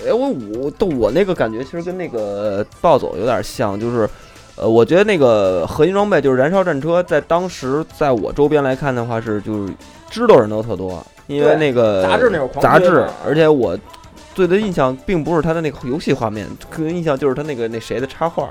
C: 对，
E: 哎，我我都我那个感觉其实跟那个暴走有点像，就是。呃，我觉得那个核心装备就是燃烧战车，在当时在我周边来看的话是就是知道人都特多，啊因
C: 对
E: 为那个
C: 杂志那会儿狂
E: 呃杂
C: 推
E: 志
C: 嘛，
E: 而且我对他印象并不是他的那个游戏画面，可能印象就是他那个那谁的插画，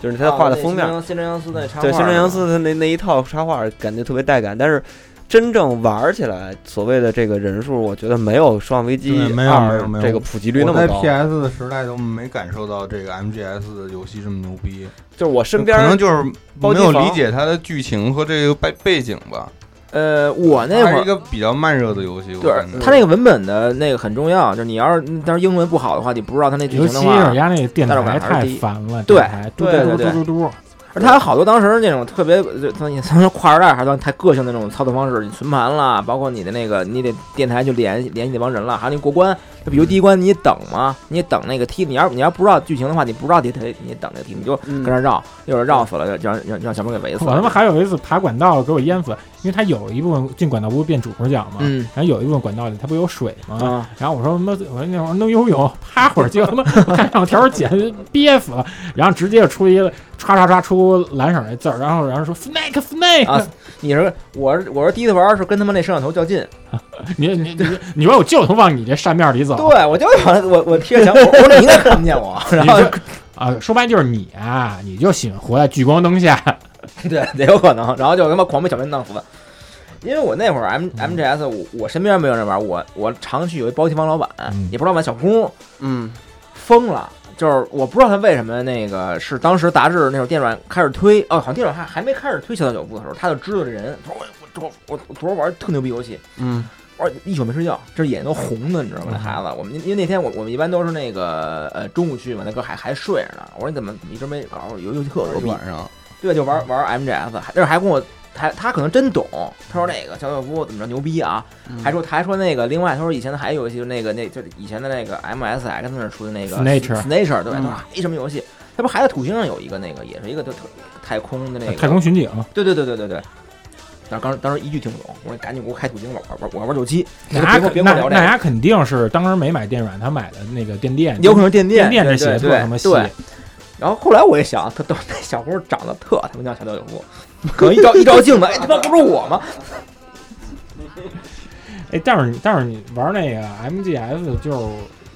E: 就是他
C: 啊
E: 画的
C: 那
E: 封面，
C: 新真新真阳司那插画，
E: 对，新川洋司他那那一套插画感觉特别带感，但是真正玩起来，所谓的这个人数，我觉得没有《生化危机
A: 对没有没
E: 二
A: 有没》有
E: 这个普及率那
A: 我
E: 么
A: 在
E: 高。
A: PS 的时代都没感受到这个 MGS 的游戏这么牛逼，
E: 就是我身
A: 可能
E: 边
A: 就是
E: 包
A: 没
E: 机
A: 有
E: 房
A: 理解它的剧情和这个背背景吧。
C: 呃，我那会
A: 它是
C: 儿
A: 一个比较慢热的游戏，我
C: 对
A: 感觉
C: 他那个文本的那个很重要，就是你要是但是英文不好的话，你不知道他那剧
D: 尤
C: 情
D: 其
C: 的
D: 是人
C: 话，
D: 家那个电
C: 但是我
D: 台
C: 还是
D: 太
C: 第一
D: 烦了，
C: 对
D: 电台嘟
E: 对
D: 嘟
C: 对
D: 嘟
C: 对
D: 嘟嘟嘟，
C: 而他有好多当时那种特别就他他说跨时代还算太个性的那种操作方式，你存盘啦，包括你的那个你得电台去联系联系那帮人了，还有你过关，就比如第一关你也等嘛，你也等那个梯，你要你要不知道剧情的话，你不知道你得你等那个梯，你就
E: 嗯
C: 跟那绕，一会儿绕死了，就就让让让小妹给围死
D: 我
C: 了。
D: 他妈还有一次爬管道给我淹死，因为他有一部分进管道不是变主视角嘛，
C: 嗯
D: 然后有一部分管道里它不有水吗？
C: 啊，
D: 然后我说妈，我那会儿弄游泳，趴会儿，结果他妈看上条简直憋死了，然后直接就出一个唰唰唰出蓝色那字儿，然后然后说 snake snake，、
C: 啊你是我是我是第一次玩是跟他们那摄像头较劲，
D: 你你你你说我就能往你这扇面里走，
C: 啊对我就想我我贴着墙，我我说你应该看不见 我，然
D: 你
C: 后
D: 就啊，说白就是你啊，你就喜欢活在聚光灯下，
C: 对，也有可能。然后就他妈狂被小兵弄死了。因为我那会儿 M M G S，我我身边没有人玩，我我常去有一包机房老板，
D: 嗯
C: 也不知道吧，小工
E: 嗯，
C: 疯了，就是我不知道他为什么那个是当时杂志那会儿电软开始推，哦，好像电软还还没开始推小岛九部的时候，他就知道这人，说我我我我昨儿玩特牛逼游戏，
E: 嗯，
C: 我一宿没睡觉，这眼睛都红的，你知道吗？那孩子，我们因为那天我我们一般都是那个呃中午去嘛，那哥还还睡着呢。我说你怎么怎么一直没搞？游游戏特牛逼，
A: 晚上
C: 对，就玩玩 MGS，还那还跟我还他可能真懂，他说那个乔道夫怎么着牛逼啊，还说他还说那个另外他说以前的还有游戏就那个那就是以前的那个 MSX 那儿出的那个
D: Snatcher
C: Nature 对吧？他
D: 嗯
C: 说哎什么游戏？他不还在土星上有一个那个也是一个就特太空的那个
D: 太空巡警，
C: 对对对对对对。但是当时当时一句听不懂，我说赶紧给我开土星玩玩玩，我要玩九七，别
D: 那
C: 跟我别跟我
D: 那
C: 聊这
D: 那
C: 个，
D: 家肯定是当时没买电软，他买的那个电电，
C: 有可能是电
D: 电
C: 电
D: 这
C: 对
D: 鞋
C: 对
D: 特
C: 对
D: 他妈细，
C: 对。然后后来我一想，他都那小姑长得特他妈像小岛有 夫，可能一照一照镜子，哎他妈不是我吗？
D: 哎，但是你但是你玩那个 MGS 就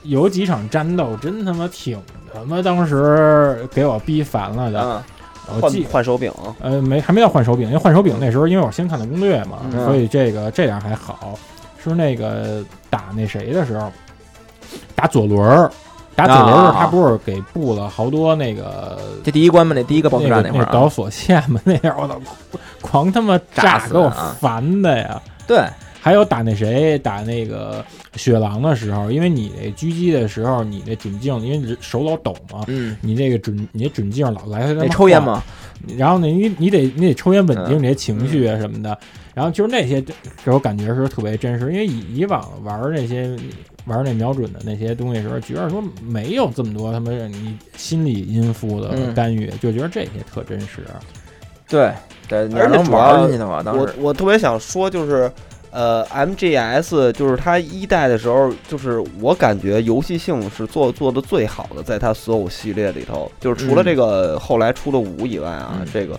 D: 有几场战斗真他妈挺他妈当时给我逼烦了的，
C: 嗯
D: 我
E: 换
D: 记。
E: 换手柄，
D: 呃，没，还没到换手柄，因为换手柄那时候，因为我先看的攻略嘛，
C: 嗯
D: 所以这个这样还好。是那个打那谁的时候，打左轮儿，打左轮儿的时候，
C: 啊
D: 他不是给布了好多那个
C: 这第一关嘛，那第一个 BOSS
D: 那
C: 战
D: 个
C: 会
D: 那
C: 儿啊，
D: 导索线嘛，那样我操，狂他妈
C: 炸
D: 炸，
C: 死
D: 给我
C: 人啊
D: 烦的呀！
C: 对，
D: 还有打那谁打那个雪狼的时候，因为你那狙击的时候，你那准镜，因为你手老抖嘛，
C: 嗯，
D: 你这个准你这准镜老来回他妈
C: 那抽烟
D: 晃
C: 嘛，
D: 然后呢，你你得你得抽烟稳定
C: 嗯
D: 你这情绪啊什么的，然后就是那些给我感觉是特别真实，因为以以往玩儿那些玩儿那瞄准的那些东西的时候，觉得说没有这么多他妈让你心理因素的
C: 嗯
D: 干预，就觉得这些特真实。啊
C: 对对，你要
E: 而且
C: 能
E: 主
C: 玩
E: 要
C: 进去的话，当
E: 我
C: 时
E: 我特别想说，就是呃，MGS 就是它一代的时候，就是我感觉游戏性是做做的最好的，在它所有系列里头，就是除了
C: 嗯
E: 这个后来出的五以外啊，
C: 嗯
E: 这个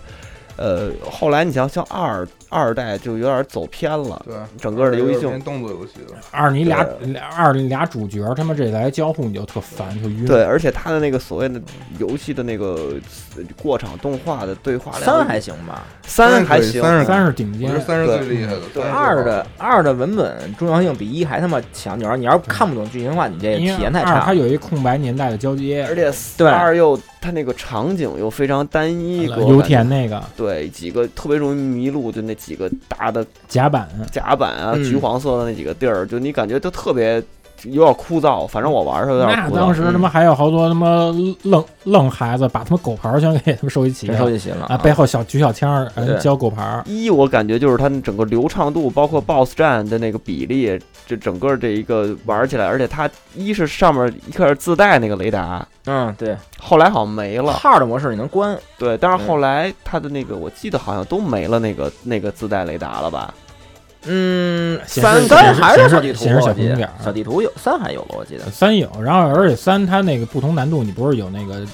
E: 呃，后来你想像二二代就有点走偏了，
A: 对，
E: 整个的游戏性。
A: 变动作游戏了，
D: 二你俩俩二你俩主角他妈这来交互你就特烦特晕。
E: 对，而且它的那个所谓的游戏的那个呃过场动画的对话量，
C: 三还行吧，
E: 三还
A: 可以
E: 行，嗯
A: 三是
D: 三是顶
A: 我
D: 尖
A: 觉得，三是
E: 对
A: 最厉害的，三是
E: 对
A: 最好
C: 二的二的文本重要性比一还他妈强，你要你要是看不懂剧情的话，你这体
D: 因为
C: 验太
D: 二
C: 差
D: 它
C: 了。
D: 有一空白年代的交接，
E: 而且
C: 对
E: 二又它那个场景又非常单一，给我
D: 呃油
E: 感觉
D: 田那个
E: 对，几个特别容易迷路，就那几个大的
D: 甲板，
E: 甲板啊，
C: 嗯
E: 橘黄色的那几个地儿，就你感觉都特别有点枯燥。反正我玩儿的时候有点嗯
D: 那
E: 枯
D: 当
E: 燥。
D: 时他妈还有好多他妈愣愣孩子把他妈狗牌儿全给他们收集齐
C: 真
D: 了
C: 收。集齐了
D: 啊，背后小举小枪儿，嗯，
C: 对
D: 教狗牌儿，
E: 一我感觉就是它整个流畅度，包括 BOSS 战的那个比例，这整个这一个玩起来，而且它一是上面一开始自带那个雷达，
C: 嗯，对，
E: 后来好像没了，
C: 号的模式你能关，
E: 对，但
C: 嗯
E: 是后来它的那个我记得好像都没了那个那个自带雷达了吧？
C: 嗯，
D: 显
C: 三
D: 示
C: 三
D: 显示
C: 还
D: 显
C: 是
D: 示
C: 小地图
D: 显示
C: 吧，
D: 小
C: 我
D: 红
C: 记
D: 点
C: 得
D: 儿
C: 小地图有三还有吧，我记得
D: 三有，然后而且三它那个不同难度，你不是有那个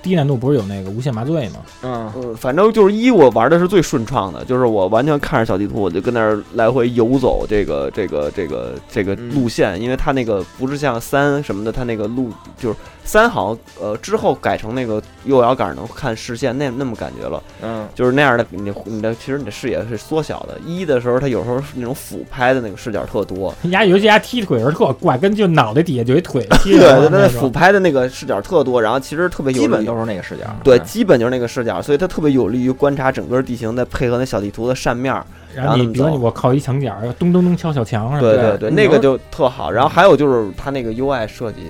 D: 低难度不是有那个无限麻醉吗？
C: 嗯，
E: 嗯，反正就是一我玩的是最顺畅的，就是我完全看着小地图，我就跟那儿来回游走这个这个这个这个
C: 嗯
E: 路线，因为它那个不是像三什么的，它那个路就是三好像呃之后改成那个右摇杆能看视线那那么感觉了，
C: 嗯
E: 就是那样的你你的其实你的视野是缩小的。一的时候它有时候是那种俯拍的那个视角特多，
D: 呀，尤其家踢腿儿特怪，跟就脑袋底下就一腿踢
E: 对，
D: 着
E: 它
D: 那
E: 那俯
D: 种。
E: 拍的那个视角特多，然后其实特别有
C: 基本
E: 利
C: 都是那个视角，
E: 对，基本就是那个视角，所以它特别有利于观察整个地形，再配合那小地图的扇面儿。
D: 然后
E: 然后
D: 你
E: 那么
D: 比如你
E: 走
D: 我靠一墙角，咚咚咚敲小墙什么
E: 对
D: 的，
E: 对
C: 嗯对
E: 对，
C: 你
E: 那个
C: 能
E: 就特好。然后还有就是它那个 UI 设计，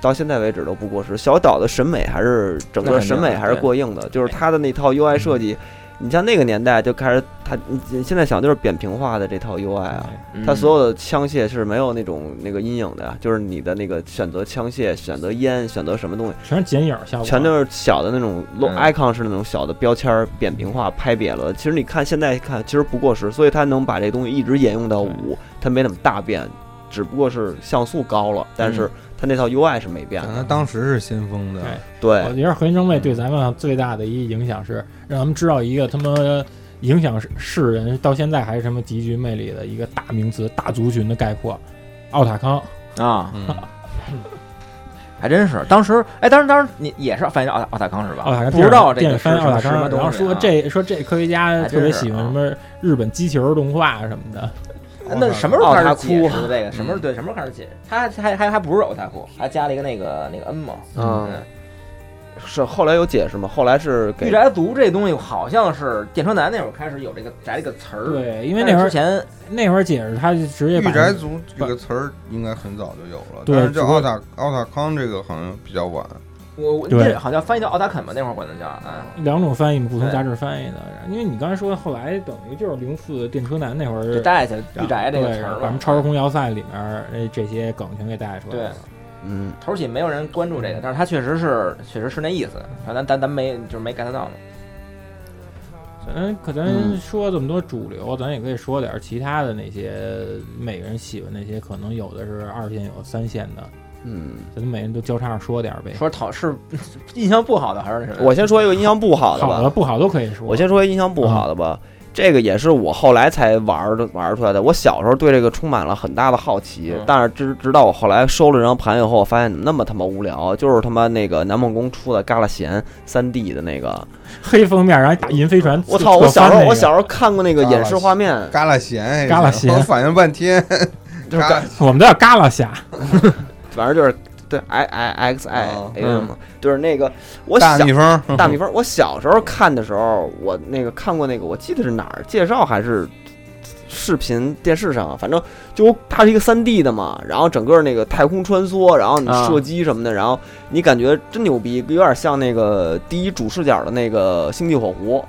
E: 到现在为止都不过时。小岛的审美还是整
C: 那
E: 个
C: 肯定
E: 审美还是
C: 对嗯
E: 过硬的，就是它的那套 UI 设计，你像那个年代就开始它，你现在想就是扁平化的这套 UI 啊，
C: 嗯
E: 它所有的枪械是没有那种那个阴影的，就是你的那个选择枪械、选择烟、选择什么东西，
D: 全是剪影儿效果，
E: 全都是小的那种 low
C: 嗯
E: icon 式的那种小的标签儿扁平化拍瘪了。其实你看现在看，其实不过时，所以它能把这东西一直沿用到五，它没怎么大变，只不过是像素高了，但是它那套 UI 是没变
A: 但
E: 的。
A: 他当时是先锋的，
D: 对我
E: 对，
D: 觉得核心装备对咱们最大的一影响是，让咱们知道一个他妈影响世人到现在还是什么极具魅力的一个大名词、大族群的概括。奥塔康，
C: 啊，
A: 嗯，
C: 还真是。当时，哎，当时当时你也是翻译奥塔奥塔康是吧？
D: 奥塔康
C: 不知道这
D: 电
C: 个
D: 影
C: 是什
D: 翻奥
C: 么
D: 塔
C: 什么
D: 康，
C: 东
D: 然
C: 西
D: 后
C: 啊，
D: 说这说这科学家特别喜欢什么日本机器人动画什么的，
C: 那什么时候开始解
E: 奥
C: 释的 这个？什么时候对什么时候开始解释？他还还还还不是欧太库，还加了一个那个那个 N 嘛。
E: 嗯，是后来有解释吗？后来是
C: 御
E: 给
C: 宅族这东西好像是电车男那会儿开始有这个“宅”这个词儿，
D: 对，因
C: 因
D: 为那会
C: 之
D: 儿
C: 前
D: 那会儿解释，他就直接把
A: 御宅族这个词儿应该很早就有了，
D: 对
A: 但是
D: 只
A: 叫
D: 不过
A: 奥塔奥塔康这个好像比较晚。
C: 我我
D: 对
C: 那好像翻译叫奥达肯吧，那会儿管它叫啊。
D: 两种翻译嘛，不同杂志翻译的。因为你刚才说后来等于就是零四电车男那会儿
C: 就带去
D: 然
C: 御
D: 后
C: 宅这个
D: 对
C: 词儿
D: 咱
C: 嘛
D: 们，超时空要塞里面呃这些梗全给带出来了。
E: 嗯，
C: 头起没有人关注这个，但是他确实是确实是那意思，咱咱咱咱没就是没 get 到嘛。
D: 咱可咱
E: 嗯
D: 说这么多主流，咱也可以说点儿其他的那些每个人喜欢那些，可能有的是二线，有的三线的，
E: 嗯，
D: 咱每人都交叉着说点儿呗。
C: 说讨是 印象不好的还是那什么？
E: 我先说一个印象不好的
D: 好的
E: 吧，
D: 不好都可以说。
E: 我先说一个印象不好的吧。这个也是我后来才玩儿的玩儿出来的。我小时候对这个充满了很大的好奇，
C: 嗯
E: 但是直直到我后来收了这张盘以后，我发现那么他妈无聊，就是他妈那个南梦宫出的《嘎啦弦》三 D 的那个，
D: 黑封面，然后打银飞船，
E: 我 操！我小时候我小
D: 时
E: 时候看过那个演示画面，
A: 嘎啦弦，
D: 嘎啦弦
A: 我反应半天，
E: 就是
A: 嘎
E: 嘎
A: 啦
D: 候我们都叫嘎啦侠，
E: 反正就是对 I I X I
A: 哦
E: A M，就是那个我
A: 大
E: 小
A: 蜜蜂，
C: 嗯
E: 大蜜蜂，我小时候看的时候，我那个看过那个，我记得是哪儿介绍还是视频电视上，反正就它是一个三 D 的嘛，然后整个那个太空穿梭，然后你
C: 啊
E: 射击什么的，然后你感觉真牛逼，有点像那个第一主视角的那个星际火狐，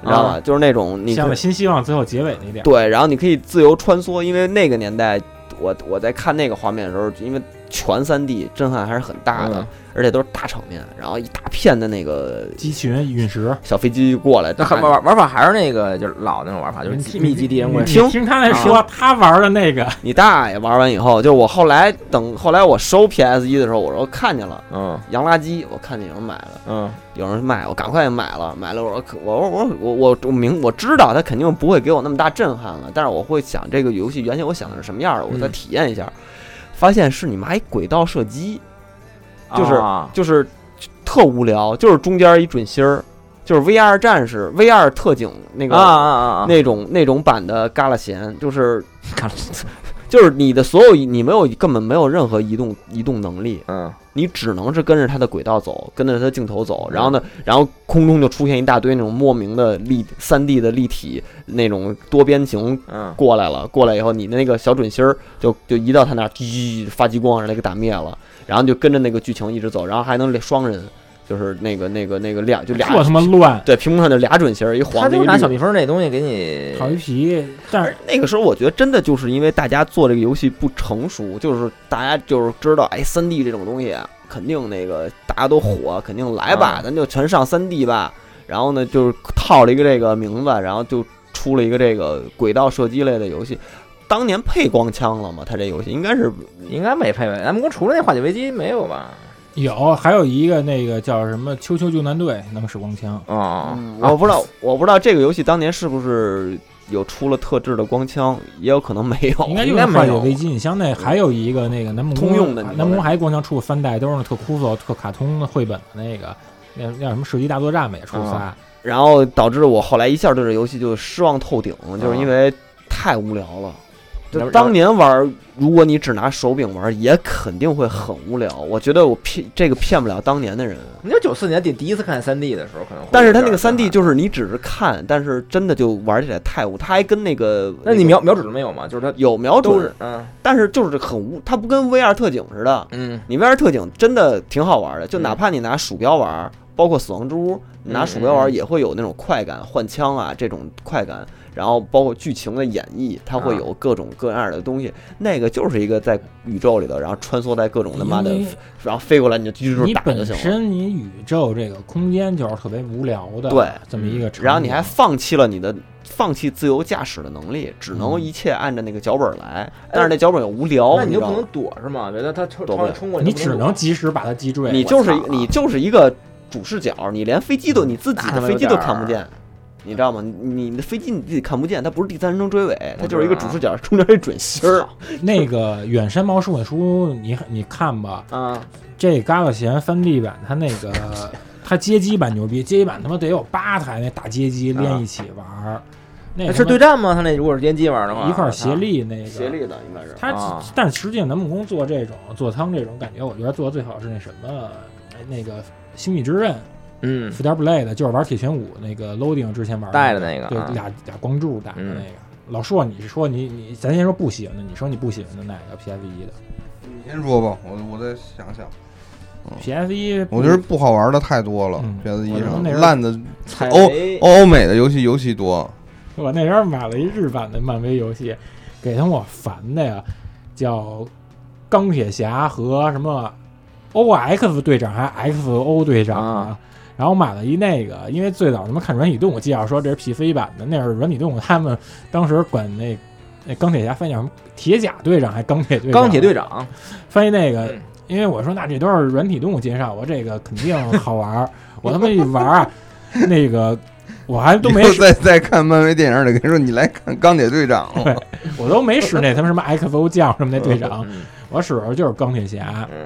E: 你知道
C: 啊
E: 吧？就是那种你
D: 像
E: 可
D: 了新希望最后结尾那点儿。
E: 对，然后你可以自由穿梭，因为那个年代，我我在看那个画面的时候，因为全三 D 震撼还是很大的，
C: 嗯
E: 而且都是大场面，然后一大片的那个
D: 鸡群陨石，
E: 小飞机过来，
C: 那
E: 打
C: 玩玩玩法还是那个就是老那种玩法，
E: 啊
C: 就是
D: 你
C: 密集敌人关
D: 你
C: 系。
E: 听啊
D: 听他来说，他玩的那个
E: 你大爷！玩完以后，就是我后来等后来我收 PS 一的时候，我说看见了
C: 嗯
E: 洋垃圾，我看见有人买了，
C: 嗯，
E: 有人卖，我赶快买了，买了我说可我我我我我我明我知道它肯定不会给我那么大震撼了，但是我会想这个游戏原先我想的是什么样的，我再
C: 嗯
E: 体验一下，发现是你妈一轨道射击。就是
C: 啊
E: 就是特无聊，就是中间一准心儿，就是 VR 战士、VR 特警那个、
C: 啊啊啊！
E: 那种那种版的嘎啦弦， 就是
C: 看了，
E: 就是你的所有你没有根本没有任何移动移动能力，
C: 嗯，
E: 你只能是跟着它的轨道走，跟着它的镜头走，
C: 嗯
E: 然后呢，然后空中就出现一大堆那种莫名的立三 D 的立体那种多边形。
C: 嗯
E: 过来了，过来以后，你的那个小准心儿就就移到他那儿，叽发激光，让他给打灭了，然后就跟着那个剧情一直走，然后还能双人，就是那个那个那个俩就俩，
D: 特他妈乱，
E: 对，屏幕上就俩准心儿，一
C: 他
E: 黄的一
C: 就
E: 绿
C: 拿小蜜
E: 的。
C: 蜂那东西给
E: 哎
C: 你
D: 烤鱼皮，但是
E: 那个时候我觉得真的就是因为大家做这个游戏不成熟，就是大家就是知道，哎，三 D 这种东西啊肯定那个大家都火，肯定来吧
C: 啊，
E: 咱就全上三 D 吧。然后呢，就是套了一个这个名字，然后就出了一个这个轨道射击类的游戏。当年配光枪了吗？他这游戏应该是
C: 应该没配备。咱们公除了那化解危机没有吧？
D: 有还有一个那个叫什么“秋秋救难队”，能使光枪。
C: 哦，
E: 嗯，我不知道，我不知道这个游戏当年是不是有出了特制的光枪，也有可能没有。
D: 应该就
C: 应该
D: 是化
C: 没
D: 解
C: 有
D: 危机，你像那还有一个那个南梦宫
E: 通用的你
D: 南
E: 说
D: 梦宫
E: 的
D: 还光枪出了三代，都是那特枯燥、特卡通的绘本的那个，那叫什么《射击大作战》吧，也出仨
C: 啊。
E: 然后导致我后来一下对这游戏就失望透顶，就是因为太无聊了。
C: 啊然
E: 就
C: 后
E: 当年玩，如果你只拿手柄玩，也肯定会很无聊。我觉得我骗这个骗不了当年 的人。
C: 你就九四年第第一次看三 D 的时候可能会有点儿震撼，
E: 但是他那个三 D 就是你只是看，但是真的就玩起来太无。他还跟那个
C: 那你瞄瞄准了没有嘛？就是它
E: 有瞄
C: 都
E: 准
C: 是，嗯
E: 但是就是很无，它不跟 VR 特警似的，
C: 嗯
E: 你 VR 特警真的挺好玩的，就
C: 嗯
E: 哪怕你拿鼠标玩儿，包括死亡之屋，你拿鼠标玩
C: 嗯嗯
E: 儿
C: 嗯
E: 也会有那种快感，换枪啊这种快感，然后包括剧情的演绎，它会
C: 啊
E: 有各种各样的东西。那个就是一个在宇宙里头，然后穿梭在各种他妈的
D: 因为，
E: 然后飞过来你就狙
D: 你
E: 击打就
D: 本
E: 行了。
D: 身你宇宙这个空间就是特别无聊的，
E: 对，嗯
D: 这么一个场景。
E: 然后你还放弃了你的放弃自由驾驶的能力，只能
D: 嗯
E: 一切按照那个脚本来，但是那脚本又无聊，
C: 那你
E: 你
C: 就
E: 知
C: 不
E: 道
C: 能
E: 吗？
C: 躲是吗？觉得他冲
E: 躲不
C: 冲
E: 了
C: 冲过
D: 你
C: 就
D: 只
C: 躲
D: 能及时把它击坠。
E: 你就是一
C: 我操啊嗯
E: 你就是一个主视角，你连飞机都你自己
C: 那他
E: 的
C: 妈
E: 飞
C: 有
E: 机都
C: 点儿
E: 看不见，你知道吗？你你的飞机你自己看不见，它不是第三人称追尾，它就是一
C: 啊
E: 个主视角，中间一准心儿。
D: 那个远山猫树的书，你你看吧，
C: 啊，
D: 这嘎啦弦三 D 版，它那个 它街机版牛逼，街机版他妈得有八台那大街
E: 啊
D: 机连一起玩儿，那
E: 哎
C: 那是
D: 他妈
C: 对战吗？他那如果是联机玩的话，啊
D: 一块
C: 我
D: 儿
C: 操
D: 协。力那个
E: 协力的应该是
D: 它
C: 啊
D: 但实际上南梦宫做这种做仓这种感觉，我觉得做的最好是那什么哎那个《星际之刃》
C: 嗯，
D: Star Blade 就是玩铁拳五那个 Loading 之前玩
C: 带的
D: 那
C: 那个
D: 对
C: 啊
D: 俩俩光柱打的
C: 嗯
D: 那个。老硕，你是说你你咱先说不喜欢的，你说你不喜欢的哪个 PS 一的
A: 你先说吧，我我再想想。
C: 嗯哦
D: ？PS 一，
A: 我觉得不好玩的太多了
D: 嗯
A: ，PS
D: 我
A: 一
D: 觉得
A: 上
D: 那是
A: 烂的
C: 踩
A: 哦
C: 雷
A: 欧欧美的游戏尤其多。
D: 我那时候买了一日版的漫威游戏，给他们我烦的呀，叫钢铁侠和什么 OX 队长还是 XO 队长
C: 啊。
D: 然后买了一那个，因为最早他们看软体动，我介绍说这是 PC 版的，那是软体动，他们当时管那那钢铁侠翻译叫什么铁甲队长还是钢铁队长？啊
C: 钢铁队长，
D: 翻译那个
C: 嗯，
D: 因为我说那这都是软体动物介绍，我这个肯定好玩儿。我他妈一玩 儿啊，那个我还都没
A: 以后
D: 使
A: 再再看漫威电影里，跟你说你来看钢铁 队长，
D: 我都没使那他妈什么 XO 酱什么那 队长，
C: 嗯
D: 我使的就是钢铁侠
C: 嗯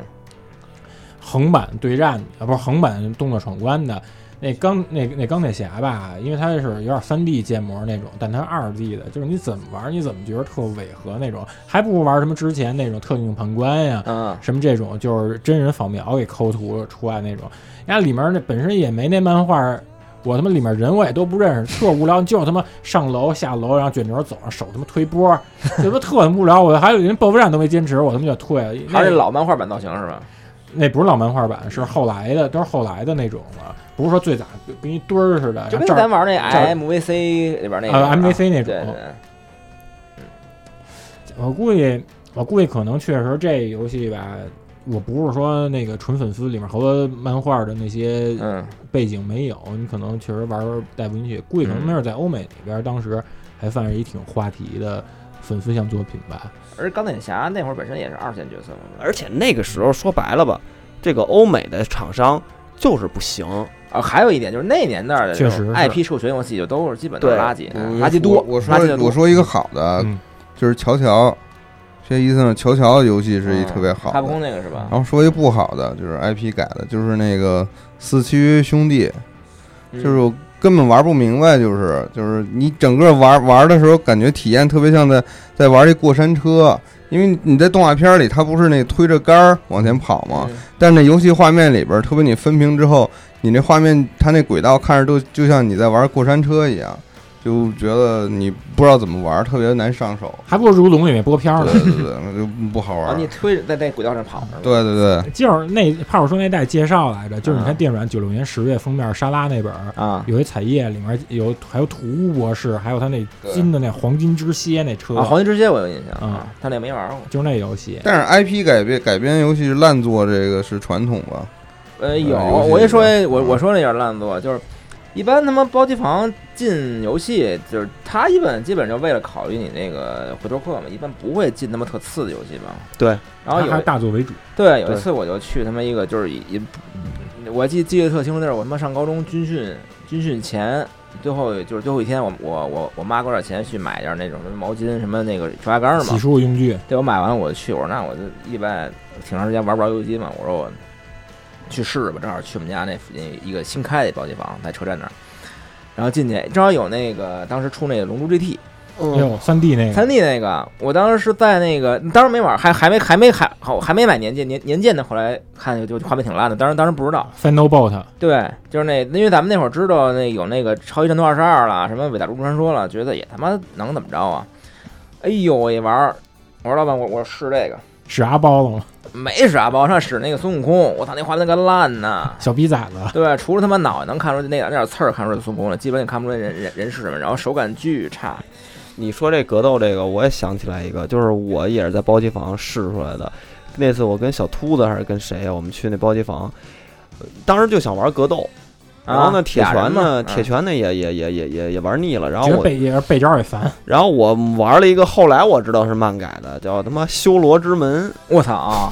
D: 横版对战啊，不是横版动作闯关的。那钢那那钢铁侠吧，因为它是有点三 D 建模那种，但它是二 D 的，就是你怎么玩你怎么觉得特违和那种，还不如玩什么之前那种特定旁观呀、
C: 嗯
D: 什么这种就是真人扫描给抠图出来那种，人家里面那本身也没那漫画，我他妈里面人我也都不认识，特无聊，就他妈上楼下楼，然后卷轴走上手他妈推波，这不特无聊。我还有人报复战都没坚持，我他妈就退了。
C: 还是
D: 那
C: 老漫画版造型是吧？
D: 那不是老漫画版，是后来的，都是后来的那种了，不是说最早跟一堆儿似的，
C: 就
D: 然后
C: 跟
D: 这
C: 咱
D: 儿
C: 玩那
D: 这儿
C: MVC 里边那个
D: 呃
C: 啊
D: MVC 那
C: 对
D: 种。
C: 对，
D: 我估计，我估计可能确实这游戏吧，我不是说那个纯粉丝里面好多漫画的那些
C: 嗯
D: 背景没有，你可能确实玩儿带不进去。估计可能没
C: 嗯
D: 准在欧美那边儿当时还算是一挺话题的粉丝向作品吧。
C: 而钢铁侠那会儿本身也是二线角色嘛，
E: 而且那个时候说白了吧，这个欧美的厂商就是不行，
C: 啊，还有一点就是那年代的这
D: 确实
C: 种
D: 是
C: IP 授权游戏就都是基本都是
E: 对
C: 垃圾，
A: 我
C: 垃圾多，
A: 我我
C: 垃圾的
A: 说
C: 多
A: 我说一个好
C: 啊
A: 的，
D: 嗯
A: 就是乔乔，这意思呢，乔乔的游戏是一
C: 嗯
A: 特别好
C: 卡普
A: 的。
C: 空那个是吧
A: 然？后说一不好的，就是 IP 改的，就是那个四驱兄弟，
C: 嗯
A: 就是我根本玩不明白，就是就是你整个玩玩的时候，感觉体验特别像在在玩一过山车，因为你在动画片里，它不是那推着杆儿往前跑吗？
C: 嗯
A: 但是那游戏画面里边儿，特别你分屏之后，你那画面它那轨道看着都就像你在玩过山车一样，就觉得你不知道怎么玩，特别难上手。
D: 还不如《如龙》里面播片儿
A: 对
D: 呢。
A: 对对，那就不好
C: 啊，
A: 玩
C: 你。推着在那轨道上跑是吧？
A: 对对对，
D: 就是那炮手说那代介绍来着，就是你看
C: 嗯
D: 电软九六年十月封面沙拉那本儿，
C: 啊
D: 有一彩页里面有还有土屋博士，还有他那
A: 对
D: 金的那黄金之蝎那车，
C: 啊，黄金之蝎我有印象
D: 嗯
C: 啊，但那没玩过。
D: 就是那游戏。
A: 但是 IP 改编改编游戏烂作这个是传统吧？
C: 呃，有，
A: 游戏
C: 我一说
A: 里边
C: 我
A: 嗯
C: 我说那点烂作，就是一般他妈包机房进游戏，就是他一本基本就为了考虑你那个回头客嘛，一般不会进他妈特次的游戏吧。
E: 对，
C: 然后
D: 还是
C: 有
D: 大作为主，
C: 对有一
E: 对
C: 次我就去他妈一个就是一，一我记记得特清楚，那是我他妈上高中军训军训前。最后就是最后一天我，我我我妈给我点钱去买点那种什么毛巾什么那个指甲盖儿嘛
D: 洗，漱用具，
C: 对，我买完我就去，我说那我就一般挺长时间玩不着游戏嘛，我说我去试试吧，正好去我们家那附近一个新开的一包机房，在车站那儿，然后进去正好有那个当时出那个《龙珠 GT》嗯
D: 哎呦，三 D 那个
C: 三 D 那个，我当时是在那个当时没玩，还还没还没还好还没买年鉴年年鉴的，后来看就画面挺烂的，当时当时不知道，
D: Final Boat，
C: 对，就是那，因为咱们那会儿知道那有那个超级战斗二十二了，什么伟大陆传说了，觉得也他妈能怎么着啊？哎呦，我一玩儿，我说老板，我我试这个。
D: 屎阿包了吗？
C: 没啥吧，往上使那个孙悟空，我操，那画面那个烂呐！
D: 小逼崽子，
C: 对，除了他妈脑袋能看出那点那点刺儿看出来是孙悟空了，基本也看不出来人人人是什么，然后手感巨差。
E: 你说这格斗这个，我也想起来一个，就是我也是在包机房试出来的。那次我跟小秃子还是跟谁呀、啊我们去那包机房，呃当时就想玩格斗，
C: 啊
E: 然后呢，铁拳呢，
C: 俩人嘛嗯
E: 铁拳呢也也也也也也玩腻了。然后
D: 觉得
E: 我，
D: 背也是背招也烦，
E: 然后我玩了一个，后来我知道是漫改的，叫他妈《修罗之门
C: 我操啊！》，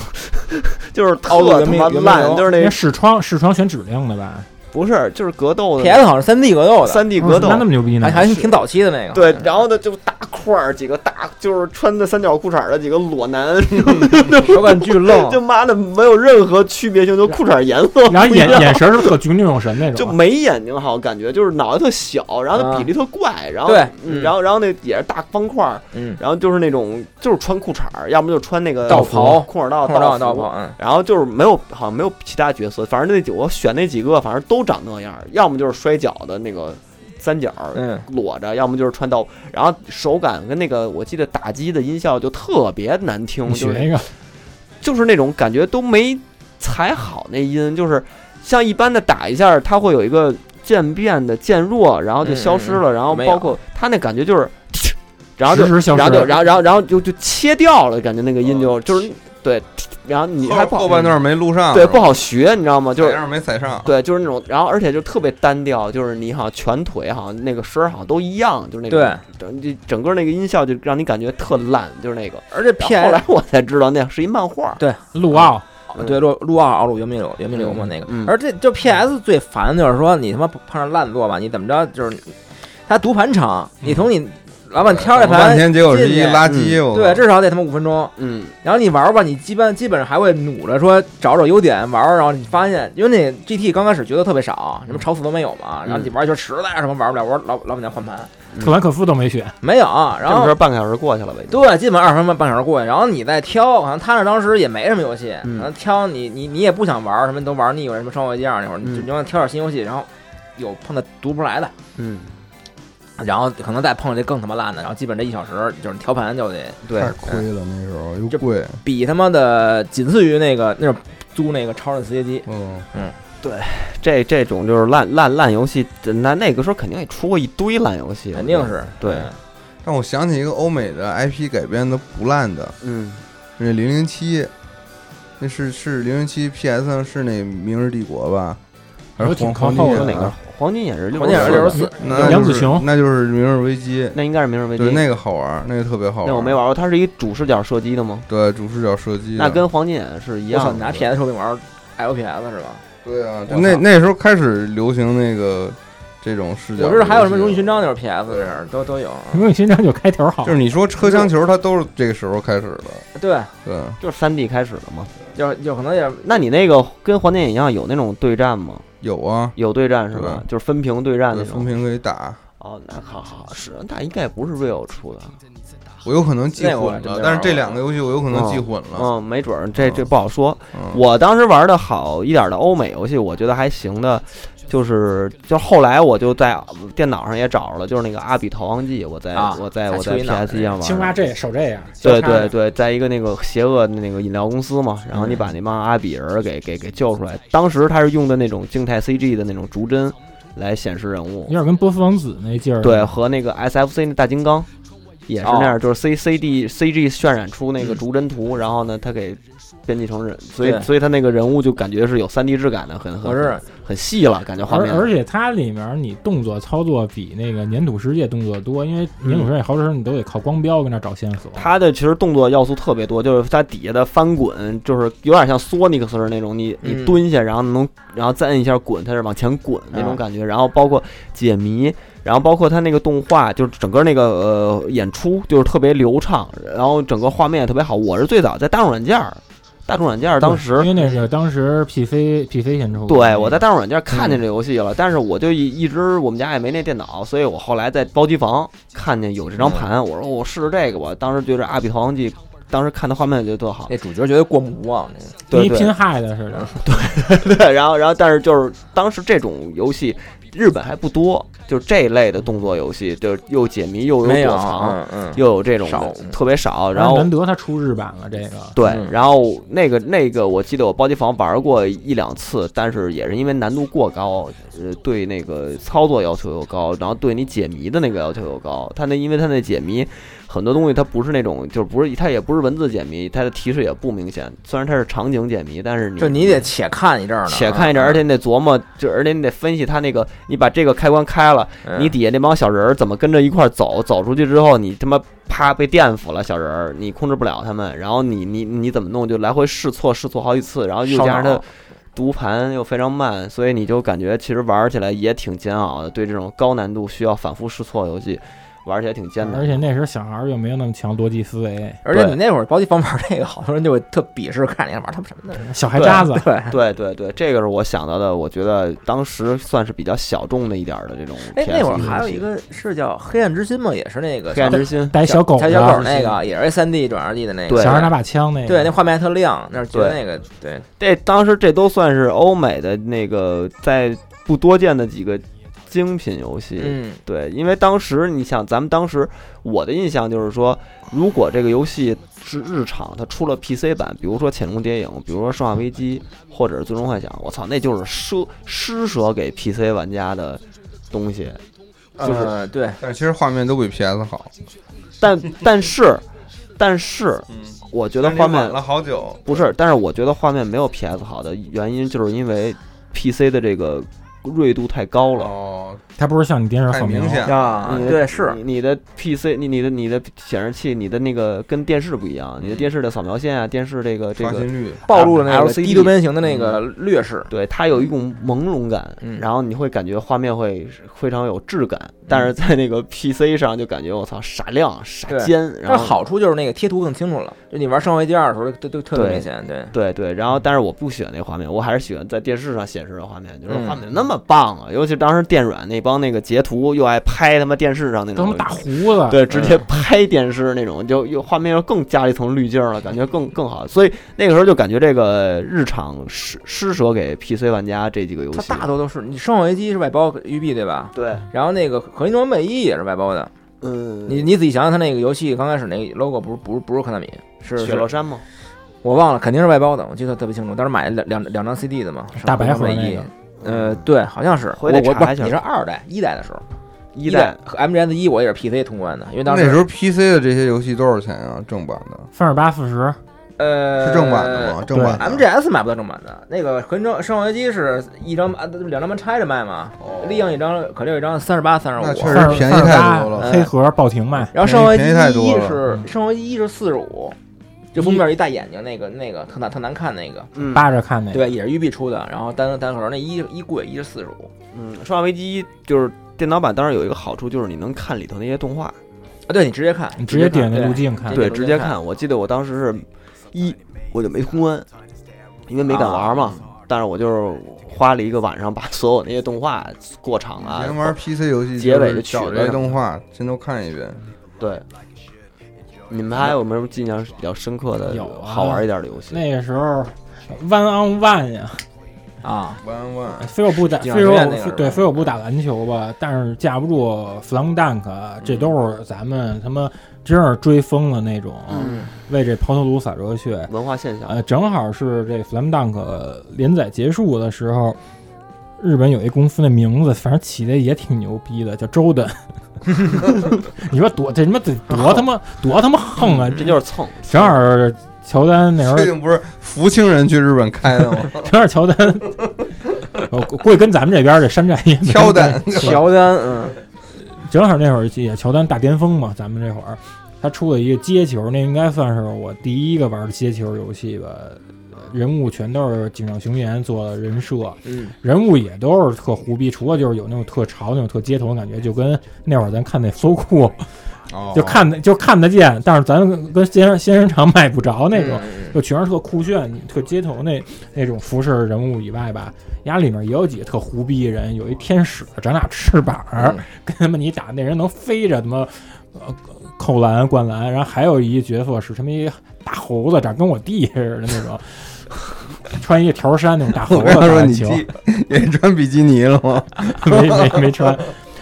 E: 就是
C: 奥路
E: 特
C: 原
E: 他
C: 命
E: 妈
C: 原命
E: 烂，
C: 流
E: 就是
D: 那
E: 那
D: 视窗视窗选指令的吧？
E: 不是，就是格斗的
C: PS 好像是三 D 格斗的，
E: 三 D 格
D: 嗯
E: 斗哎
D: 那，那么牛逼呢
C: 还？还挺早期的那个。
E: 对，然后呢就大块儿几个大，就是穿着三角裤衩的几个裸男，
C: 嗯手感巨愣
E: 就，妈的没有任何区别性，就裤衩颜色
D: 然后
E: 不一
D: 眼
E: 样，
D: 眼神是特炯炯有神那
E: 就
D: 种，啊
E: 没眼睛好，感觉就是脑袋特小，然后它
C: 啊
E: 比例特怪，然后
C: 对
E: 嗯然后然后那也是大方块儿，
C: 嗯，
E: 然后就是那种就是穿裤衩儿，要么就穿那个
C: 道袍
E: 裤衩道
C: 碰撞
E: 道
C: 道
E: 服
C: 跑，嗯，
E: 然后就是没有，好像没有其他角色，反正那几我选那几个，反正都长那样，要么就是摔跤的那个三角，
C: 嗯，
E: 裸着，要么就是穿到，然后手感跟那个我记得打击的音效就特别难听，
D: 你
E: 就
D: 学
E: 是
D: 一个，
E: 就是那种感觉都没踩好那音，就是像一般的打一下，它会有一个渐变的渐弱，然后就消失了，然后
C: 嗯没有
E: 包括它那感觉就是， 然后就
D: 实时消
E: 然后就
D: 失。
E: 然后然后然后就就切掉了，感觉那个音就
A: 哦
E: 就是对，然后你
A: 后
E: 还不好
A: 后半段没录上，
E: 对
A: 是吧
E: 不好学，你知道吗？就
A: 踩
E: 是
A: 上没踩上，
E: 对，就是那种，然后而且就特别单调，就是你好像全腿好像那个声儿好像都一样，就是那
C: 对
E: 个整就整个那个音效就让你感觉特烂，就是那个。
C: 而且
E: 然
C: PS
E: 后后来我才知道那是一漫画，
D: 陆奥
E: 嗯
C: 对，路路奥奥鲁圆明流圆明流嘛那个
E: 嗯嗯，
C: 而这就 PS 最烦的就是说你他妈碰上烂作吧，你怎么着就是他读盘场，
E: 嗯
C: 你从你老板挑这
A: 等了半
C: 盘，
A: 天结果是
C: 进
A: 一
C: 去
A: 垃圾，我
C: 对，至少得他妈五分钟。
E: 嗯，
C: 然后你玩吧，你基本基本上还会努着说找找优点玩儿，然后你发现，因为那 GT 刚开始角色特别少，什么超速都没有嘛，然后你玩一圈实在什么玩不了，我老老板娘换盘
D: 特兰克夫都没选，
C: 没有，然
E: 这么
C: 后
E: 着半个小时过去了呗。
C: 对，基本二十分半半小时过去，然后你再挑，好像他那当时也没什么游戏，
E: 嗯
C: 然后挑你你你也不想玩儿，什么都玩腻了，什么生活机样那会儿，
E: 嗯
C: 你就你要挑点新游戏，然后有碰到读不出来的，
E: 嗯，
C: 然后可能再碰这更他妈烂的，然后基本这一小时就是调盘就得
E: 对
A: 太，亏了那时候又
C: 嗯这
A: 贵，
C: 比他妈的仅次于那个那种租那个超人磁碟机，
A: 嗯，
E: 这这种就是烂烂烂游戏，那那个时候肯定也出过一堆烂游戏，
C: 肯定是
E: 对
C: 嗯
A: 让我想起一个欧美的 IP 改编的不烂的，
E: 嗯，
A: 那零零七，那是是零零七 PS 上是那《明日帝国》吧？还是
D: 我挺
A: 黄黄
D: 靠
A: 金
D: 后的
A: 眼
E: 说哪
A: 啊
E: 个？黄金也是
C: 黄金也是64
E: 64
A: 那就是
D: 嗯杨紫琼
A: 那就是《明日危机》，
E: 那应该是明日危机
A: 对，。那个好玩，那个特别好玩。
E: 那我没玩过，它是一主视角射击的吗？
A: 对，主视角射击的。
E: 那跟黄金眼是一
C: 我
E: 样
C: 操，
E: 的。
C: 你拿 PS 手柄玩 LPS 是吧？
A: 对啊，就
C: 我
A: 那
C: 操
A: 那时候开始流行那个这种视角。
C: 我知道还有什么
E: 啊
C: 荣誉勋，章就是 PS 这样都都有。啊
D: 荣誉勋章就开头好
A: 就，是你说车厢球，它都是这个时候开始的。
C: 对，
A: 对，
E: 就是三 D 开始的嘛。
C: 有有可能 也
E: 那你那个跟黄金眼一样有那种对战吗？
A: 有啊，
E: 有对战是吧？就是分屏对战
A: 对，
E: 那
A: 风
E: 种。
A: 评可以打。
E: 哦，那好好是，那应该也不是 real 出的。
A: 啊我有可能记
C: 那我
A: 混
C: 还真
A: 了
C: 没，
A: 但是
C: 玩
A: 这
C: 过
A: 两个游戏我有可能
E: 哦
A: 记混了。
E: 嗯，没准儿这
A: 嗯
E: 这不好说。
A: 嗯
E: 我当时玩的好一点的欧美游戏，我觉得还行的，就是就后来我就在电脑上也找着了，就是那个《阿比逃亡记》，我在
C: 啊
E: 我在我在
C: 还吹呢
E: PS 上玩的。
D: 青蛙这手这样，
E: 对
D: 交叉
E: 对
D: 的，
E: 对，在一个那个邪恶的那个饮料公司嘛，然后你把那帮阿比人给给给救出来。当时他是用的那种静态 CG 的那种竹针来显示人物
D: 有，点跟波斯王子那劲儿。
E: 对，，和那个 SFC 那大金刚也是那样，就是 C C D C G 渲染出那个
C: 嗯
E: 逐帧图，然后呢，他给编辑成人，所以
C: 对
E: 所以他那个人物就感觉是有三 D 质感的，很
C: 我
E: 很
C: 是
E: 很细了，感觉画
D: 而
E: 面。
D: 而且它里面你动作操作比那个粘土世界动作多，因为粘土世界好多时候你都得靠光标跟那找线索。
E: 他的其实动作要素特别多，就是在底下的翻滚，就是有点像索尼克斯那种，你你
C: 嗯
E: 蹲下，然后能，然后再摁一下滚，它是往前滚那种
C: 啊
E: 感觉。然后包括解谜，然后包括它那个动画，就是整个那个呃演出就是特别流畅，然后整个画面也特别好。我是最早在大众软件儿，大众软件儿当时
D: 因为那是当时 PC PC 先出的，
E: 对，我在大众软件看见这游戏了，但是我就一一直我们家也没那电脑，所以我后来在包机房看见有这张盘，我说我试试这个吧。当时觉着《阿比逃亡记》，当时看的画面就特好
C: 那，主角觉得过目不忘，那个
D: 跟
E: 对
D: 一拼
E: 对
D: 害的似的。
E: 对。 然后然后，但是就是当时这种游戏日本还不多，就是这一类的动作游戏，就是又解谜又
C: 没
E: 有
C: 有，
E: 躲藏，
C: 嗯嗯，
E: 又有这种的
C: 少
E: 特别少。然后
D: 难得他出日版了，这个
E: 对
C: 嗯，
E: 然后那个那个，我记得我包机房玩过一两次，但是也是因为难度过高，呃，对那个操作要求又高，然后对你解谜的那个要求又高。它那因为它那解谜很多东西它不是那种，就是不是它也不是文字解谜，它的提示也不明显。虽然它是场景解谜，但是你
C: 就你得且看一阵儿呢，嗯
E: 且看一阵，而且你得琢磨，就而且你得分析它那个，你把这个开关开了，
C: 嗯
E: 你底下那帮小人儿怎么跟着一块儿走？走出去之后，你他妈啪被电死了，小人儿你控制不了他们，然后你你你怎么弄？就来回试错试错好几次，然后又
C: 烧
E: 加上
C: 脑
E: 他读盘又非常慢，所以你就感觉其实玩起来也挺煎熬的。对这种高难度需要反复试错的游戏，玩起来挺艰难。
D: 而且那时候小孩儿又没有那么强逻辑思维，
C: 而且你那会儿包机房玩这个，好多人就会特鄙视看你玩他们什么的。
D: 小孩渣子，
C: 对，
E: 对对对，这个是我想到的，我觉得当时算是比较小众的一点儿的这种 PS
C: 哎，
E: 游戏。
C: 那会儿还有一个是叫《黑暗之心》吗？也是那个
E: 黑暗之心，
D: 逮小狗
C: 小
D: 子，
C: 小狗那个，也是三 D 转二 D 的那个。
E: 对
D: 小孩拿把枪那个，
C: 对，那画面还特亮，那是觉得那个对
E: 这当时这都算是欧美的那个在不多见的几个精品游戏。
C: 嗯，
E: 对，因为当时你想，咱们当时我的印象就是说，如果这个游戏是日常，它出了 PC 版，比如说《潜龙谍影》，比如说《生化危机》，或者是《最终幻想》，我操，那就是施施舍给 PC 玩家的东西。就是
C: 呃对，
A: 但其实画面都比 PS 好，
E: 但但是，但是，
A: 嗯，
E: 我觉得画面
A: 了好久，
E: 不是，但是我觉得画面没有 PS 好的原因，就是因为 PC 的这个锐度太高了。
A: 哦，
D: 它不是像你电视
A: 太
D: 扫描
A: 明，显了，
C: 啊
E: 你的
C: 对是
E: 你你的 PC，你你的你的显示器，你的那个跟电视不一样，
C: 嗯
E: 你的电视的扫描线啊，电视这个这
A: 刷
E: 个，
A: 新率
C: 暴露了那个
E: LCD
C: 低度边形的那个劣势。
E: 对它有一种朦胧感，
C: 嗯
E: 然后你会感觉画面会非常有质感，但是在那个 PC 上就感觉我操傻亮傻
C: 对
E: 尖，然
C: 但
E: 后
C: 是好处就是那个贴图更清楚了，就你玩《生化危机二》的时候，都都特别
E: 对
C: 明显。对，
E: 对对，然后但是我不喜欢那画面，我还是喜欢在电视上显示的画面，就是
C: 嗯
E: 画面那么棒啊！尤其当时电软那帮那个截图又爱拍他妈电视上那
D: 都他
E: 种
D: 妈大胡啊子，
E: 对，直接拍电视那种，就又画面又更加了一层滤镜了，感觉更更好。所以那个时候就感觉这个日常施施舍给 PC 玩家这几个游
C: 它
E: 戏，
C: 大多都是你《生化危机》是外包育碧对吧？
E: 对，
C: 然后那个《合金装备一》也是外包的。
E: 嗯，
C: 你你仔细想想，它那个游戏刚开始那个 logo 不是不是不是科纳米，是
E: 雪落
C: 是
E: 山吗？
C: 我忘了，肯定是外包的，我记得特别清楚。当时买了两两两张 CD 的嘛，
D: 大白盒
C: 合
D: 那个
C: 一。呃，对，好像是我我
E: 回得
C: 不
E: 查
C: 是
E: 一下
C: 你是二代一代的时候，
E: 一
C: 代
E: 代
C: MGS 一我也是 PC 通关的，因为当
A: 那时
C: 时
A: 候 PC 的这些游戏多少钱啊？正版的
D: 三十八四十，
C: 呃
A: 是正版的吗？正
C: 啊
A: 版的
C: MGS 买不到正版的，那个魂装生化危机是一张啊两张盘拆着卖嘛，
A: 哦
C: 利用一张可六一张三十八三十
A: 那确
C: 五，
A: 实便宜太多
C: 了
D: 黑盒报停卖，
C: 然后生化危机
A: 便宜太多
C: 一
A: 了
C: 是
D: 嗯
C: 生化危机一是四十五，就封面一大眼睛那个那个特难特难看那个，
E: 嗯
D: 扒着看那个，
C: 对，也是育碧出的，然后单单盒那一一贵一是四十五
E: 嗯，生化危机就是电脑版，当然有一个好处就是你能看里头那些动画，
C: 啊，对你直接看，
D: 你直接点
C: 看
D: 那
C: 对
D: 路径看，
C: 对
E: 对，
C: 直
E: 直
C: 接
E: 接
C: 看
E: 看。我记得我当时是一我就没通关，因为没敢
D: 啊
E: 玩嘛。但是我就是花了一个晚上把所有那些动画过场
A: 以
E: 啊，
A: 前玩 PC 游戏，
E: 结尾的曲子
A: 找这些动画，先都看一遍。
E: 对，你们还有没有印象比较深刻的、
D: 有啊
E: 好玩一点的游戏？
D: 那个时候。One on one 呀，
C: 啊，
A: One One，
D: 虽然我不打，
C: 顶
D: 虽然
C: 上学那个
D: 我
C: 是吧
D: 对，虽然我不打篮球吧，但是架不住 flang dunk，这都是咱们他妈真是追风的那种，
C: 嗯，
D: 为这抛头颅洒热血。
E: 文化现象，
D: 呃，正好是这《Slam Dunk》连载结束的时候，日本有一公司的名字，反正起的也挺牛逼的，叫周的。 你说多这他妈得多 他妈多他妈横啊！
E: 这就是蹭。
D: 正好是乔丹那时候
A: 最，近不是福清人去日本开的
C: 啊
A: 吗？
D: 正好乔丹，哦我估计跟咱们这边这 山寨也没
A: 挑担，
C: 乔丹，嗯，
D: 正好那会儿也乔丹大巅峰嘛，咱们这会儿他出了一个街球，那应该算是我第一个玩的街球游戏吧。人物全都是井上雄彦做的人设，
C: 嗯，
D: 人物也都是特胡逼，除了就是有那种特潮、那种特街头的感觉，就跟那会儿咱看那搜酷，
A: 哦
D: 就看得就看得见，但是咱跟跟先生先生厂买不着那种，
C: 嗯
D: 就全是特酷炫、特街头那那种服饰人物以外吧，家里面也有几个特胡逼人，有一天使长俩翅膀，
C: 嗯
D: 跟他妈你打 那人能飞着他妈，呃，扣篮灌篮，然后还有一角色是他妈一大猴子，长跟我弟似的那种。穿一条衫那种大猴
A: 我
D: 子
A: 跟他
D: 打
A: 说，
D: 篮
A: 你
D: 球，
A: 记也穿比基尼 了吗？
D: 没没没穿。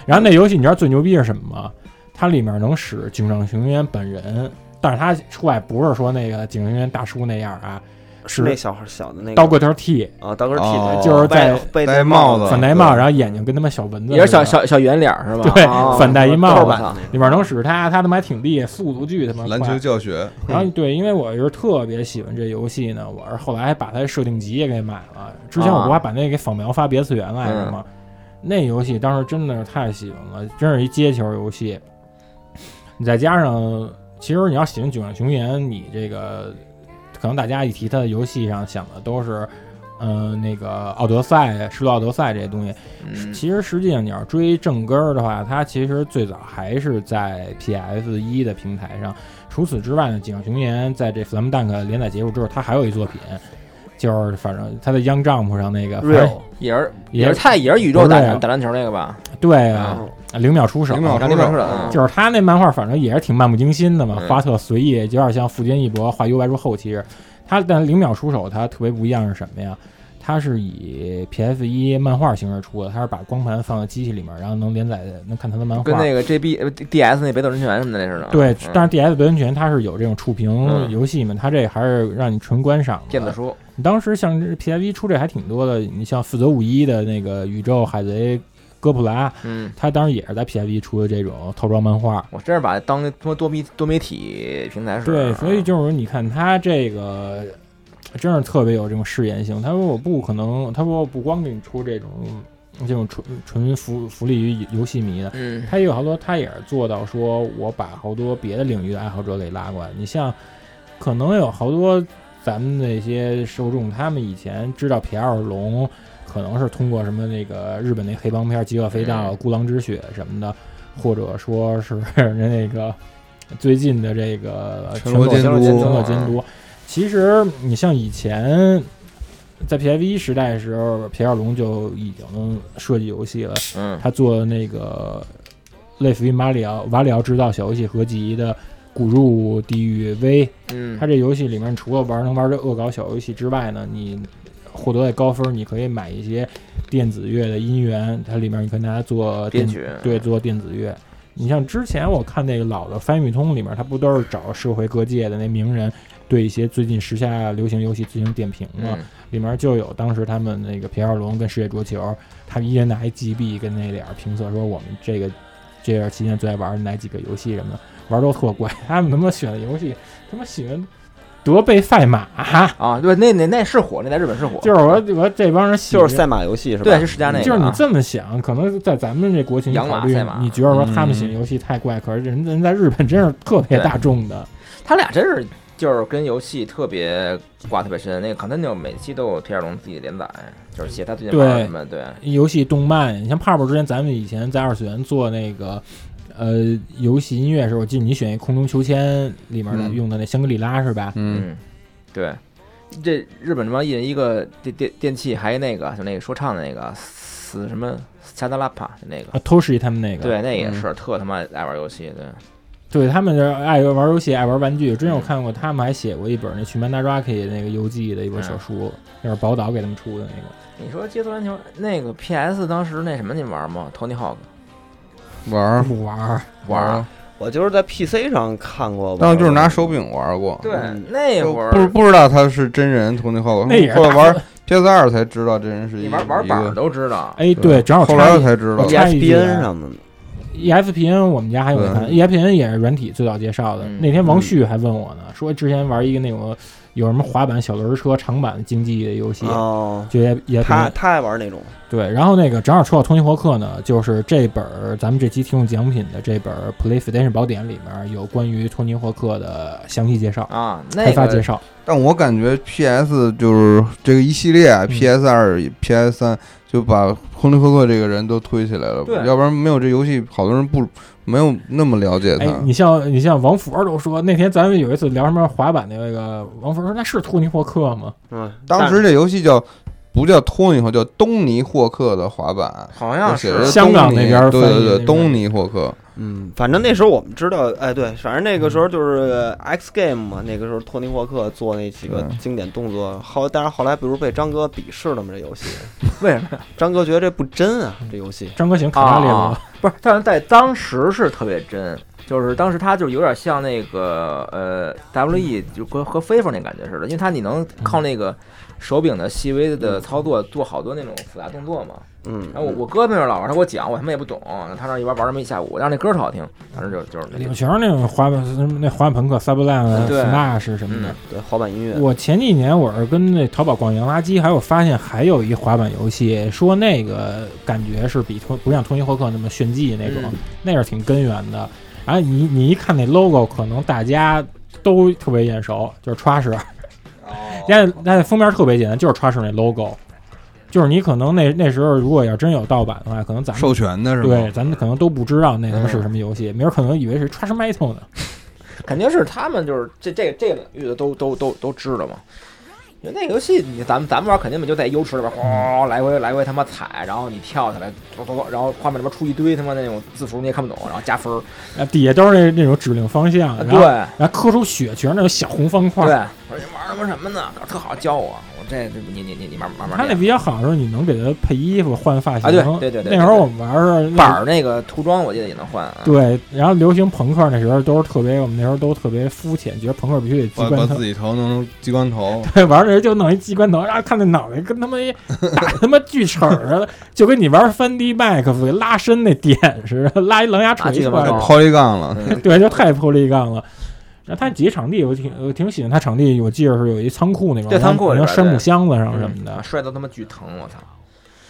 D: 然后那游戏你知道最牛逼是什么吗？它里面能使井上雄彦本人，但是他出来不是说那个井上雄彦大叔那样啊，
E: 是那小孩小的那个
D: 刀个头剃，
E: 啊，刀哥剃
A: 哦
E: 的，
D: 就是在
E: 被
A: 戴帽子
D: 反戴帽，
A: 对
D: 然后眼睛跟他妈小蚊子似的，
C: 嗯也是小小小圆脸儿是吧？
D: 对
C: 哦
D: 反戴一帽
C: 豆
D: 子
C: 瓣的
D: 里面能使他，他他妈挺厉害，速度巨他妈快
A: 篮球教学，
D: 然后对，因为我是特别喜欢这游戏呢，我是后来还把它的设定集也给买了。之前我不
C: 啊
D: 还把那给扫描发别次元来着吗？那游戏当时真的是太喜欢了，真是一街球游戏。你再加上，其实你要喜欢《九上雄彦》，你这个可能大家一提他的游戏上想的都是呃，那个奥德赛、失落奥德赛这些东西，
C: 嗯，
D: 其实实际上你要追正根儿的话，它其实最早还是在 PS 一的平台上。除此之外呢，《井上雄彦》在这《Slam Dunk》连载结束之后，他还有一作品，就是反正他在 Young Jump 上那个
E: real
C: 也是
D: 也
C: 也是太也是宇宙
D: 不是啊
C: 打
D: 这样
C: 打篮球那个吧，
D: 对啊，零秒出手，
A: 零秒
C: 打篮
A: 出手
C: 球的，
D: 就是他那漫画，反正也是挺漫不经心的嘛，
C: 嗯
D: 画特随意，有点像富坚义博画《幽白术后期似的。他但零秒出手，他特别不一样是什么呀？他是以 PS 一漫画形式出的，他是把光盘放在机器里面，然后能连载能看他的漫画。
C: 跟那个 JB 呃 DS 那北斗神拳什么的那似的，
D: 对，
C: 嗯
D: 但是 DS 德云拳它是有这种触屏
C: 嗯
D: 游戏嘛，它这还是让你纯观赏的
C: 电子书，
D: 你当时像 PSV 出这还挺多的，你像负责五一的那个宇宙海贼哥普拉，
C: 嗯，
D: 他当时也是在 PSV 出的这种套装漫画。
C: 我真是把它当他妈多媒多媒体平台使，
D: 对，所以
C: 嗯
D: 就是说，你看他这个真是特别有这种试验性。他说我不可能，他说我不光给你出这种这种纯纯服福利于游戏迷的，
C: 嗯
D: 他也有好多，他也是做到说，我把好多别的领域的爱好者给拉过来。你像，可能有好多咱们那些受众，他们以前知道皮尔龙，可能是通过什么那个日本那黑帮片《极恶飞盗》
C: 嗯
D: 《孤狼之血》什么 的，嗯或者说是那个最近的这个呃
A: 全裸
D: 全
A: 监
D: 裸
A: 督
D: 全裸监督。其实你像以前。在 PIV 时代的时候，皮尔龙就已经设计游戏了，
C: 嗯
D: 他做那个类似于马里奥瓦里奥制造小游戏合集的《古入地狱 V》，
C: 嗯，
D: 他这游戏里面除了玩能玩这恶搞小游戏之外呢，你获得的高分，你可以买一些电子乐的音源，它里面你可以拿它做
C: 编
D: 电
C: 曲
D: 对，做电子乐。你像之前我看那个老的翻译通里面，它不都是找社会各界的那名人对一些最近时下流行游戏进行点评吗？
C: 嗯
D: 里面就有当时他们那个皮尔龙跟世界桌球，他们一人拿一 GB 跟那点儿评测说我们这个这段期间最爱玩的哪几个游戏什么的，玩都特怪。他们他妈选的游戏，他妈选德贝赛马，
C: 啊，对，那那那是火，那在日本是火，
D: 就是我我这帮人喜
E: 就是赛马游戏是吧？
C: 对，是世嘉那个啊，
D: 就是你这么想，可能在咱们这国情嗯
C: 养马
D: 考虑
C: 赛马，
D: 你觉得说他们写游戏太怪，可是人人在日本真是特别大众的。
C: 他俩真是就是跟游戏特别挂特别深。那个 Continue 每期都有铁尔龙自己连载，就是写他最近玩
D: 对
C: 的什么，对，
D: 游戏、动漫，你像泡泡之前，咱们以前在二次元做那个呃游戏音乐的时候，我记得你选一空中秋千里面的
A: 嗯
D: 用的那香格里拉是吧？
A: 嗯，
C: 嗯，对。这日本这帮艺人，一个电电电器，还有那个就那个说唱的那个死什么恰达拉帕那个，
D: 啊，偷袭他们那个，
C: 对，那也是特他妈爱玩游戏，对，
D: 对他们就是爱玩游戏，爱玩玩具。之前我看过，他们还写过一本那《去曼达拉 k 那个游记的一本小书，那是宝岛给他们出的那个。
C: 你说街头篮球那个 PS 当时那什么你玩吗？Tony Hawk
A: 玩儿
D: 不玩儿，
C: 玩啊，
E: 我就是在 PC 上看过吧，
A: 但是就是拿手柄玩过，
C: 对
E: 嗯，
C: 那会
A: 不
C: 儿
A: 不不知道他是真人同那后
D: 那也是
A: 后来玩
D: 大
A: PS 二才知道这人是一
C: 你
A: 个
C: 玩玩板儿
A: 一个
C: 都知道，
D: 哎，对，正好
A: 后来
D: 插
A: 我
D: 一，E
A: 才知道
E: ，E
D: 我，插一句啊
E: ESPN 上的
D: ESPN 我们家还有一 E 盘，ESPN 也是软体最早介绍的。
C: 嗯
D: 那天王旭还问我呢，说之前玩一个那种有什么滑板、小轮车、长板竞技的游戏，
E: 哦，
D: 就也也
E: 他他爱玩那种，
D: 对。然后那个正好说到通信获客呢，就是这本儿咱们这期提供奖品的这本儿《PlayStation 宝典》里面有关于通信获客的详细介绍、
C: 啊，
D: 开
C: 那
D: 发介
C: 个
D: 绍。
A: 但我感觉 PS 就是这个一系列啊
D: 嗯
A: ，PS 二、PS 三就把亨利·赫克这个人都推起来了
C: 对，
A: 要不然没有这游戏，好多人不没有那么了解
D: 哎
A: 他。，
D: 你像你像王佛都说，那天咱们有一次聊什么滑板那个，王佛说那是托尼获客吗？
E: 嗯，
A: 当时这游戏叫不叫托尼，以后叫东尼·霍克的滑板。
C: 好像
A: 写着
C: 是
D: 香港那边儿
A: 东
D: 翻
A: 尼
D: 译那
A: 对对
D: 边
A: 对，
D: 儿
A: 东尼霍克，
E: 嗯，反正那时候我们知道，哎，对，反正那个时候就是
D: 嗯
E: X Game 嘛，那个时候托尼霍克做那几个
A: 对
E: 经典动作，后但是后来不是被张哥鄙视了吗？这游戏，
C: 为什么呀？
E: 张哥觉得这不真啊，这游戏，
D: 张哥行卡拉列罗
C: 啊，不是，但是在当时是特别真，就是当时他就有点像那个呃 W E 就和和 FIFA 那感觉似的，因为他你能靠那个手柄的细微的操作做好多那种复杂动作嘛。
E: 嗯，
D: 哎
C: 然后我我哥那边老玩，他给我讲，我他妈也不懂，他那一玩玩那么一下午，然后那歌儿特好听，反正就就是那
D: 里
C: 个
D: 面全是那种滑板，什么那滑板朋克、Sublime、
C: 啊对
D: Smash 什么的
C: 嗯。
E: 对滑板音乐，
D: 我前几年我是跟那淘宝逛洋垃圾，还有发现还有一滑板游戏，说那个感觉是比通不像通信获客那么炫技那种，
C: 嗯
D: 那是挺根源的。然后你你一看那 logo，可能大家都特别眼熟，就是 Trash，家家封面特别简单，就是插上那 logo，就是你可能那那时候如果要真有盗版的话，可能咱们
A: 授权的是吗？
D: 对咱们可能都不知道那他妈是什么游戏，明儿可能以为是 Trash Metal 呢。
C: 肯定是他们就是这这这个领域的都都都都知道嘛。因为那个游戏你咱们咱们玩肯定就在游池里边哗来回来回他妈踩，然后你跳起来，咚咚咚然后画面里边出一堆他妈那种字符你也看不懂，然后加分儿。啊
D: 啊底下都是那那种指令方向，然后
C: 对
D: 然后磕出血全是那种小红方块
C: 对，。我说你玩他妈什么呢？特好教我，我这这你你你你慢慢慢
D: 它那
C: 练。
D: 比较好的是你能给它配衣服、换发型。
C: 啊对对对对对
D: 那时候我们玩儿是那
C: 板儿那个涂装我记得也能换啊。
D: 对，然后流行朋克那时候都是特别，我们那时候都特别肤浅，觉得朋克必须得
A: 把
D: 机
A: 把
D: 关
A: 自
D: 头。
A: 己头弄成机关头，
D: 对，玩儿的人就弄一机关头，然后看那脑袋跟他妈一 打他妈锯齿儿似的，就跟你玩翻地麦克夫拉伸那点似的，拉一狼牙
C: 啊
D: 锤
C: 这个
D: 出
C: 玩
D: 来
C: 儿
A: 就。抛一杠了。
C: 嗯，
D: 对，就太破力杠了。然后他几个场地我挺我挺喜欢，他场地我记得是有一仓库那边，
C: 对仓库里边
D: 然后山
C: 对
D: 木箱子 上什么
C: 嗯
D: 的。
C: 摔得他妈巨疼，我操！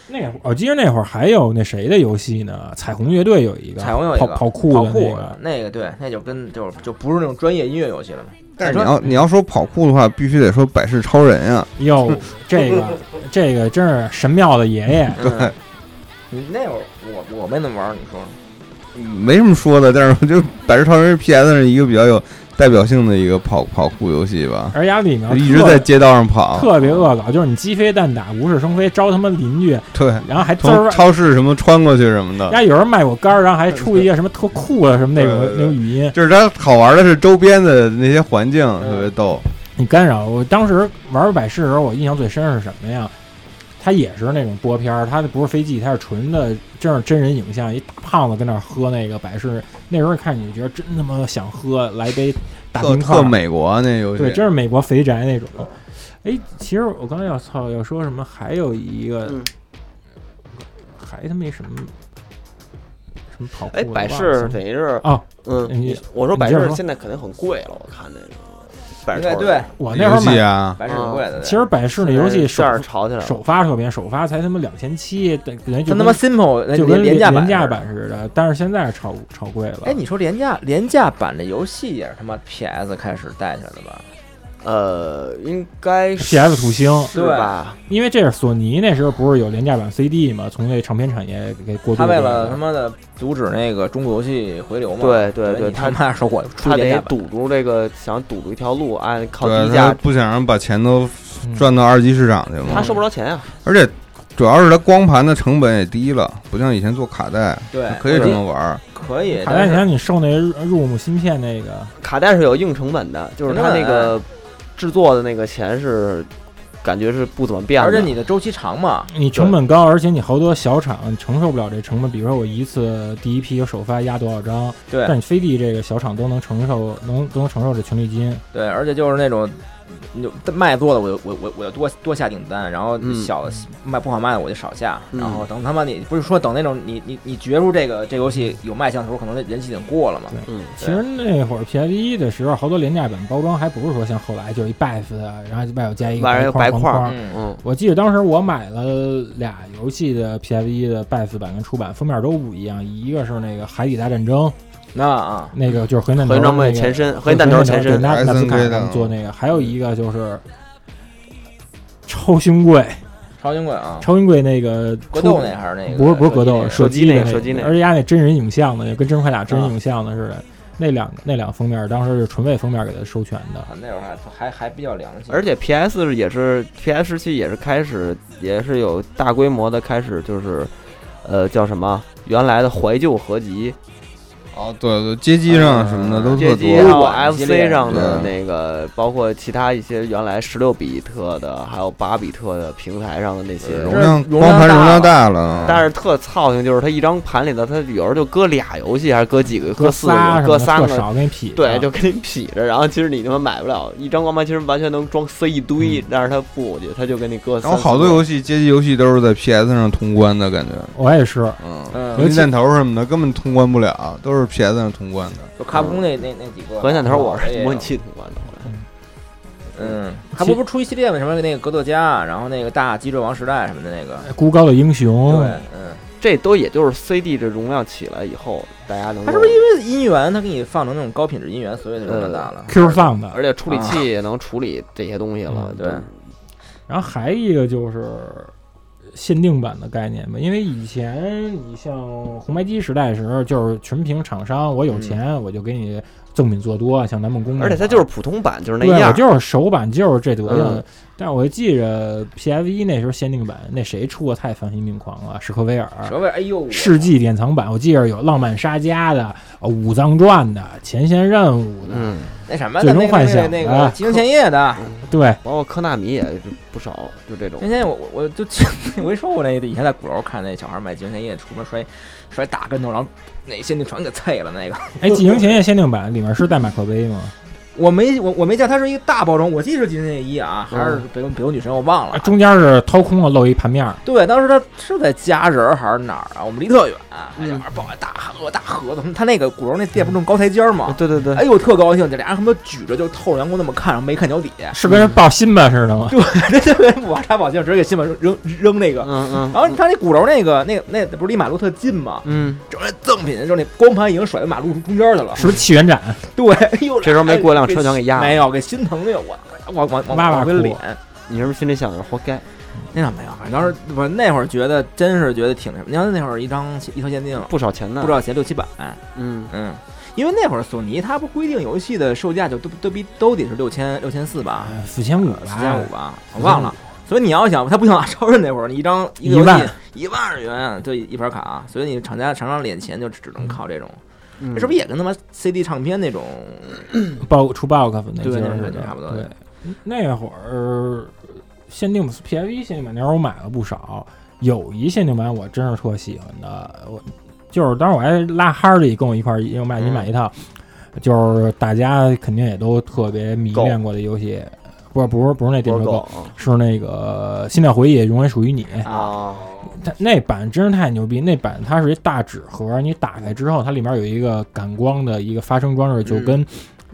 D: 那会儿我记得那会儿还有那谁的游戏呢？彩虹乐队有一个
C: 彩虹有一
D: 跑
C: 个
D: 跑酷
C: 跑
D: 的
C: 酷
D: 那
C: 的
D: 个，
C: 那个对，那就跟就就不是那种专业音乐游戏了嘛。
A: 但是你要你要说跑酷的话，必须得说百事超人啊，
D: 哟，这个这个真是神庙的爷爷。
C: 对，嗯你那会儿我我没那么玩儿，你说
A: 没什么说的。但是我觉得百事超人是 PS 上一个比较有代表性的一个跑跑酷游戏吧，
D: 而且里面
A: 就一直
D: 特
A: 在街道上跑。
D: 特别恶搞，就是你鸡飞蛋打，无事生非，招他妈邻居，
A: 对，
D: 然后还滋
A: 从
D: 儿。
A: 超市什么穿过去什么的
D: 人。家有人卖我杆儿，然后还出一个什么特酷的什么那种
A: 对对对
D: 那种语音，
A: 就是它好玩的是周边的那些环境特
D: 嗯
A: 别逗，
D: 你干扰我当时玩百事的时候，我印象最深是什么呀？它也是那种播片儿，它不是飞机，它是纯的，真是真人影像。一大胖子跟那儿喝那个百事，那时候看你就觉得真他妈想喝，来杯大
A: 特
D: 冰块
A: 特
D: 儿，
A: 美国那游戏。
D: 对，真是美国肥宅那种。哎，其实我刚才要操要说什么，还有一个，
E: 嗯
D: 还他妈一什么什么跑酷的，
E: 哎，百事等于是
D: 啊，
E: 嗯，
D: 你
E: 我说百
D: 你接着
E: 事
D: 说
E: 现在肯定很贵了，我看那个百事
C: 对
E: 超
C: 对
E: 人，
D: 我那时
A: 游
D: 候
A: 戏
D: 买，
A: 啊，
C: 白是很贵的。
D: 嗯其实百事那游
C: 呃
D: 戏
E: 这
D: 首
E: 样炒起来了。
D: 首发特别，首发才他妈两千七，等等于就
C: 跟
D: 跟
C: 他妈 simple 那
D: 就跟
C: 廉
D: 价
C: 价版。
D: 版似的，但是现在炒炒贵了。
C: 哎，你说廉价廉价版的游戏也是他妈 PS 开始带起来的吧？
E: 呃，应该是
D: PS 土星，
E: 是吧？
D: 因为这是索尼那时候不是有廉价版 CD 嘛，从那唱片产业给过渡
C: 他
D: 过来
C: 为
D: 的。啊
C: 了他妈的阻止那个中国游戏回流嘛？
E: 对对
C: 所以
E: 对
C: 你他
E: 他
C: 妈说我出
E: 他
C: 廉
E: 得
C: 价版。
E: 堵住这个，想堵住一条路，按靠
A: 对，啊
E: 低
A: 他
E: 价，
A: 不想让把钱都
D: 嗯
A: 赚到二级市场去嘛
E: 他。收不着钱呀。啊
A: 而且主要是它光盘的成本也低了，不像以前做卡带，
C: 对，
A: 可以这么玩儿。
C: 可以，
D: 卡带，
C: 但
D: 你
C: 是
D: 看你受那入入母芯片那个，
E: 卡带是有硬成本的，就是
C: 啊
E: 他那个制作的那个钱是感觉是不怎么变的。
C: 而且你的周期长嘛，
D: 你成本高，而且你好多小厂承受不了这成本。比如说我一次第一批有首发压多少张，
C: 对
D: 但你飞地这个小厂都能承受，能都能承受这权利金。
C: 对，而且就是那种。你就卖做的我就我我我就多多下订单，然后
E: 嗯
C: 小的卖不好卖的我就少下，
E: 嗯
C: 然后等他妈你不是说等那种你你你觉出这个这游戏有卖相的时候，可能人气已经过了嘛？
D: 对
E: 嗯，
D: 其实那会儿 PS 一的时候，好多廉价版包装还不是说像后来就是一 buff 的，然后外头加一个
E: 外边有
D: 白
E: 白
D: 框
E: 块
D: 黄
E: 儿
D: 框
C: 嗯，
E: 嗯，
D: 我记得当时我买了俩游戏的 PS 一的 BIF 版跟出版封面都不一样，一个是那个《海底大战争》，
C: 那啊，
D: 那个就是核弹头
E: 核
D: 那
E: 装备
D: 个
E: 前身，核
D: 核
E: 弹头前身，
D: 纳纳斯
A: SNK
D: 卡
A: 的
D: 他们做那个，还有一个就是超新贵，
C: 超金贵啊，
D: 超新贵那个
C: 格斗那还是那个？
D: 不是不是格斗，
E: 射
D: 射
E: 击
D: 击
E: 那
D: 的
E: 个射击那个啊
D: 而且压那真人影像的，就跟《真快打》真人影像的似的。那两那两封面当时是纯为封面给它授权的，
C: 啊，那会儿还还还比较良心，
E: 而且 PS 也是 PS 时期也是开始也是有大规模的开始就是，呃，叫什么？原来的怀旧合集，
A: 哦，对对，街机上什么的都
E: 啊街
A: 特
E: 机
A: 多。
E: 还有
C: 馆系列
E: FC 上的
A: 对
E: 那个，包括其他一些原来十六比特的，还有八比特的平台上的那些。
A: 容量
C: 容量
A: 光盘容
C: 大
A: 量大了，嗯
E: 但是特操性就是它一张盘里头，它有时候就搁俩游戏，还是搁几个，搁四
D: 仨什
E: 个，
D: 么
E: 搁
D: 的
E: 三
D: 特
E: 个，
D: 少给你啊匹的，
E: 对，就给你匹着。然后其实你他妈买不了一张光盘，其实完全能装塞一堆，但是它不，我觉得它就给你搁三四
A: 然
E: 个。
A: 后好多游戏街机游戏都是在 PS 上通关的感觉，
D: 我也是，
A: 嗯，
C: 嗯
A: 核，弹头什么的根本通关不了，都是 PS 上通关的。
C: 就卡普空那那那几个
E: 核弹头我
C: 也
E: 是
C: 有
E: 模拟器挺关的，我
C: 嗯，还不不出一系列嘛，什么那个格斗家，然后那个大脊椎王时代什么的那个，
D: 孤高的英雄，
C: 对，嗯，
E: 这都也就是 CD 这容量起来以后，大家能
C: 它是
E: 够
C: 不是因为音源它给你放成那种高品质音源，所以它容量大了？
D: 呃 Q 放的。
E: 而且处理器也能处理这些东西了，
D: 嗯
E: 对
C: 对
D: 然后还一个就是限定版的概念吧，因为以前你像红白机时代的时候，就是纯凭厂商，我有钱我就给你赠品做多，像咱们公，
E: 嗯而且它就是普通版，就是
D: 嗯
E: 那
D: 对，我
E: 样。
D: 就是手版就是这德行。
E: 嗯
D: 但是我记着 PF 一那时候限定版，那谁出的太丧心病狂啊了，史克威尔。
C: 蛇尾，哎呦，我
D: 世纪典藏版，我记着有《浪漫沙加》的，呃《武藏传》的，《前线任务》的，
E: 嗯，
C: 那什么
D: 最
C: 的
D: 终
C: 那个
D: 幻
C: 那个
D: 想
C: 那
D: 啊
C: 个激情前夜的，
D: 对，
E: 包括科纳米也不少，就这种
C: 激情前夜我我我就 我一说我那以前在鼓楼看那小孩买激情前夜，出门摔摔大跟头，然后那限定全给碎了那个。
D: 哎，《进行前夜》限定版里面是带马克杯吗？
C: 我没我我没见它是一个大包装，我记得是激情前夜一啊，还是北欧北欧女神我忘
D: 嗯啊
C: 了。
D: 中间是掏空了，露一盘面儿。
C: 对，当时他是在家人儿还是哪儿啊？我们离特远，
D: 嗯
C: 哎俩人抱着大盒大盒子，他那个鼓楼那店不是那种高台阶儿吗？
E: 对对
D: 嗯
E: 对，
C: 哎呦，特高兴，这俩人他妈举着就透着阳光那么看，没看脚底，
D: 是跟人抱新吧似的吗？
C: 这这跟我查宝镜直接给新闻扔扔那个。
E: 嗯
C: 然后他那鼓楼那个那那不是离马路特近吗？
E: 嗯，
C: 整那赠品就是那光盘已经甩到马路中间去了。
D: 是不是气源展？
C: 对，哎呦，
E: 这时候没过一辆车全给压了
C: 没有，给心疼的哟，我我我我
D: 哇哇
C: 我给
D: 哭
C: 脸。
E: 你是不是心里想着活该？
C: 那倒没有，反正当时我那会儿觉得真是觉得挺什么。你看那会儿一张一条限定
E: 不少钱呢，
C: 不知道写六七百，
E: 嗯，
C: 嗯，因为那会儿索尼它不规定游戏的售价就都都比都得是六千六千四吧，
D: 呃四千五
C: 四千五
D: 吧，
C: 吧，我忘了。所以你要想，它不像啊超市那会儿，你一 张一个
D: 一
C: 游
D: 万
C: 戏一万日元，对一盘卡，所以你厂家厂商敛钱就只能靠这种，
E: 嗯
C: 这是不是也跟他妈 CD 唱片那种？
D: 包出 box 那
C: 对
D: 劲
C: 那
D: 儿
C: 种
D: 似
C: 感觉
D: 的，
C: 差不多
D: 对，那会儿呃限定 PF 一限定版那会儿我买了不少，有一限定版我真是特喜欢的，我就是当时我还拉哈儿里跟我一块儿一买一买一套，
C: 嗯
D: 就是大家肯定也都特别迷恋过的游戏，不是不是不是那电
E: 不
D: 车
E: 是
D: 购，
E: 狗
D: 是那个《心跳回忆》永远属于你。
E: 啊，
C: 哦
D: 它那版真是太牛逼，那版它是一大纸盒，你打开之后，它里面有一个感光的一个发声装置，
E: 嗯
D: 就跟、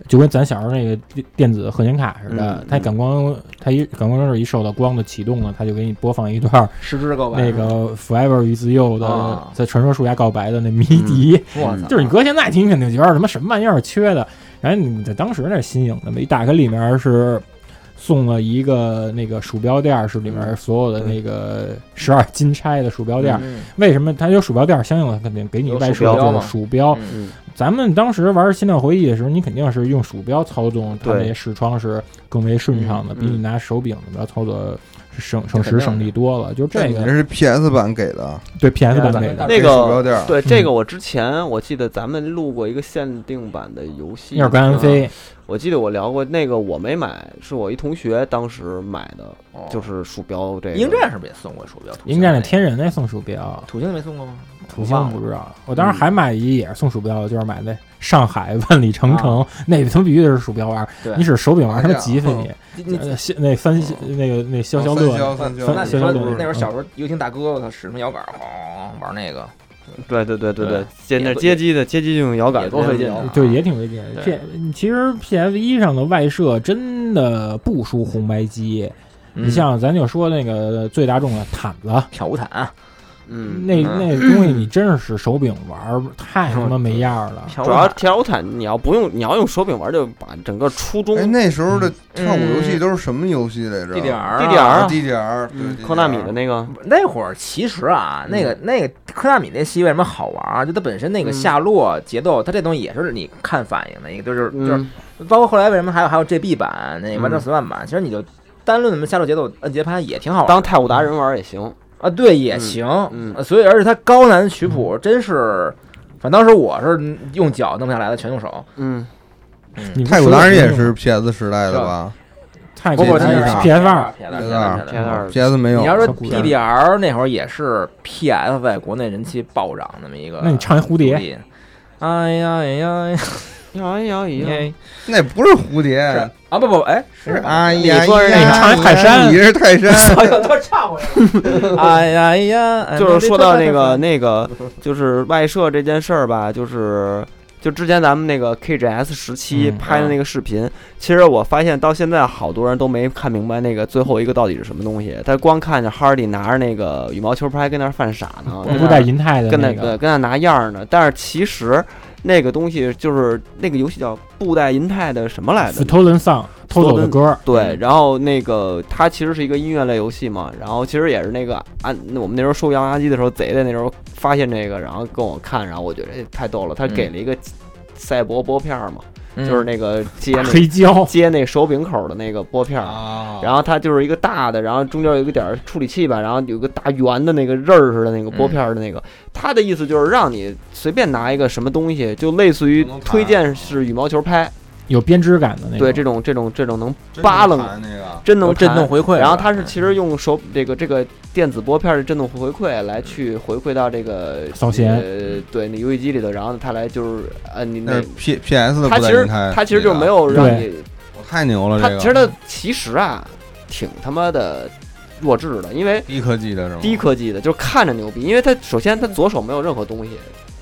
D: 就跟咱小时候那个电电子贺年卡似的，
E: 嗯
D: 它感光它一感光装置一受到光的启动呢，它就给你播放一段
C: 实质购买
D: 那个 Forever 与自由的、
E: 哦
C: 啊
D: 在传说树下告白的那迷
E: 嗯
D: 笛，
C: 我操，
D: 嗯就是你搁现在听肯定觉得什么什么玩意儿缺的，然后你在当时那是新颖的，没打开里面是送了一个那个鼠标垫儿，是里面所
E: 嗯
D: 有的那个十二金钗的鼠标垫儿。
C: 嗯
D: 为什么它有鼠标垫儿？相应的肯定给你
E: 有
D: 外
E: 鼠
D: 设
E: 标
D: 就是
C: 嘛
D: 鼠标。
C: 嗯
E: 嗯，
D: 咱们当时玩《心跳回忆》的时候，你肯定是用鼠标操纵它
E: 对
D: 那些视窗是更为顺畅的，
E: 嗯
D: 比你拿手柄的操作是省省时省力多了。就
A: 这
D: 这
A: 你这
D: 个
A: 是 PS 版给的，
D: 对 PS 版给
C: 那
D: 的，
E: 那
A: 鼠标
E: 个
C: 啊
A: 垫儿
E: 对这个我之
D: 嗯
E: 前我记得咱们录过一个限定版的游戏，
D: 要是甘安飞，
E: 我记得我聊过那个我没买，是我一同学当时买的，就是鼠标这个。
C: 鹰战是不是也送过鼠标？土星
D: 哦迎战那
C: 那
D: 天人那送鼠标。
C: 土星的没送过吗？
D: 土
C: 忘
D: 星
C: 了
D: 不知道，我当时还买一也是送鼠标的，就是买那上海万里长城，那他妈必须得是鼠标玩儿，
C: 对嗯
D: 你使手柄玩儿，他妈
A: 哎呀
D: 急死你。
C: 你
D: 呃西那三那个那消消乐，
A: 三消
C: 那
A: 三
C: 你
A: 消
D: 消
C: 说
D: 消乐
C: 那会儿小时候，游艇大哥，我操，使什么摇杆，咣玩那个，
E: 对对对对对
C: 对，
E: 接那
C: 也
E: 街机的街机就用摇杆
C: 也多费劲
E: 啊
C: 啊！
D: 对，也挺费劲。
C: 对嗯
D: P 其实 PF 一上的外设真的不输红白机，你
C: 嗯
D: 像咱就说那个最大众的毯子，
C: 跳舞
D: 啊
C: 毯，
E: 嗯，
D: 那
C: 嗯
D: 那东西你真是使手柄玩儿，太他妈没样儿了。
C: 跳舞
E: 主要
C: 毯，
E: 跳舞毯，你要不用，你要用手柄玩，就把整个初中
A: 哎，那时候的
E: 嗯
A: 跳舞游戏都是什么游戏来着
C: DDR 啊
E: DDR
A: 啊，DDR，
E: 嗯
A: 对
E: 科纳米的那个，
C: 那会儿其实啊，那个那个科纳米那戏为什么好玩儿？就它本身那个
E: 嗯
C: 下落节奏，它这东西也是你看反应的一个，就是就是，
E: 嗯，
C: 包括后来为什么还有还有 GB 版、那
E: 嗯
C: 完整 SWAN 版，其实你就单论什么下落节奏、按节拍也挺好玩的
E: 当太鼓达人玩也行。
C: 啊，对，也
E: 嗯
C: 行。
E: 嗯
C: 呃所以而且它高难曲谱，真是，反正当时我是用脚弄不下来的，全用手。
E: 嗯，
D: 你不
A: 太鼓达人
D: 手柄
A: 也是 PS 时代的吧
D: 太
C: 不
D: 古
C: 不，
D: 达
C: 它
A: 那
D: 人
A: 是
D: 是
E: 啊
A: 啥
D: PF 二，
A: PSR
E: 天二
A: ？PS 没有。
C: 你要说
D: 小鼓点
C: DDR 那会儿也是 PS 在国内人气暴涨那么一个，
D: 那你唱一蝴蝶，。
C: 哎呀哎呀哎呀
E: 摇一摇一摇，
C: 哎！
A: 那不是蝴蝶，
C: 是啊不不哎
A: 是阿
E: 你
A: 姨。哎
E: 说是
A: 呀
E: 那
D: 个唱的泰山
A: 你是泰 山。
C: 又都唱回来了。哎呀哎呀，
E: 就是说到那个那个，就是外设这件事儿吧，就是就之前咱们那个 KGS 时期
D: 嗯
E: 拍的那个视频，其实我发现到现在好多人都没看明白那个最后一个到底是什么东西。他光看着 Hardy 拿着那个羽毛球拍还跟那儿犯傻呢，
D: 不是带银泰的
E: 跟
D: 那
E: 个
D: 个，
E: 跟那拿样儿呢。但是其实那个东西就是那个游戏叫布袋银泰的什么来着？
D: Stolen Song 偷走的歌，
E: 对，然后那个它其实是一个音乐类游戏嘛，然后其实也是那个安、我们那时候收羊垃圾的时候，贼的那时候发现这个，然后跟我看，然后我觉得哎太逗了，他
C: 嗯
E: 给了一个赛博拨片儿嘛，
C: 嗯
E: 就是那个接那
D: 黑胶，
E: 接那手柄口的那个拨片儿。
A: 啊
E: 然后它就是一个大的，然后中间有一个点儿处理器吧，然后有个大圆的那个刃儿似的那个拨片儿的那个。它的意思就是让你随便拿一个什么东西，就类似于
A: 都能
E: 推
A: 拍
E: 荐是羽毛球拍，
D: 有编织感的那个。
E: 对这种这种这种能
A: 后
E: 扒楞
A: 那个，
E: 真能
C: 有震
E: 弹
C: 动回馈了，
E: 然后它是
C: 嗯
E: 其实用手这个这个电子拨片的振动回馈来去回馈到这个
D: 扫弦
E: 呃，对，你游戏机里头，然后它来就是呃，你
A: 那
E: 那
A: 是 P P S 的
E: 它
A: 不
E: 其
A: 在
E: 实
A: 云台，
E: 它其实就没有让你，
A: 我太牛了，
E: 它
A: 这个
E: 其实它其实啊，挺他妈的呃弱智的，因为
A: 低科技的是吗？
E: 低科技的，就是看着牛逼，因为它首先它左手没有任何东西。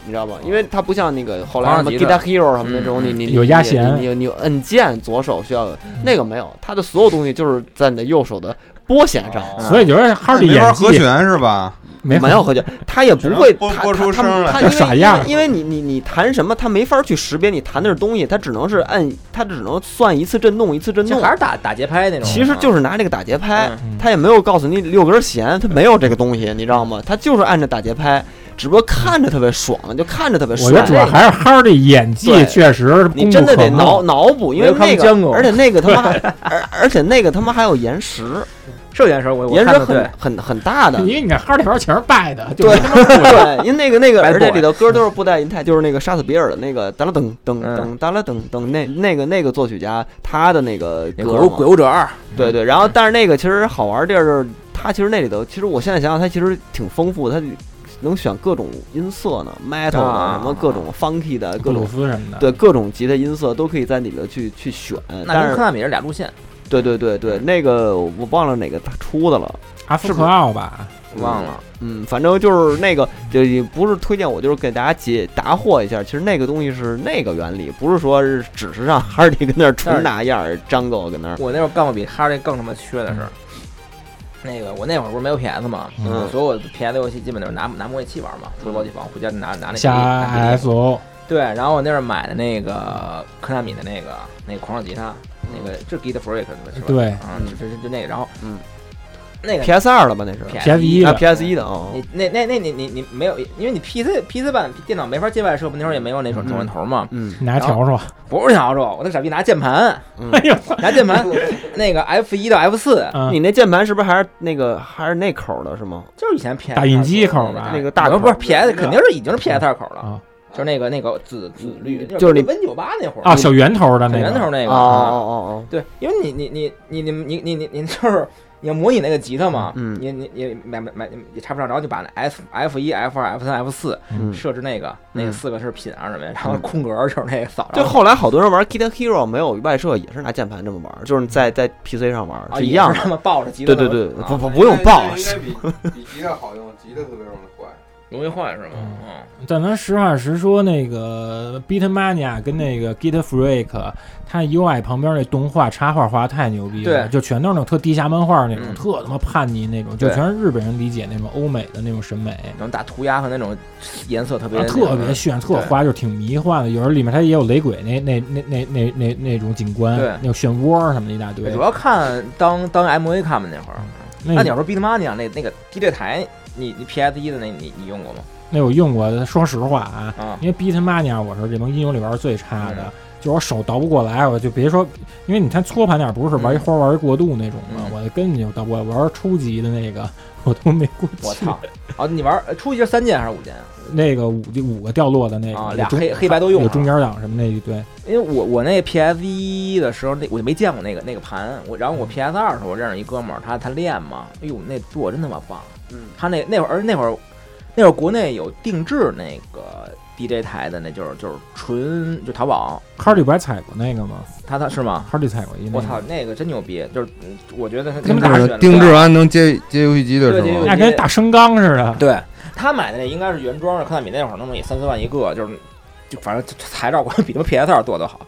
E: 你知道吗？因为它不像那个后来什么
C: 皇上
D: 啊
C: 级
E: Guitar
C: 的
E: Hero 什么的这种，
C: 嗯
E: 你你
D: 有压弦
E: 你你你有按键，左手需要那个没有，它的所有东西就是在你的右手的拨弦上。
A: 哦
D: 所以就是
A: 那
D: Hardy
A: 没法
D: 演
A: 和
D: 技
A: 弦是吧？
D: 没
E: 没有 啊合觉，他也不会
A: 只能播
E: 他
A: 播出
E: 他
A: 声来
E: 他他因为
D: 耍样儿
E: 因为因为你你你弹什么，他没法去识别你弹的是东西，他只能是按他只能算一次震动一次震
C: 就
E: 动
C: 还，是打打节拍
A: 哦
C: 那种，
E: 其实
C: 是
E: 就是拿这个打节拍，
C: 嗯
D: 嗯
E: 他也没有告诉你六根弦，他没有这个东西，你知道吗？他就是按着打节拍，只不过看着特别爽，就看着特别
D: 我觉
E: 帅
D: 得。主要还是 Hardy 演技
E: 对
D: 确实功
E: 你
D: 不
E: 真的
D: 可
E: 得
D: 没
E: 脑脑补，因为
C: Welcome
E: 那个，
C: Jungle
E: 而且那个他妈， 而而且那个他妈还有延时，
C: 这件事儿我我
E: 延时
C: 看到
E: 很
C: 对
E: 很很 大的，
D: 因为你看 Hardy 全是败的，就
E: 对
D: 是他妈不
E: 对，因为那个那个，
C: 白
E: 而且
C: 过
E: 里头歌都是布袋银泰，就是那个杀死比尔的那个哒啦噔噔噔
C: 嗯
E: 哒啦噔噔，那那个那个作曲家他的那个
C: 鬼
E: 歌
C: 屋
E: 嘛
C: 鬼，屋嗯者二，
E: 对对。然后但是那个其实好玩地儿就是，他其实那里头，其实我现在想想，他其实挺丰富，他能选各种音色呢，metal 的
C: 啊
E: 什么各种 funky 的各
D: 布鲁
E: 种。
D: 斯什么的。
E: 对各种吉他音色都可以在里头去去选，
C: 那嗯
E: 但
C: 跟
E: 是
C: 科纳米是俩路线，
E: 对对对对，那个我忘了哪个他出的了，
D: 阿福克奥吧，
C: 啊忘了，
E: 嗯，反正就是那个，就也不是推荐我，就是给大家解答惑一下。其实那个东西是那个原理，不是说是只是让 哈迪跟那儿纯拿样儿，张狗跟那儿。
C: 我那会儿干过比哈利更他妈缺的事儿。那个我那会儿不是没有 PS 嘛，
E: 嗯
C: 所有 PS 游戏基本都是拿拿模拟器玩嘛，除了暴击房，回家拿拿那个
D: 下
C: 拿那个
D: ISO
C: 对，然后我那儿买的那个科纳米的那个那个狂想吉他，那个就 Git Freak 是吧？
D: 对
C: 啊，就就就那个，然后
E: 嗯，
C: 那个
E: PS 二了吧？那是
D: PS 一
E: 啊
D: 的
E: ，PS 一的啊。
C: 你那那那你你你没有，因为你 PC PC 版电脑没法接外设，那时候也没有那种
E: 嗯
C: 转换头嘛，
E: 嗯
D: 拿笤帚，
C: 不是拿住，我那傻逼拿键盘，
E: 嗯，
D: 哎呦，
C: 拿键 盘，那个 F 一到 F 四，
D: 嗯
E: 你那键盘是不是还是那个还是那口儿的是吗？
C: 就是以前 PS
D: 打印机口吧
E: 那个大口
C: 哎不是 PS，肯定是已经是 PS 二口了，
D: 啊
C: 就是那个那个紫紫绿，
E: 就是你
C: Win 九八那会儿
D: 啊，小圆头的
C: 小
D: 那
C: 圆头
D: 个，
C: 那
E: 哦
C: 个，
E: 哦
C: 啊
E: 哦哦，
C: 对，因为你你你你你你你你你就是你要模拟那个吉他嘛，
E: 嗯
C: 你你你买买买也插不上，然后就把那 F F 一 F 二 F 三 F 四
E: 嗯。
C: 设置那个那
E: 嗯
C: 个四个是品啊什么的，然后空格就是那个扫
E: 就
C: 上。
E: 后来好多人玩 Guitar Hero 没有外设，也是拿键盘这么玩儿，就是在在 PC 上玩儿
C: 啊，
E: 是一
C: 也
E: 样
C: 是他
E: 的。
C: 们抱着吉他
E: 对
C: 的，
E: 对对，
C: 啊
E: 不不不用抱，
A: 应该比比吉他好用，吉他特别容易坏。
C: 容易坏是吗？
D: 嗯
C: 嗯，
D: 但咱实话实说，那个 Beatmania 跟那个 Git Freak，它 UI 旁边那动画插画画得太牛逼了，
C: 对
D: 就全都是那种特地下漫画那种，
C: 嗯
D: 特他妈叛逆那种，就
C: 对
D: 全是日本人理解那种欧美的那种审美，
C: 然后打涂鸦和那种颜色特别
D: 啊，特别炫，特
C: 对
D: 花，就是挺迷幻的。有时候里面它也有雷鬼那那那那那那那种景观，
C: 对
D: 那种漩涡什么的一大堆。
C: 主要看当当 MV 看吧那会儿。
D: 那
C: 那你要说 Beatmania 那那个 DJ 台，你你 PS 一的那你你用过吗？
D: 那我用过，说实话啊，
C: 啊，
D: 因为 Beatmania 我是这帮音游里玩最差的
C: 嗯，
D: 就是我手倒不过来，我就别说，因为你看搓盘点不是玩一
C: 嗯
D: 花玩一过渡那种嘛，
C: 嗯
D: 我就根本就倒不过来，玩初级的那个我都没过去。
C: 我操！啊，你玩呃初级是三键还是五键啊？
D: 那个五五个掉落的那个，
C: 啊
D: 有
C: 俩
D: 中
C: 黑黑白都用
D: 有
C: 了
D: 中间档什么那一堆，
C: 因为我我那 PS 一的时候，那我就没见过那个那个盘。我然后我
D: 嗯
C: PS 二的时候，我认识一哥们儿，他他练嘛，哎呦，那比我真他妈棒。
E: 嗯，
C: 他那那会儿，而那会儿那会儿国内有定制那个 DJ 台的，那就是就是纯就淘宝，
D: 哈里不还踩过那个吗？
C: 他他是吗？
D: 哈里踩过一那个，
C: 我操，那个真牛逼！就是嗯我觉得他
D: 定制
C: 大
D: 的
C: 选的
A: 定制完能接接游戏机的
C: 对
A: 是
C: 接游
A: 吗
C: 戏？
D: 那跟大升缸似的。
C: 对他买的那应该是原装的，科纳米那会儿能也三四万一个，就是就反正材料我比他妈 PS 二做的好。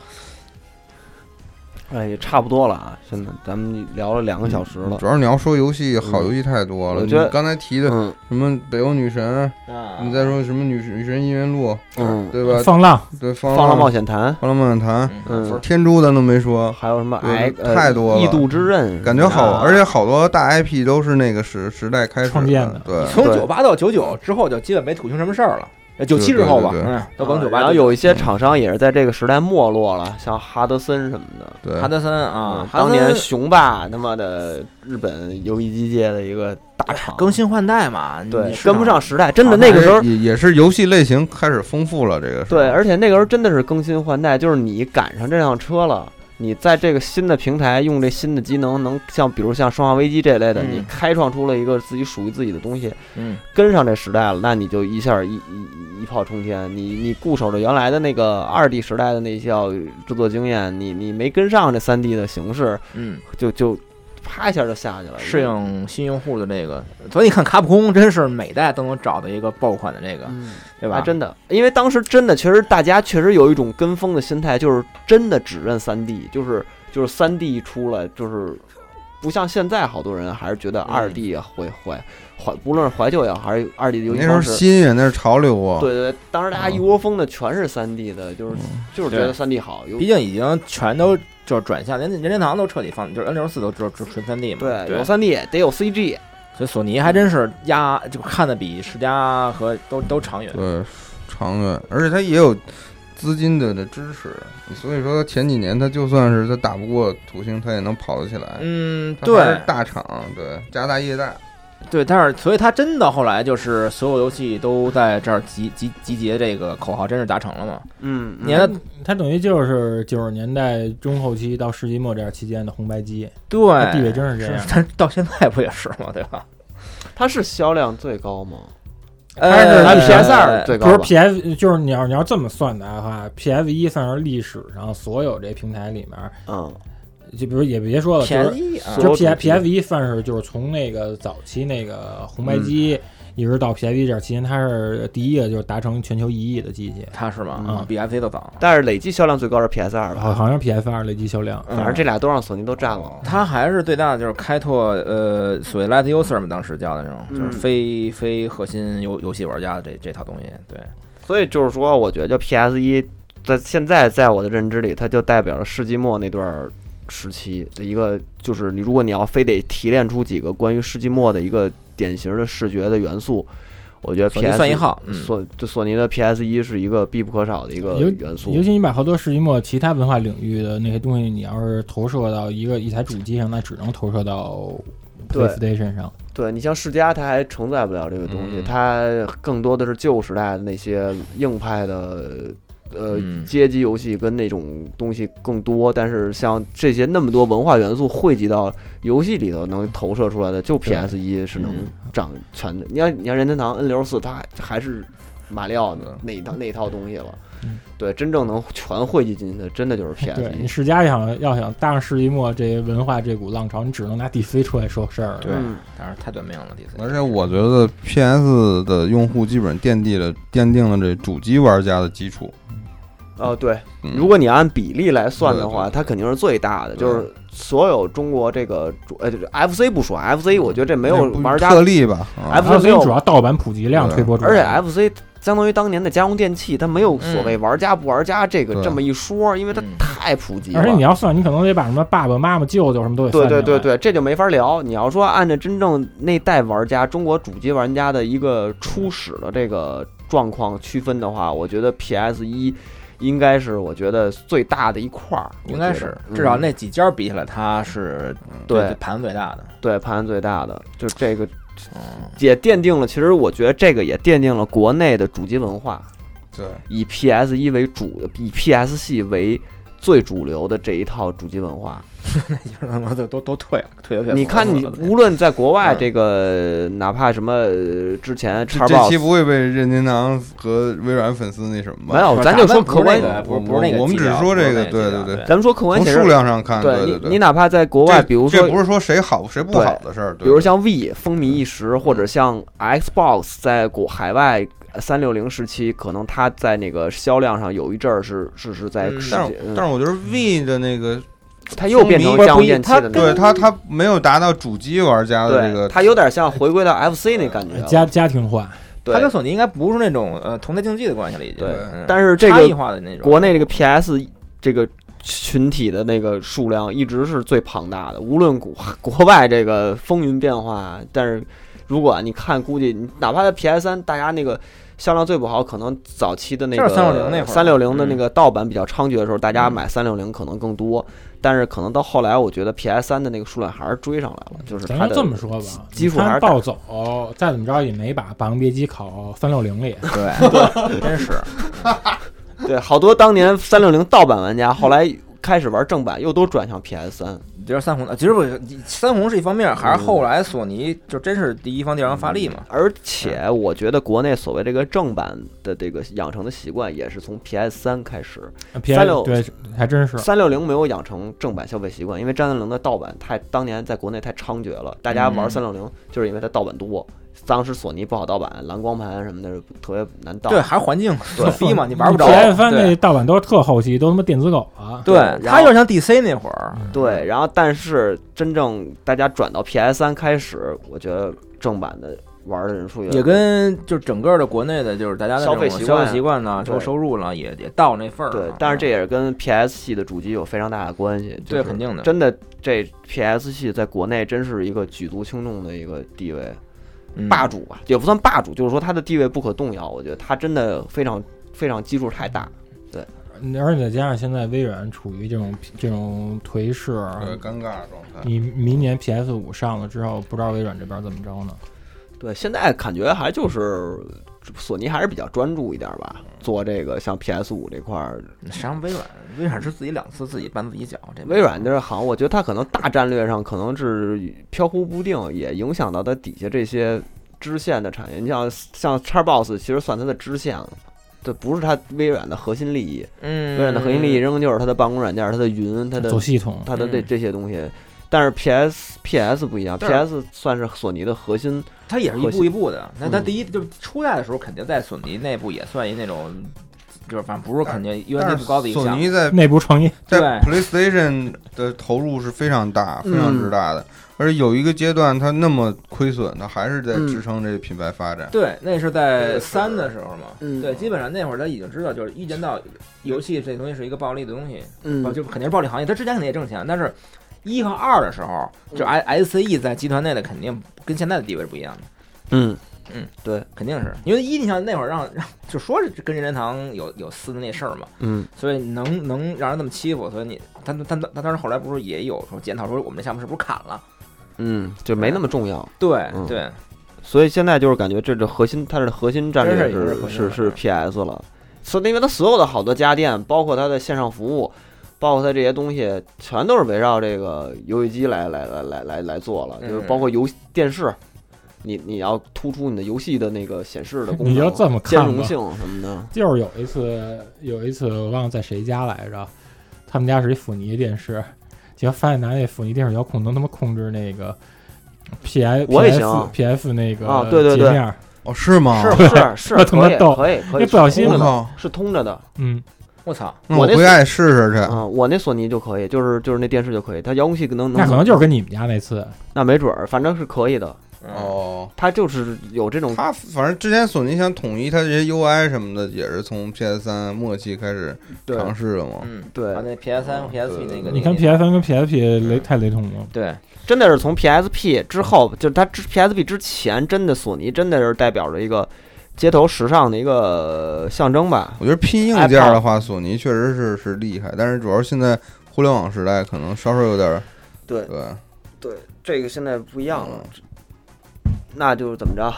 E: 哎，也差不多了啊，现在咱们聊了两个小时了
A: 主。要你要说游戏，好游戏太多了。
E: 我觉得啊
A: 你刚才提的
E: 嗯
A: 什么北欧女神，你
C: 你
A: 再说什么女女神异闻录，
E: 嗯，
A: 对吧？
D: 放浪，
A: 对，嗯方
E: 放浪
A: 冒
E: 冒险谈，
A: 放浪冒险谈，
E: 嗯
A: 天珠咱都没说，
E: 还有什么
A: 对
E: 哎，呃
A: 太多了
E: 异度之刃，
A: 感觉好，
C: 啊
A: 而且好多大 IP 都是那个时时代开始
D: 创建的
A: 对，
C: 从
E: 对
C: 九八到九九之后，就基本没土星什么事儿了。呃九七之后吧，
A: 对对
C: 嗯，到刚九八。
E: 然后有一些厂商也是在这个时代没落了，像哈德森什么的。
A: 对
C: 哈德森
E: 嗯
C: 啊，哈德
E: 当
C: 森
E: 年雄霸他妈的日本游戏机界的一个大厂，
C: 哎更新换代嘛，你啊
E: 对
C: 市场
E: 跟不上时代，真的
C: 厂
E: 那个时候
A: 而且也也是游戏类型开始丰富了，这个是
E: 对，而且那个时候真的是更新换代，就是你赶上这辆车了，你在这个新的平台用这新的机能，能像比如像《生化危机》这类的，
C: 嗯
E: 你开创出了一个自己属于自己的东西，
C: 嗯，
E: 跟上这时代了，那你就一下一一一炮冲天。你你固守着原来的那个二 D 时代的那些制作经验，你你没跟上这三 D 的形式，
C: 嗯，
E: 就就啪一下就下去了。
C: 适应新用户的这个，所以你看卡普空真是每代都能找到一个爆款的这个，
E: 嗯，
C: 对
E: 还
C: 吧？
E: 真的，因为当时真的确实大家确实有一种跟风的心态，就是真的只认三 D，就是就是三 D 一出来就是。不像现在，好多人还是觉得二 D 会怀怀，不论是怀旧也好，还是二 D 的游戏
A: 那时候
E: 方式，
A: 新颖，那是潮流啊。
E: 对对，对，当时大
A: 嗯
E: 家一窝蜂的全是三 D 的，就是就是觉得
C: 嗯对
E: 三 D 好，有
C: 毕竟已经全都就是转向，连任天堂都彻底放，就是 N 六四都只有只纯三 D 嘛。
E: 对
C: 对
E: 有，三 D 得有 CG，
C: 所以索尼还真是压就看的比世嘉和都都长远。
A: 对，长远，而且它也有资金的的支持，所以说前几年它就算是它打不过土星，它也能跑得起来。
C: 嗯，
A: 它还
C: 对
A: 是大厂，对，家大业大，
C: 对，但是所以它真的后来就是所有游戏都在这儿集集集结这个口号，真是达成了嘛？
E: 嗯，
C: 你看它
D: 它等于就是九十年代中后期到世纪末这段期间的红白机，
C: 对
D: 地位真是这样
C: 是但是到现在不也是嘛，对吧？
E: 它是销量最高吗？
C: 但
D: 是咱
E: 它比
D: 们
E: PS 二最高
D: 不是
E: 吧
D: PS，就是你要你要这么算的话，PS 一算是历史上所有这平台里面，
E: 嗯，
D: 就比如也别说了，就是
C: 便宜啊
E: 所，
D: 就
E: 有
D: P
E: 主
D: S
E: 机
D: P S 一算是就是从那个早期那个红
E: 嗯
D: 白机一直到 P S 一这期间，它是第一个就是达成全球一亿的机器，
C: 它是吗？
E: 嗯
C: 啊比 FC 都早。
E: 但是累计销量最高是 PS 二吧？
D: 好好像 P S 二累计销量。
C: 嗯
E: 反正这俩都让索尼都占
A: 哦
E: 了。
C: 它还是最大的就是开拓呃所谓 light user 嘛，当时叫的那种，就是
E: 嗯
C: 非非核心游游戏玩家的这这套东西。对，
E: 所以就是说，我觉得 PS 一在现在在我的认知里，它就代表了世纪末那段时期的一个，就是你如果你要非得提炼出几个关于世纪末的一个典型的视觉的元素，我觉得
C: 索尼
E: PS
C: 算一号，嗯，
E: 索就索尼的 PS 一是一个必不可少的一个
D: 尤
E: 元素
D: 尤。其你把好多世纪末其他文化领域的那些东西，你要是投射到一个一台主机上，那只能投射到
E: 对
D: PlayStation 上。
E: 对你像世嘉，它还承载不了这个东西，
A: 嗯
E: 它更多的是旧时代的那些硬派的。呃，
C: 嗯
E: 街机游戏跟那种东西更多，但是像这些那么多文化元素汇集到游戏里头，能投射出来的，就 PS 一是能
C: 嗯
E: 掌全的。你看，你看任天堂 N 六四，它还是马里奥
A: 嗯
E: 那一套那一套东西了
D: 嗯。
E: 对，真正能全汇集进去的，真的就是 PS
D: 对
E: 一
D: 你。世嘉想要想搭上世纪末这文化这股浪潮，你只能拿 DC 出来说事儿了。
C: 对
E: 嗯
C: 当然太短命了，DC。
A: 而且我觉得 PS 的用户基本奠定了奠定了这主机玩家的基础。
E: 哦，对，
A: 嗯
E: 如果你按比例来算的话，
A: 对对对嗯
E: 它肯定是最大的，
A: 对
E: 就是所有中国这个主呃就是 FC 不说啊，FC 我觉得这没有
A: 嗯那不
E: 玩家，哎
A: 特例吧啊
E: F-
D: 而且主要盗版普及量推波助澜，
E: 而且 FC 相当于当年的家用电器，它没有所谓玩家不玩家这个
A: 对
E: 这么一说，因为它
C: 嗯
E: 太普及了。
D: 而且你要算，你可能得把什么爸爸妈妈、舅舅什么都得
E: 对
D: 算进
E: 啊对
D: 来。
E: 对对，这就没法聊。你要说按照真正那代玩家，中国主机玩家的一个初始的这个状况区分的话，我觉得 PS 一应该是我觉得最大的一块儿，我
C: 应该
E: 觉
C: 是
E: 得，
C: 至少
E: 嗯
C: 那几家比起来，它是
E: 对
C: 盘最大的。
E: 对盘最大的，就这个
C: 嗯，
E: 也奠定了，其实我觉得这个也奠定了国内的主机文化，
A: 对，
E: 以 PS 一为主，以 PS 系为最主流的这一套主机文化。
C: 那就是他妈的都都退了，退了退了。
E: 你看，你无论在国外这个，哪怕什么呃之前
A: 这
E: 叉
A: 这
E: box
A: 期不会被任天堂和微软粉丝那什么吧？
E: 没有，咱就说客观，
C: 的，不是不是
A: 我
C: 那个
A: 我们
C: 基
A: 只
C: 调
A: 说
C: 不是
A: 这个
C: 那
A: 对
C: 基
A: 对
C: 调
A: 对
C: 对
E: 咱们说客观
A: 从
E: 显
A: 数
E: 示，
A: 量上看，对
E: 你
A: 对，
E: 你哪怕在国外，
A: 这
E: 比如
A: 这
E: 说
A: 不是说谁好谁不
E: 对
A: 好的事儿，对嗯
E: 比如像 V 风靡一时，或者像 Xbox 在国海外三六零时期，可能它在那个销量上有一阵儿是是是在
C: 嗯
E: 世界，
A: 但是
E: 嗯
A: 但是我觉得 V 的那个，
E: 它又变成
A: 不是
E: 家
C: 不
E: 用
C: 一
E: 电器
C: 它
E: 的那
A: 对
E: 种，
A: 它它没有达到主机玩家的这
E: 对，
A: 个，
E: 它有点像回归到 FC 那感觉了。
D: 家家庭化，
E: 对
C: 他跟索尼应该不是那种呃同台竞技的关系了，已经。
E: 对
C: 嗯
E: 但是这个
C: 差异化的那种，嗯
E: 国内这个 PS 这个群体的那个数量一直是最庞大的，无论国 国外这个风云变化，但是如果你看，估计你哪怕在 PS 三，大家那个。销量最不好，可能早期的那个
C: 就是360那会儿嗯
E: 360的那个盗版比较猖獗的时候，大家买三六零可能更多，但是可能到后来，我觉得 PS 三的那个数量还是追上来
C: 嗯
E: 了，就是它
D: 咱
E: 的
D: 就这么说吧，
E: 基础
D: 你看
E: 还是大
D: 暴走，再怎么着也没把《霸王别姬》考三六 零里。
C: 对，真是
E: 对，好多当年三六零盗版玩家，后来开始玩正版，又都转向 PS 三，
C: 就是三红呃的。其实我三红是一方面，还是后来索尼就真是第一方电商发力嘛。
E: 而且
C: 嗯
E: 我觉得国内所谓这个正版的这个养成的习惯，也是从 PS 三开始。
D: P
E: 36
D: 对，还真是。
E: 三六零没有养成正版消费习惯，因为三六零的盗版太当年在国内太猖獗了，大家玩
C: 嗯
E: 三六零就是因为它盗版多。当时索尼不好盗版，蓝光盘什么的特别难盗。
C: 对，还是环境所逼 嘛，你玩不着。
D: P S 翻那
C: 对
D: 盗版都是特后期，都他妈电子狗啊。
E: 对
C: 对，
E: 然后
C: 他有点像 DC 那会儿，
E: 对，然后但是真正大家转到 PS 三开始，我觉得正版的玩的人数
C: 也跟就是整个的国内的，就是大家的
E: 消费
C: 这种
E: 习
C: 消
E: 惯
C: 费习惯呢，
E: 对
C: 收收入呢，也也到那份儿了。
E: 对，但是这也是跟 PS 系的主机有非常大的关系。就
C: 对
E: 是
C: 肯定的
E: 真的，这 PS 系在国内真是一个举足轻重的一个地位，
C: 嗯
E: 霸主吧，也不算霸主，就是说它的地位不可动摇。我觉得它真的非常非常基数太大。
D: 嗯，而且再加上现在微软处于这种这种颓势，
A: 对呃尴尬的状
E: 嗯
A: 态。
D: 你明年 P S 五上了之后，不知道微软这边怎么着呢？
E: 对，现在感觉还就是索尼还是比较专注一点吧，做这个像 PS 五这块儿，
C: 实际上微软，微软是自己两次自己绊自己脚，这
E: 微软这行，我觉得它可能大战略上可能是飘忽不定，也影响到它底下这些支线的产业。你像像 Xbox，其实算它的支线了，这不是它微软的核心利益。
C: 嗯，
E: 微软的核心利益仍旧是它的办公软件、它的云、它的
D: 走系统，
E: 它的这
C: 嗯
E: 这些东西。但是 PS PS 不一样
C: 但
E: ，PS 算是索尼的核心，
C: 它也是一
E: 核
C: 步
E: 心
C: 一步的。那它
E: 嗯
C: 第一就是初代的时候，肯定在索尼内部也算一那种，就是反正不是肯定因为内
A: 但
C: 部高的
A: 是
C: 一
A: 索
C: 项。
A: 尼在
D: 内部创业，
A: 在 PlayStation 的投入是非常大、非
E: 嗯
A: 常之大的，而且有一个阶段它那么亏损，它还是在
E: 嗯
A: 支撑这个品牌发展。
C: 对，那是
A: 这
C: 在
A: 个是
C: 三的时候嘛。
E: 嗯
C: 对，基本上那会儿他已经知道，就是预见到游戏这东西是一个暴利的东西，哦
E: 嗯
C: 就肯定是暴利行业。它之前肯定也挣钱，但是一和二的时候，就
E: 嗯
C: I SE 在集团内的肯定跟现在的地位是不一样的，
E: 嗯
C: 肯定是因为一你想那会儿让让就说是跟任天堂有有撕的那事儿嘛，
E: 嗯
C: 所以能能让人这么欺负，所以你他他他他当时后来不是也有说检讨说我们这项目是不是砍了？
E: 嗯，就没那么重要。
C: 对
E: 嗯
C: 对，
E: 所以现在就是感觉这这核心，它的核心战略
C: 真是也是
E: 是
C: 核心
E: 是
C: 了
E: 是 PS 了，所以因为它所有的好多家电，包括它的线上服务，包括它这些东西，全都是围绕这个游戏机来来来来来来做了，就是
C: 嗯
E: 包括游戏电视，你你要突出你的游戏的那个显示的功能，
D: 你就这么
E: 兼
D: 看
E: 容
D: 吧。
E: 性什么的，
D: 就是有一次，有一次我忘了在谁家来着，他们家是一索尼电视，结果发现拿那索尼电视遥控能他妈控制那个 P I
E: 我
D: P
E: 也行
D: F P F 那个
E: 啊对对对
D: 界面，
A: 哦，是吗？
E: 是 是是
D: 那他妈
E: 可以
D: 逗
E: 可以可以，
D: 那不小心
E: 是
A: 我
E: 通着的
A: 靠！
E: 是通着的，
D: 嗯，
C: 我操，
A: 那
E: 我
A: 我
E: 那
A: 回家也试试去。
E: 嗯，我那索尼就可以，就是就是那电视就可以，它遥控器能
D: 那
E: 能
D: 可能就是跟你们家那次，
E: 那没准儿，反正是可以的，
C: 嗯，
A: 哦，
E: 它就是有这种
A: 它反正之前索尼想统一它这些 UI 什么的，也是从 PS 三末期开始
E: 对
A: 尝试的嘛。
C: 嗯，
E: 对
C: 啊，那 PS 三、PSP 那个，
D: 你
C: 那
D: 看
C: 个
D: P F N 跟 P S P 雷
E: 嗯
D: 太雷同了，
C: 对，
E: 真的是从 PSP 之后，就是它之 PSP 之前，真的索尼真的是代表着一个街头时尚的一个象征吧。
A: 我觉得拼硬件的话，索尼确实是是厉害，但是主要现在互联网时代可能稍稍有点儿
E: 对
A: 对。
E: 对，这个现在不一样
A: 了，
E: 嗯那就是怎么着？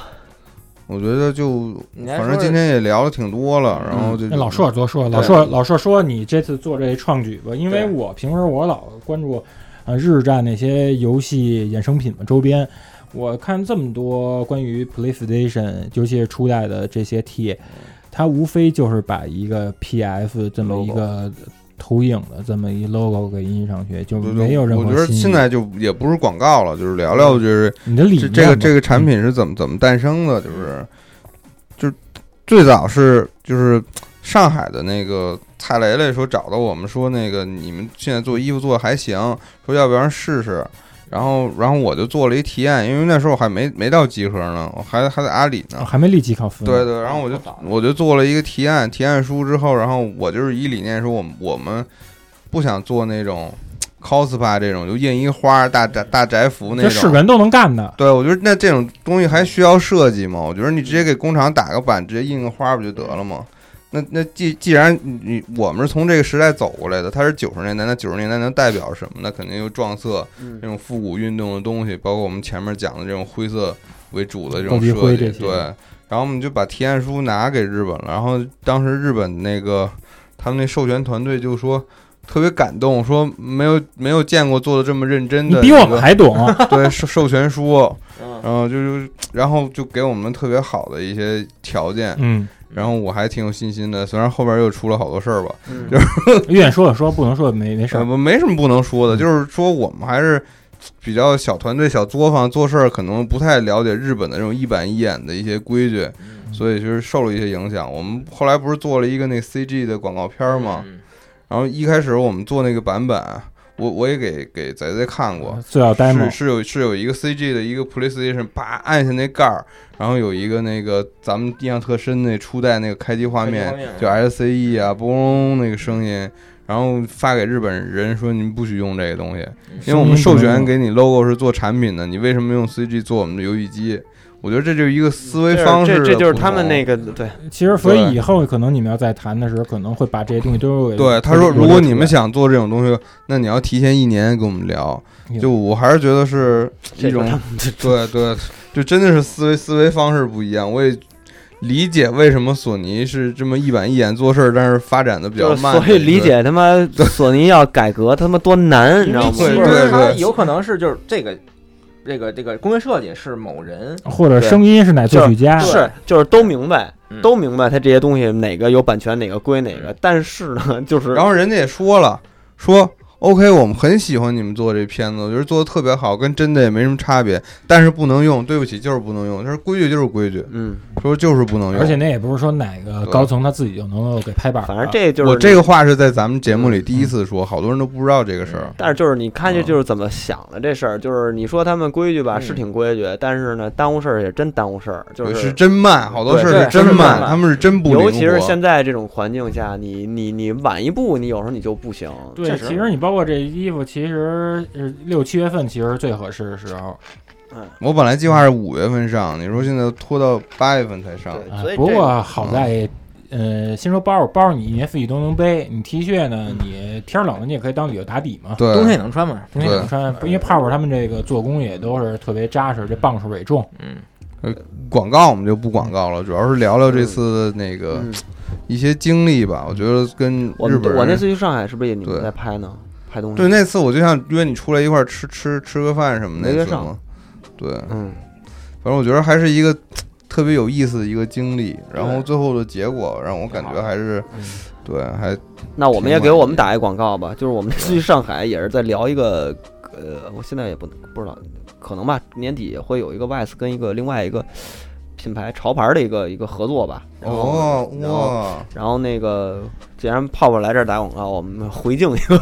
A: 我觉得就
C: 你还
A: 反正
C: 说
A: 今天也聊的挺多了，然后就
D: 那老硕多说，
A: 对
D: 老硕老硕说你这次做这创举吧，因为
C: 对
D: 我平时我老关注呃日战那些游戏衍生品嘛周边。我看这么多关于 PlayStation，尤其是初代的这些帖，
A: 嗯
D: 它无非就是把一个 PS 这么一个投影的这么一 logo 给印上去，就
A: 对
D: 没有任何
A: 我
D: 新
A: 觉
D: 意。
A: 得现在就也不是广告了，就是聊聊就是
D: 你的理
A: 这
D: 念嗯
A: 这个这
D: 个
A: 个产品是怎么怎么诞生的，就是就是最早是就是上海的那个蔡雷雷说找到我们说那个你们现在做衣服做的还行，说要不然试试。然后，然后我就做了一提案，因为那时候我还没没到集合呢，我还还在阿里呢。
D: 嗯还没立即考分。
A: 对对，然后我就
C: 嗯
A: 我就做了一个提案，提案书之后，然后我就是以理念说，我们我们不想做那种 cosplay 这种，就印一花大宅大宅服那
D: 这是
A: 种。
D: 人都能干的。
A: 对，我觉得那这种东西还需要设计吗？我觉得你直接给工厂打个版，直接印个花不就得了吗？那那既既然你我们是从这个时代走过来的，它是九十年代，那九十年代能代表什么呢？肯定就撞色
E: 嗯
A: 这种复古运动的东西，包括我们前面讲的这种灰色为主的这种
D: 斗鸡
A: 设
D: 灰
A: 计，
D: 这些
A: 对。然后我们就把提案书拿给日本了，然后当时日本那个他们那授权团队就说特别感动，说没有没有见过做的这么认真
D: 你
A: 的一个，
D: 比我们还 懂，
A: 嗯对授授权书，
C: 嗯，
A: 然后就是，然后就给我们特别好的一些条件，
D: 嗯，
A: 然后我还挺有信心的。虽然后边又出了好多事儿吧，
D: 愿说的说，不能说的没没事
A: 呃
D: 儿。嗯
A: 不没什么不能说的，就是说我们还是比较小团队、小作坊，做事儿可能不太了解日本的这种一板一眼的一些规矩，
C: 嗯
A: 所以就是受了一些影响。我们后来不是做了一个那 CG 的广告片儿嘛，
C: 嗯？
A: 然后一开始我们做那个版本，我我也给给仔仔看过，
D: 最好
A: 是
D: demo
A: 是有是有一个 CG 的一个 PlayStation，叭按下那盖儿，然后有一个那个咱们印象特深那初代那个开机画面
C: 开机画面，
A: 就 SCE 啊，嘣那个声音，然后发给日本人说你们不许用这个东西，
E: 嗯
A: 因为我们授权给你 logo 是做产品的，你为什么用 CG 做我们的游戏机？我觉得这就是一个思维方式
E: 这
A: 的
E: 这嗯就是
A: 不
E: 他们
A: 同
E: 那个对
D: 其实，所以
A: 对
D: 以后可能你们要再谈的时候，可能会把这些东西都给
A: 对，他说如果你们想做这种东西，那你要提前一年跟我们聊。就我还是觉得是 一种， 对对，就真的是思维思维方式不一样。我也理解为什么索尼是这么一板一眼做事儿，但是发展的比较
E: 就是
A: 慢的一个。
E: 所以理解 他妈索尼要改革他妈多难，你知
C: 因
E: 道
C: 为
E: 吗
C: 其？
A: 对
C: 实
A: 对
C: 它
A: 对
C: 有可能是就是这个这个这个工业设计是某人
D: 或者声音是哪作曲家，
E: 是就是都明白
C: 嗯，
E: 都明白他这些东西哪个有版权，哪个归哪个。但是呢，就是
A: 然后人家也说了，说 OK，我们很喜欢你们做这片子，我觉得做的特别好，跟真的也没什么差别，但是不能用，对不起，就是不能用，就是规矩就是规矩，
E: 嗯，
A: 说就是不能用。
D: 而且那也不是说哪个高层他自己就能够给拍板的。
E: 反正这就
A: 啊
E: 是
A: 我这个话是在咱们节目里第一次说，好多人都不知道这个事儿。
E: 但是就是你看这
A: 嗯
E: 就是怎么想的这事儿，就是你说他们规矩吧，
C: 嗯
E: 是挺规矩，但是呢，耽误事儿也真耽误事儿，就是
A: 真慢，好多
E: 对
A: 事儿
C: 对
A: 是真
C: 真
A: 慢，
C: 慢
A: 他们是真不灵活。
E: 尤其是现在这种环境下，你你你晚一步，你有时候你就不行。
D: 对，其实你包括这衣服，其实呃六七月份其实是最合适的时候。
A: 我本来计划是五月份上，你说现在拖到八月份才上，
E: 对，
D: 啊
E: 所以
D: 不
E: 这嗯个
D: 过好在，呃，先说包，包你一年四季都能背。你 T 恤
E: 嗯
D: 呢，你天儿冷了你也可以当旅游打底嘛。
A: 对，
C: 冬天也能穿嘛？
D: 冬天能穿，不因为泡泡他们这个做工也都是特别扎实，这磅数也重。
C: 嗯，
A: 广告我们就不广告了，主要是聊聊这次那个、
E: 嗯
A: 一些经历吧。我觉得跟
E: 我
A: 日
E: 们
A: 本
E: 我那
A: 人
E: 次去上海是不是也你们
A: 对
E: 在拍呢？拍东西？
A: 对那次我就想约你出来一块儿吃吃吃个饭什么
E: 没
A: 那
E: 约
A: 次
E: 上
A: 嘛，对，
E: 嗯，
A: 反正我觉得还是一个特别有意思的一个经历，然后
E: 对
A: 最后的结果让我感觉还是
D: 嗯
A: 对还
E: 那我们
A: 挺
E: 也给
A: 晚
E: 我们
A: 的
E: 打一广告吧，就是我们那次去上海也是在聊一个，呃，我现在也不能不知道，可能吧，年底也会有一个 VICE 跟一个另外一个品牌潮牌的一个一个合作吧。然后
A: 哦
E: 然后
A: 哇，
E: 然后那个，既然泡泡来这儿打广告，我们回敬一个，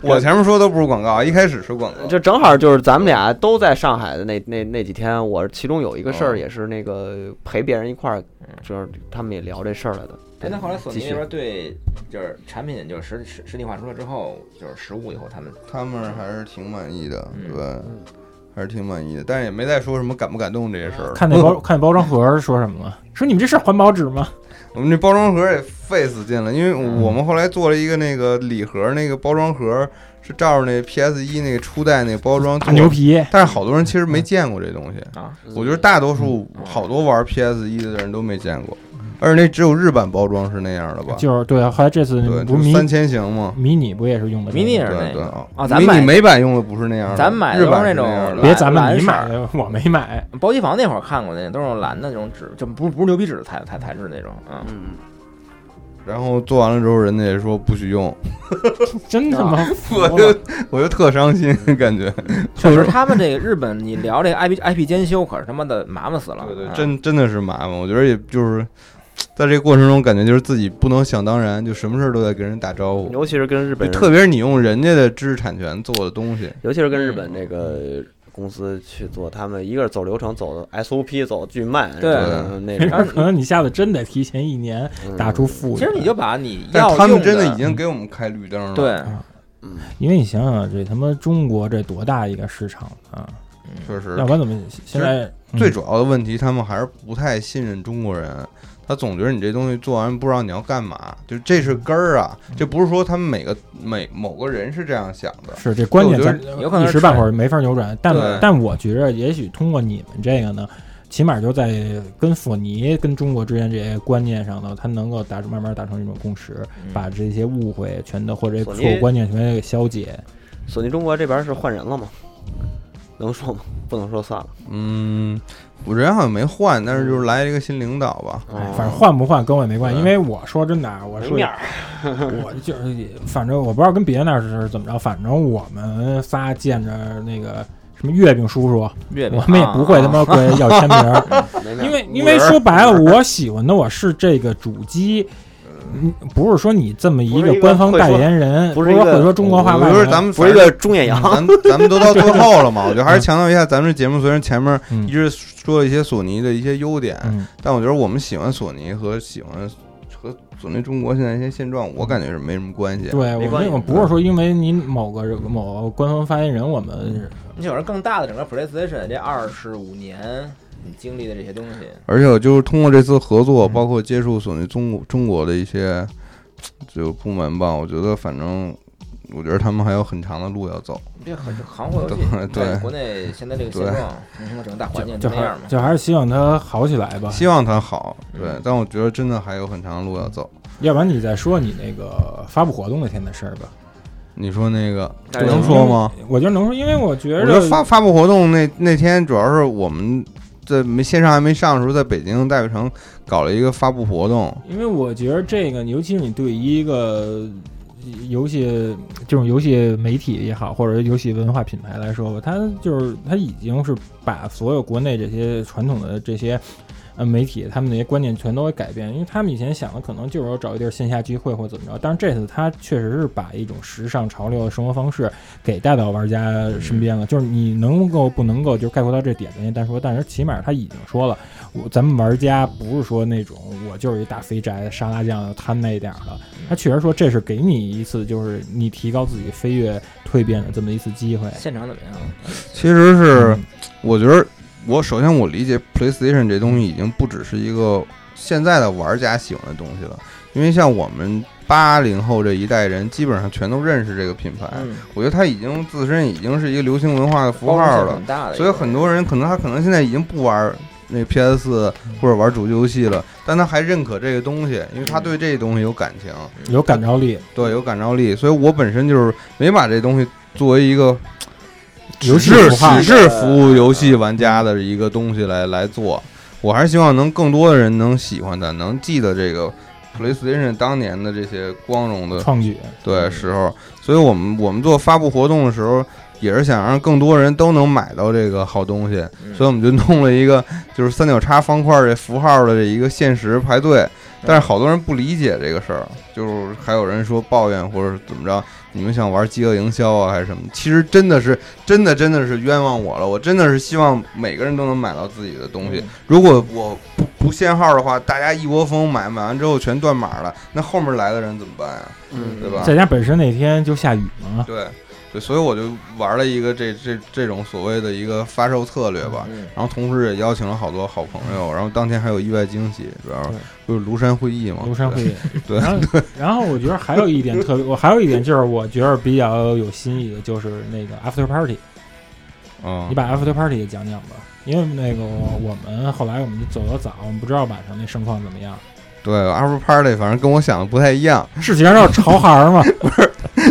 A: 我前面说都不是广告，一开始是广
C: 哦
A: 告，
E: 就正好就是咱们俩都在上海的那那那几天，我其中有一个事
A: 哦
E: 儿也是那个陪别人一块儿，就是他们也聊这事儿来的。
C: 哎，那后来索尼
E: 继
C: 那
E: 续
C: 边对就是产品就是实实实体化出来之后，就是实物以后他们
A: 他们还是挺满意的，
C: 嗯
A: 对。还是挺满意的，但是也没再说什么感不感动这些事儿。
D: 嗯看那包，看那包装盒儿说什么了？说你们这是环保纸吗？
A: 我们这包装盒也费死劲了，因为
D: 嗯
A: 我们后来做了一个那个礼盒，那个包装盒是照着那 PS 一那个初代那包装
D: 大
A: 做
D: 牛，嗯皮，
A: 但是好多人其实没见过这东西。
C: 啊，
D: 嗯
A: 我觉得大多数好多玩 PS 一的人都没见过，而且那只有日版包装是那样的吧？
D: 就是对，啊后来这次
A: 对，
D: 不
A: 就是是
D: 迷
A: 三千型嘛。
D: 迷你不也是用的这个
C: 迷你也是
A: 对
C: 那
A: 对
C: 个
A: 啊
C: 啊咱
A: 迷
C: 买
A: 你美版用的不是那样的，
C: 咱买的
A: 日
C: 都
A: 版
C: 是那
A: 那
C: 种
A: 样的
C: 蓝
D: 别咱们你
C: 蓝色
D: 买的，我没买。
C: 包机房那会儿看过的，都是用蓝的那种纸，就不是不是牛皮纸的材材材质那种，嗯，
E: 嗯，
A: 然后做完了之后，人家也说不许用，
D: 真他妈服
A: 啊 我嗯
D: 了
A: 就！我就特伤心，感觉
C: 确实他们这个日本，你聊这个 IP IP 兼修，可是他妈的麻烦死了，
A: 对对，
C: 嗯
A: 真真的是麻烦。我觉得也就是在这个过程中，感觉就是自己不能想当然，就什么事儿都得跟人打招呼。
E: 尤其是跟日
A: 就
E: 本人，
A: 特别是你用人家的知识产权做的东西，
E: 尤其是跟日本这个公司去做，他们一个是走流程，走的 SOP 走得巨慢，
C: 对
E: 嗯
D: 没
E: 那
D: 准
E: 种
D: 儿可能你下次真得提前一年
E: 嗯
D: 打出副。
C: 其实你就把你
A: 但
C: 要
A: 是他们
C: 用
A: 真
C: 的嗯
A: 已经给我们开绿灯了。，
C: 对，
D: 因为你想想，这他妈中国这多大一个市场啊！
A: 确实
D: 要不然怎么现在嗯
A: 最主要的问题，他们还是不太信任中国人。他总觉得你这东西做完不知道你要干嘛，就这是根儿啊！
C: 嗯
A: 这不是说他们每个每某个人是这样想的，
D: 是这观点
A: 我觉得
D: 咱
C: 有可能
D: 一
C: 是
D: 时半会儿没法扭转，但
A: 对
D: 但我觉着也许通过你们这个呢，起码就在跟索尼跟中国之间这些观念上呢，它能够达成慢慢达成一种共识，
C: 嗯
D: 把这些误会全都或者
E: 索尼
D: 错误观念全都给消解。
E: 索尼中国这边是换人了吗？能说吗？不能说算了。
A: 嗯，我人好像没换，但是就是来一个新领导吧。
C: 哦
D: 哎，反正换不换跟我也没
C: 嗯
D: 关系，
A: 对
D: 因为我说真的啊，我
E: 没
D: 说
E: 面儿，
D: 我就是也，反正我不知道跟别人那儿是怎么着，反正我们仨见着那个什么月饼叔叔，
C: 月饼啊
D: 我们也不会他妈过来要签 名儿，
E: 没面儿
D: 因为因为说白了，我喜欢的我是这个主机。嗯，不是说你这么一
E: 不是一
D: 个
E: 个
D: 官方
E: 会说
D: 代言人，
E: 不
D: 不
E: 是
D: 是
E: 一个
D: 说会说中国话
A: 我
D: 外
A: 觉
D: 国
A: 得
D: 人，
A: 咱们
E: 不是一个中野洋，
A: 嗯咱咱们都到最后 了嘛，我觉得还是强调一下，咱们这节目虽然前面
D: 嗯
A: 一直说了一些索尼的一些优点，
D: 嗯，
A: 但我觉得我们喜欢索尼和喜欢和索尼中国现在一些现状，我感觉是没什么关系。
D: 对我
E: 没关系
D: 们我不是说因为您某个某个官方发言人，我们
C: 你有人更大的整个 PlayStation 这二十五年你经历的这些东西，
A: 而且我就是通过这次合作，
D: 嗯
A: 包括接触索尼中国中国的一些就部门吧，我觉得反正我觉得他们还有很长的路要走。
C: 这很是行货游戏
A: 对，对
C: 在国内现在这个现
A: 对
C: 状，你说整个大环境
D: 就
C: 就那
D: 还
C: 样嘛，
D: 就还是希望他好起来吧。
A: 希望他好，对
C: 啊嗯，
A: 但我觉得真的还有很长的路要走。
D: 要不然你再说你那个发布活动那天的事儿吧，
A: 你说那个
C: 但是
A: 能说吗？
D: 我觉得能说，因为我觉
A: 我觉得
D: 着
A: 发发布活动那那天，主要是我们在没线上还没上的时候，在北京代表城搞了一个发布活动。
D: 因为我觉得这个，尤其是你对于一个游戏这种游戏媒体也好，或者游戏文化品牌来说吧，它就是它已经是把所有国内这些传统的这些。呃，媒体他们那些观念全都给改变，因为他们以前想的可能就是说找一地儿线下聚会或怎么着，但是这次他确实是把一种时尚潮流的生活方式给带到玩家身边了，就是你能够不能够就是概括到这点跟您单说，但是起码他已经说了，我咱们玩家不是说那种我就是一大肥宅沙拉酱摊那一点儿的，他确实说这是给你一次就是你提高自己飞跃蜕变的这么一次机会。
C: 现场怎么样？
A: 其实是
D: 嗯
A: 我觉得，我首先我理解 PlayStation 这东西已经不只是一个现在的玩家喜欢的东西了，因为像我们八零后这一代人，基本上全都认识这个品牌。
C: 嗯，
A: 我觉得它已经自身已经是一个流行文化的符
C: 包
A: 哎号
C: 容性
A: 了
C: 很。
D: 哎
C: 大的一个，
A: 所以很多人可能他可能现在已经不玩那 PS 四
D: 嗯
A: 或者玩主机游戏了，但他还认可这个东西，因为
D: 嗯
A: 他对这东西有感情，
D: 有感召力，
A: 对有感召力。所以我本身就是没把这东西作为一个
D: 游戏
A: 只是
D: 不怕
A: 只是服务游戏玩家的一个东西来来做。我还是希望能更多的人能喜欢它，能记得这个 PlayStation 当年的这些光荣的
D: 创举，
A: 对
C: 嗯
A: 时候，所以我们我们做发布活动的时候，也是想让更多人都能买到这个好东西，
C: 嗯
A: 所以我们就弄了一个就是三角叉方块这符号的这一个限时排队，但是好多人不理解这个事儿，就是还有人说抱怨或者怎么着，你们想玩饥饿营销啊还是什么？其实真的是真的真的是冤枉我了，我真的是希望每个人都能买到自己的东
C: 嗯
A: 西。如果我不不限号的话，大家一窝蜂买，买完之后全断码了，那后面来的人怎么办呀？
E: 嗯，
A: 对吧
D: 再加上本身那天就下雨嘛，
A: 对，对，所以我就玩了一个这这这种所谓的一个发售策略吧，
C: 嗯
A: 然后同时也邀请了好多好朋友，然后当天还有意外惊喜，主要
D: 嗯对
A: 就是庐山会议嘛，
D: 庐山会议。
A: 哦 对
D: 然后然后我觉得还有一点特别，我还有一点就是我觉得比较有新意的就是那个 after party，
A: 对，嗯
D: 你，把 after party 也 讲讲吧，因为那个我们后来我们走得早，我们不知道晚上那盛况怎么样。
A: 对 After Party，反正跟我想的不太一样，
D: 是想让潮孩儿嘛，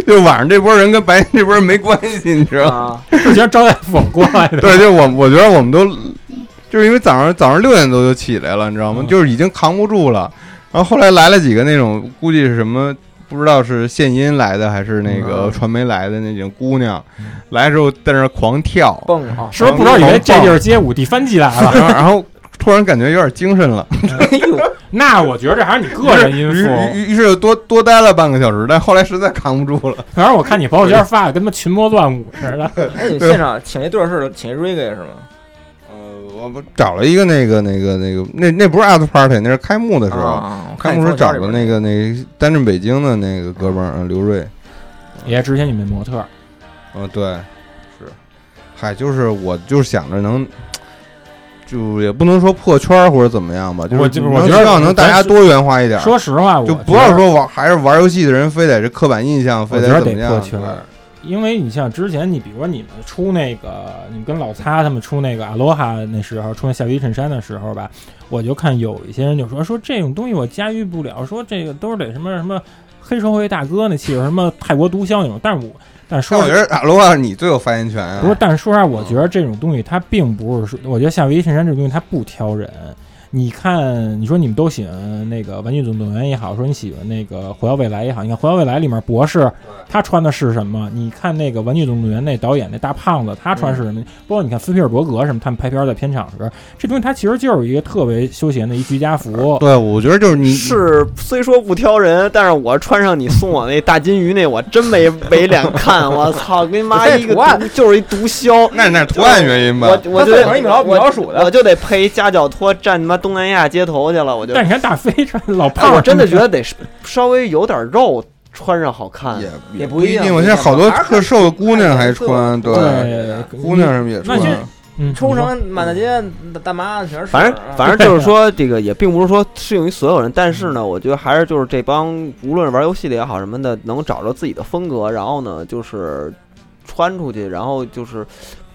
A: 就晚上这波人跟白天这波人没关系，你知道吗？
C: 啊，
D: 是想招待我过来的。
A: 对，就我我觉得我们都就是因为早上早上六点多就起来了，你知道吗？
D: 嗯
A: 就是已经扛不住了。然后后来来了几个那种，估计是什么不知道是献音来的还是那个
C: 嗯
A: 传媒来的那种姑娘，
D: 嗯
A: 来的时候在那儿狂跳，
C: 蹦啊，
D: 是不是不知道以为这地儿接五弟番机来 了？
A: 然后然后突然感觉有点精神了，
C: 哎呦，
D: 那我觉得这还是你个人因
A: 于
D: 素。
A: 于于是又多多待了半个小时，但后来实在扛不住了。
D: 反正我看你朋友圈发的跟他妈群魔乱舞似的。
C: 那哎你们现场请一对儿是请一 reggae 是吗？
A: 呃，我不找了一个那个那个那个那那不是 after party，那是开幕的时候。
C: 啊，我
A: 开
C: 你
A: 幕
C: 朋
A: 时候
C: 友圈
A: 找
C: 里
A: 的
C: 边
A: 那个那个单镇北京的那个哥们儿呃刘瑞，
D: 也之前你们模特，
A: 嗯，对，是，嗨，就是我就是想着能，就也不能说破圈儿或者怎么样吧，就
D: 我
A: 是
D: 就
A: 能
D: 我觉得
A: 希望能大
D: 咱
A: 家
D: 是
A: 多元化一点儿，
D: 说实话，我
A: 就
D: 觉
A: 不
D: 得
A: 要说玩还是玩游戏的人非得是刻板印象，非
D: 我觉得
A: 怎么
D: 得
A: 样
D: 破，圈儿，因为你像之前，你比如说你们出那个，你们跟老擦他们出那个阿罗哈那时候，出那夏威夷衬衫的时候吧，我就看有一些人就说说这种东西我驾驭不了，说这个都是得什么什么黑社会大哥那气质，什么泰国毒枭那种。但是我但是
A: 但
D: 说
A: 我觉
D: 实
A: 得啊罗老师你最有发言权
E: 哎
A: 啊，
D: 不是，但是说实话，我觉得这种东西它并不是说，我觉得夏威夷衬衫这种东西它不挑人。你看，你说你们都喜欢那个呃《玩具总动员》也好，说你喜欢那个《回到未来》也好，你看《回到未来》里面博士他穿的是什么？你看那个《玩具总动员》那导演那大胖子他穿是
E: 嗯
D: 什么？包括你看斯皮尔伯格什么，他们拍片儿在片场时，这东西它其实就是一个特别休闲的一居家服。
A: 对，我觉得
E: 嗯
A: 就是你
E: 是虽说不挑人，但是我穿上你送我那大金鱼那，我真没没脸看。我操，跟妈
C: 这
E: 一个
C: 图案
E: 毒就是一毒枭。
A: 那那是图案原因吧
E: 我，我
C: 它
E: 就得
C: 怎么是米老米老鼠的
E: 我就得配一夹脚拖站他妈东南亚街头去了。我就，
D: 但你看大飞穿老
E: 哎
D: 胖，
E: 我真 的觉得得稍微有点肉，穿上好看。啊
A: 啊也
C: 也
A: 不
C: 不一定
A: 定，我现在好多特瘦的姑娘还穿，对，
D: 对
A: 姑娘什么也
D: 那
A: 穿
D: 其，实嗯，
C: 冲
D: 你说
C: 绳满大街大妈全是，啊
E: 反正反正就是说，这个也并不是说适用于所有人，但是呢，我觉得还是就是这帮无论是玩游戏的也好什么的，能找着自己的风格，然后呢，就是穿出去，然后就是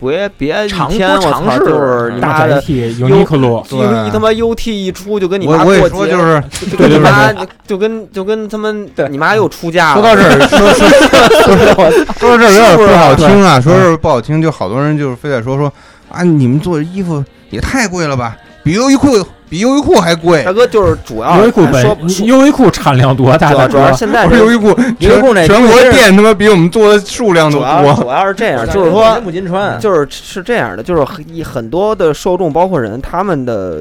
E: 别别一
C: 尝
E: 天
C: 多
E: 我
C: 尝
E: 操，
C: 试
E: 就是你
D: 大
E: 妈
D: 宅
E: 的。
D: T 尤尼克洛，
E: 一
A: 对
E: 一他妈 UT 一出就跟你
A: 我
E: 妈
A: 我也
E: 过
A: 说
E: 节，
A: 就是
E: 就跟你
D: 对对
E: 妈就跟就跟他们
C: 对
E: 你妈又出嫁
A: 说到，
E: 了
A: 这儿，说说说到这儿有点不好听啊，说是不好听，就好多人就是非得说说啊，你们做的衣服也太贵了吧，比优衣库比优衣库还贵
E: 大。哥就是主要
D: 优衣库
E: 啊哎说
D: 本优衣库产量多大？
E: 主
D: 大
E: 要主要
D: 哥，
E: 现在
A: 不
E: 这
A: 是优
E: 个
A: 衣库，
C: 优衣库
A: 全
C: 那
A: 全国
C: 真是
A: 店他妈比我们做的数量都
E: 主要
A: 多。
E: 主要是这 样，
C: 是
E: 就是说
C: 不禁
A: 嗯
C: 穿，
E: 就是是这样的，就是很以很多的受众，包括人，他们的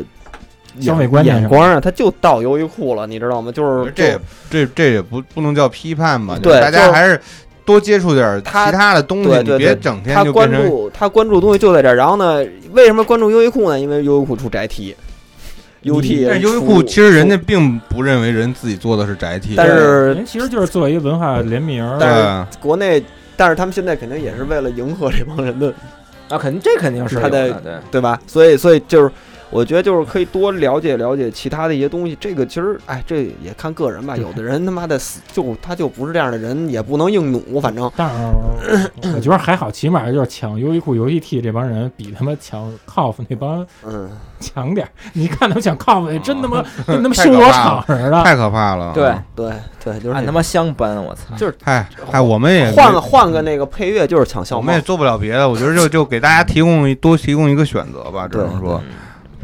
E: 眼
D: 消费观念
E: 眼光啊，他就到优衣库了，你知道吗？就是
A: 这也
E: 就
A: 这这也不不能叫批判吧，
E: 对
A: 大
E: 就
A: 家
E: 是
A: 还是多接触点其
E: 他
A: 他的东西，
E: 对
A: 你
E: 对
A: 别
E: 对
A: 整天
E: 他
A: 就
E: 关
A: 变成
E: 注他关注的东西就在这儿。然后呢，为什么关注优衣库呢？因为优衣库出宅 T。U T，
A: 但是优衣库其实人家并不认为人自己做的是宅 T，
E: 但是
D: 人其实就是做一个文化联名儿，
A: 对
E: 但是国内，但是他们现在肯定也是为了迎合这帮人的，
C: 啊，肯定这肯定是
E: 他在
C: 有的对。
E: 对吧？所以，所以就是我觉得就是可以多了解了解其他的一些东西。这个其实，哎，这也看个人吧。
D: 对
E: 有的人他妈的死就他就不是这样的人，也不能硬努，反正
D: 但是我觉得还好，起码就是抢优衣库、游戏 T 这帮人比他妈抢 COF 那帮
E: 嗯。
D: 强点儿。你看他们抢 COF 那真他妈跟他妈
A: 哦 太
D: 修
A: 可
D: 罗
A: 怕
D: 场似的。
A: 太可怕了。啊
C: 对，
E: 对对，就是
C: 按
E: 那
C: 他妈相搬，我操！
A: 嗨嗨，我们也
E: 换个换个那个配乐，就是抢
A: 我
E: 校
A: 们
E: 帽
A: 也。做不了别的，我觉得就就给大家提供一多提供一个选择吧，只能说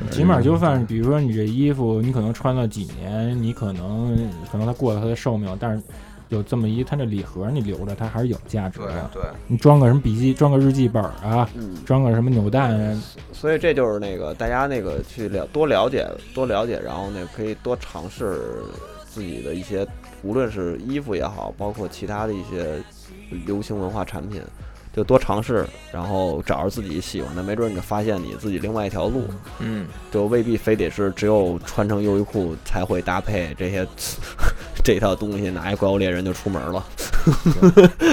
C: 嗯，
D: 起码就算是比如说你这衣服，你可能穿了几年，你可能可能它过了它的寿命，但是有这么一它这礼盒你留着，它还是有价值
A: 对
D: 的。
A: 对，
D: 你装个什么笔记，装个日记本儿啊，
E: 嗯，
D: 装个什么扭蛋啊，
E: 所以这就是那个大家那个去了多了解多了解，然后呢可以多尝试自己的一些，无论是衣服也好，包括其他的一些流行文化产品，就多尝试，然后找着自己喜欢的，没准你就发现你自己另外一条路，
C: 嗯，
E: 就未必非得是只有穿成优衣库才会搭配这些 这套东西，拿一怪物猎人就出门了。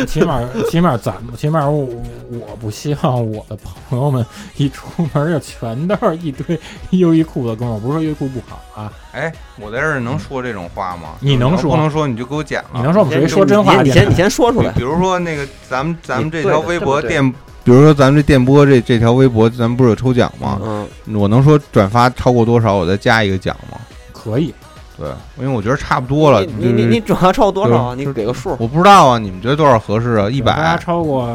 D: 起码起码咱们起码我我不希望我的朋友们一出门就全都是一堆优衣库的哥们儿。不是说优衣库不好 啊，
A: 哎，我在这儿能说这种话吗？啊
D: 你能说
A: 不能说你就给我剪了。
D: 你能说我们
E: 先
D: 属于说真话的
E: 你
D: 电
E: 先你
D: 台？
E: 先说出来
A: 比。比如说那个咱们咱们这条微博
E: 你对的
A: 电，比如说咱们这电波这这条微博，咱们不是有抽奖吗？
E: 嗯，
A: 我能说转发超过多少我再加一个奖吗？
D: 可以，
A: 对，因为我觉得差不多了。
E: 你你
A: 就
E: 你
A: 是
E: 你转化超多少啊？
A: 就
E: 你
A: 是
E: 给个数。
A: 我不知道啊，你们觉得多少合适啊？一
D: 转发
A: 百，
D: 超过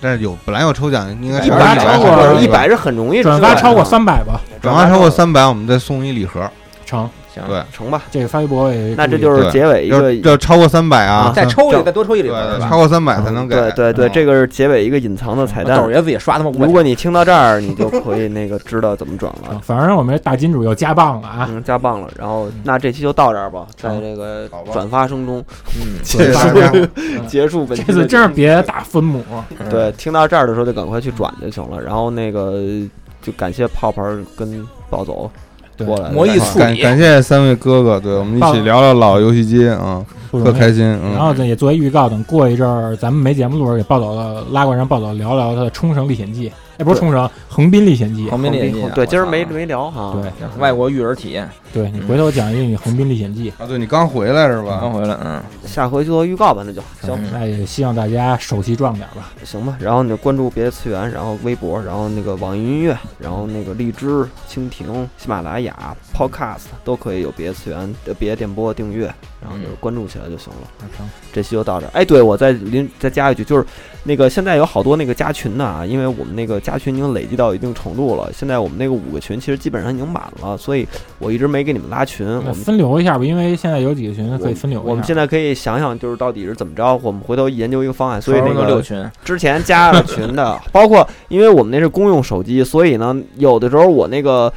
A: 但是有本来有抽奖，应该
D: 一
A: 是
D: 转发
A: 100
D: 超
A: 还
D: 过
A: 是
E: 一
A: 100
E: 百，是很容易
D: 转
E: 出来
D: 发
E: 的
D: 超过三百吧，
A: 转发超过三百，我们再送一礼盒。
D: 成。
C: 行，
A: 对，
E: 啊成吧。
D: 这个发微博也
E: 那这
D: 注意
E: 就是
A: 对
E: 结尾一
A: 要
E: 个
A: 要超过三百啊
E: 啊，
C: 再抽一
E: 这
C: 个，再多抽一礼
A: 对
C: 盒
A: 对
C: 是吧
A: 超？过三百才能给。
E: 对对
D: 啊
E: 对，
A: 嗯
E: 这个是结尾一个隐藏的彩蛋
C: 豆。爷自己刷他妈五
E: 如
C: 百，
E: 果你听到这儿，你就可以那个知道怎么转 了
D: 啊。反正我们这大金主又加棒了 啊！
E: 嗯，加棒了。然后
D: 嗯
E: 那这期就到这儿吧，在
D: 成
E: 这个
A: 好吧
E: 转发声中
C: 嗯，
A: 谢谢 大家。
E: 结束本期
D: 嗯这
E: 的
D: 次
E: 节
D: 真是
E: 目
D: 别打分母，
C: 嗯
E: 对，，听到这儿的时候就赶快去转就行了。然后那个就感谢泡泡跟暴走
D: 对
E: 过来的
C: 魔
E: 带
C: 芋
E: 货
C: 速
A: 感感谢三位哥哥，对我们一起聊聊老游戏机啊，
D: 不
A: 特
D: 容易。
A: 开心。
D: 然
A: 嗯，
D: 后呢，也作为预告，等过一阵儿咱们没节目录的时候，给暴走了拉过来，让暴走聊聊他的《冲绳历险记》，哎，不是《冲绳》，《横滨历险记》。
C: 横滨
E: 横
C: 猎
E: 滨
C: 记
E: 横，对，今儿没没聊哈。
D: 啊对
C: 外国育儿体验，
D: 对，你回头讲一个你《横滨历险记》。
A: 啊，对你刚回来是
C: 刚
A: 吧？
C: 回来，嗯，
E: 下回就做预告吧，那就行
C: 嗯
D: 那也希望大家手气壮点儿吧。
E: 行吧。然后你就关注别的次元，然后微博，然后那个网易音乐，然后那个荔枝、蜻蜓、喜马拉雅、Podcast 都可以有别的次元、呃别的电波订阅，然后就
C: 嗯
E: 关注起来就行了。
D: 成，
E: 这期就到这儿。哎，对，我再临再加一句，就是那个现在有好多那个加群的啊，因为我们那个加群已经累积到一定程度了，现在我们那个五个群其实基本上已经满了，所以我一直没给你们拉群。我
D: 那
E: 们
D: 分流一下吧，因为现在有几个群可以分流一下。
E: 我们现在可以想想，就是到底是怎么着，我们回头研究一个方案。所以那
C: 都六
E: 个
C: 群，
E: 之前加了群的， 包括因为我们那是公用手机，所以呢，有的时候我那个。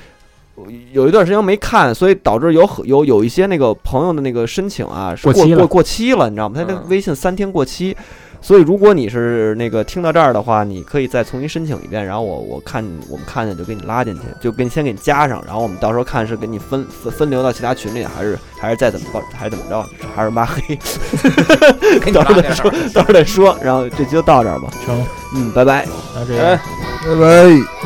E: 有一段时间没看，所以导致有很有有一些那个朋友的那个申请啊，是
D: 过期了
E: 过过期了，你知道吗？他那个
C: 嗯
E: 微信三天过期，所以如果你是那个听到这儿的话，你可以再重新申请一遍，然后我我看我们看见就给你拉进去，就给你先给你加上，然后我们到时候看是给你分分分流到其他群里，还是还是再怎么着，还是怎么着，还是拉黑，
C: 给你拉点儿，
E: 到时候再说。然后这期就到这儿吧，
D: 成，
E: 嗯，拜拜。
D: 那这
C: 哎
D: 个。
A: 拜拜。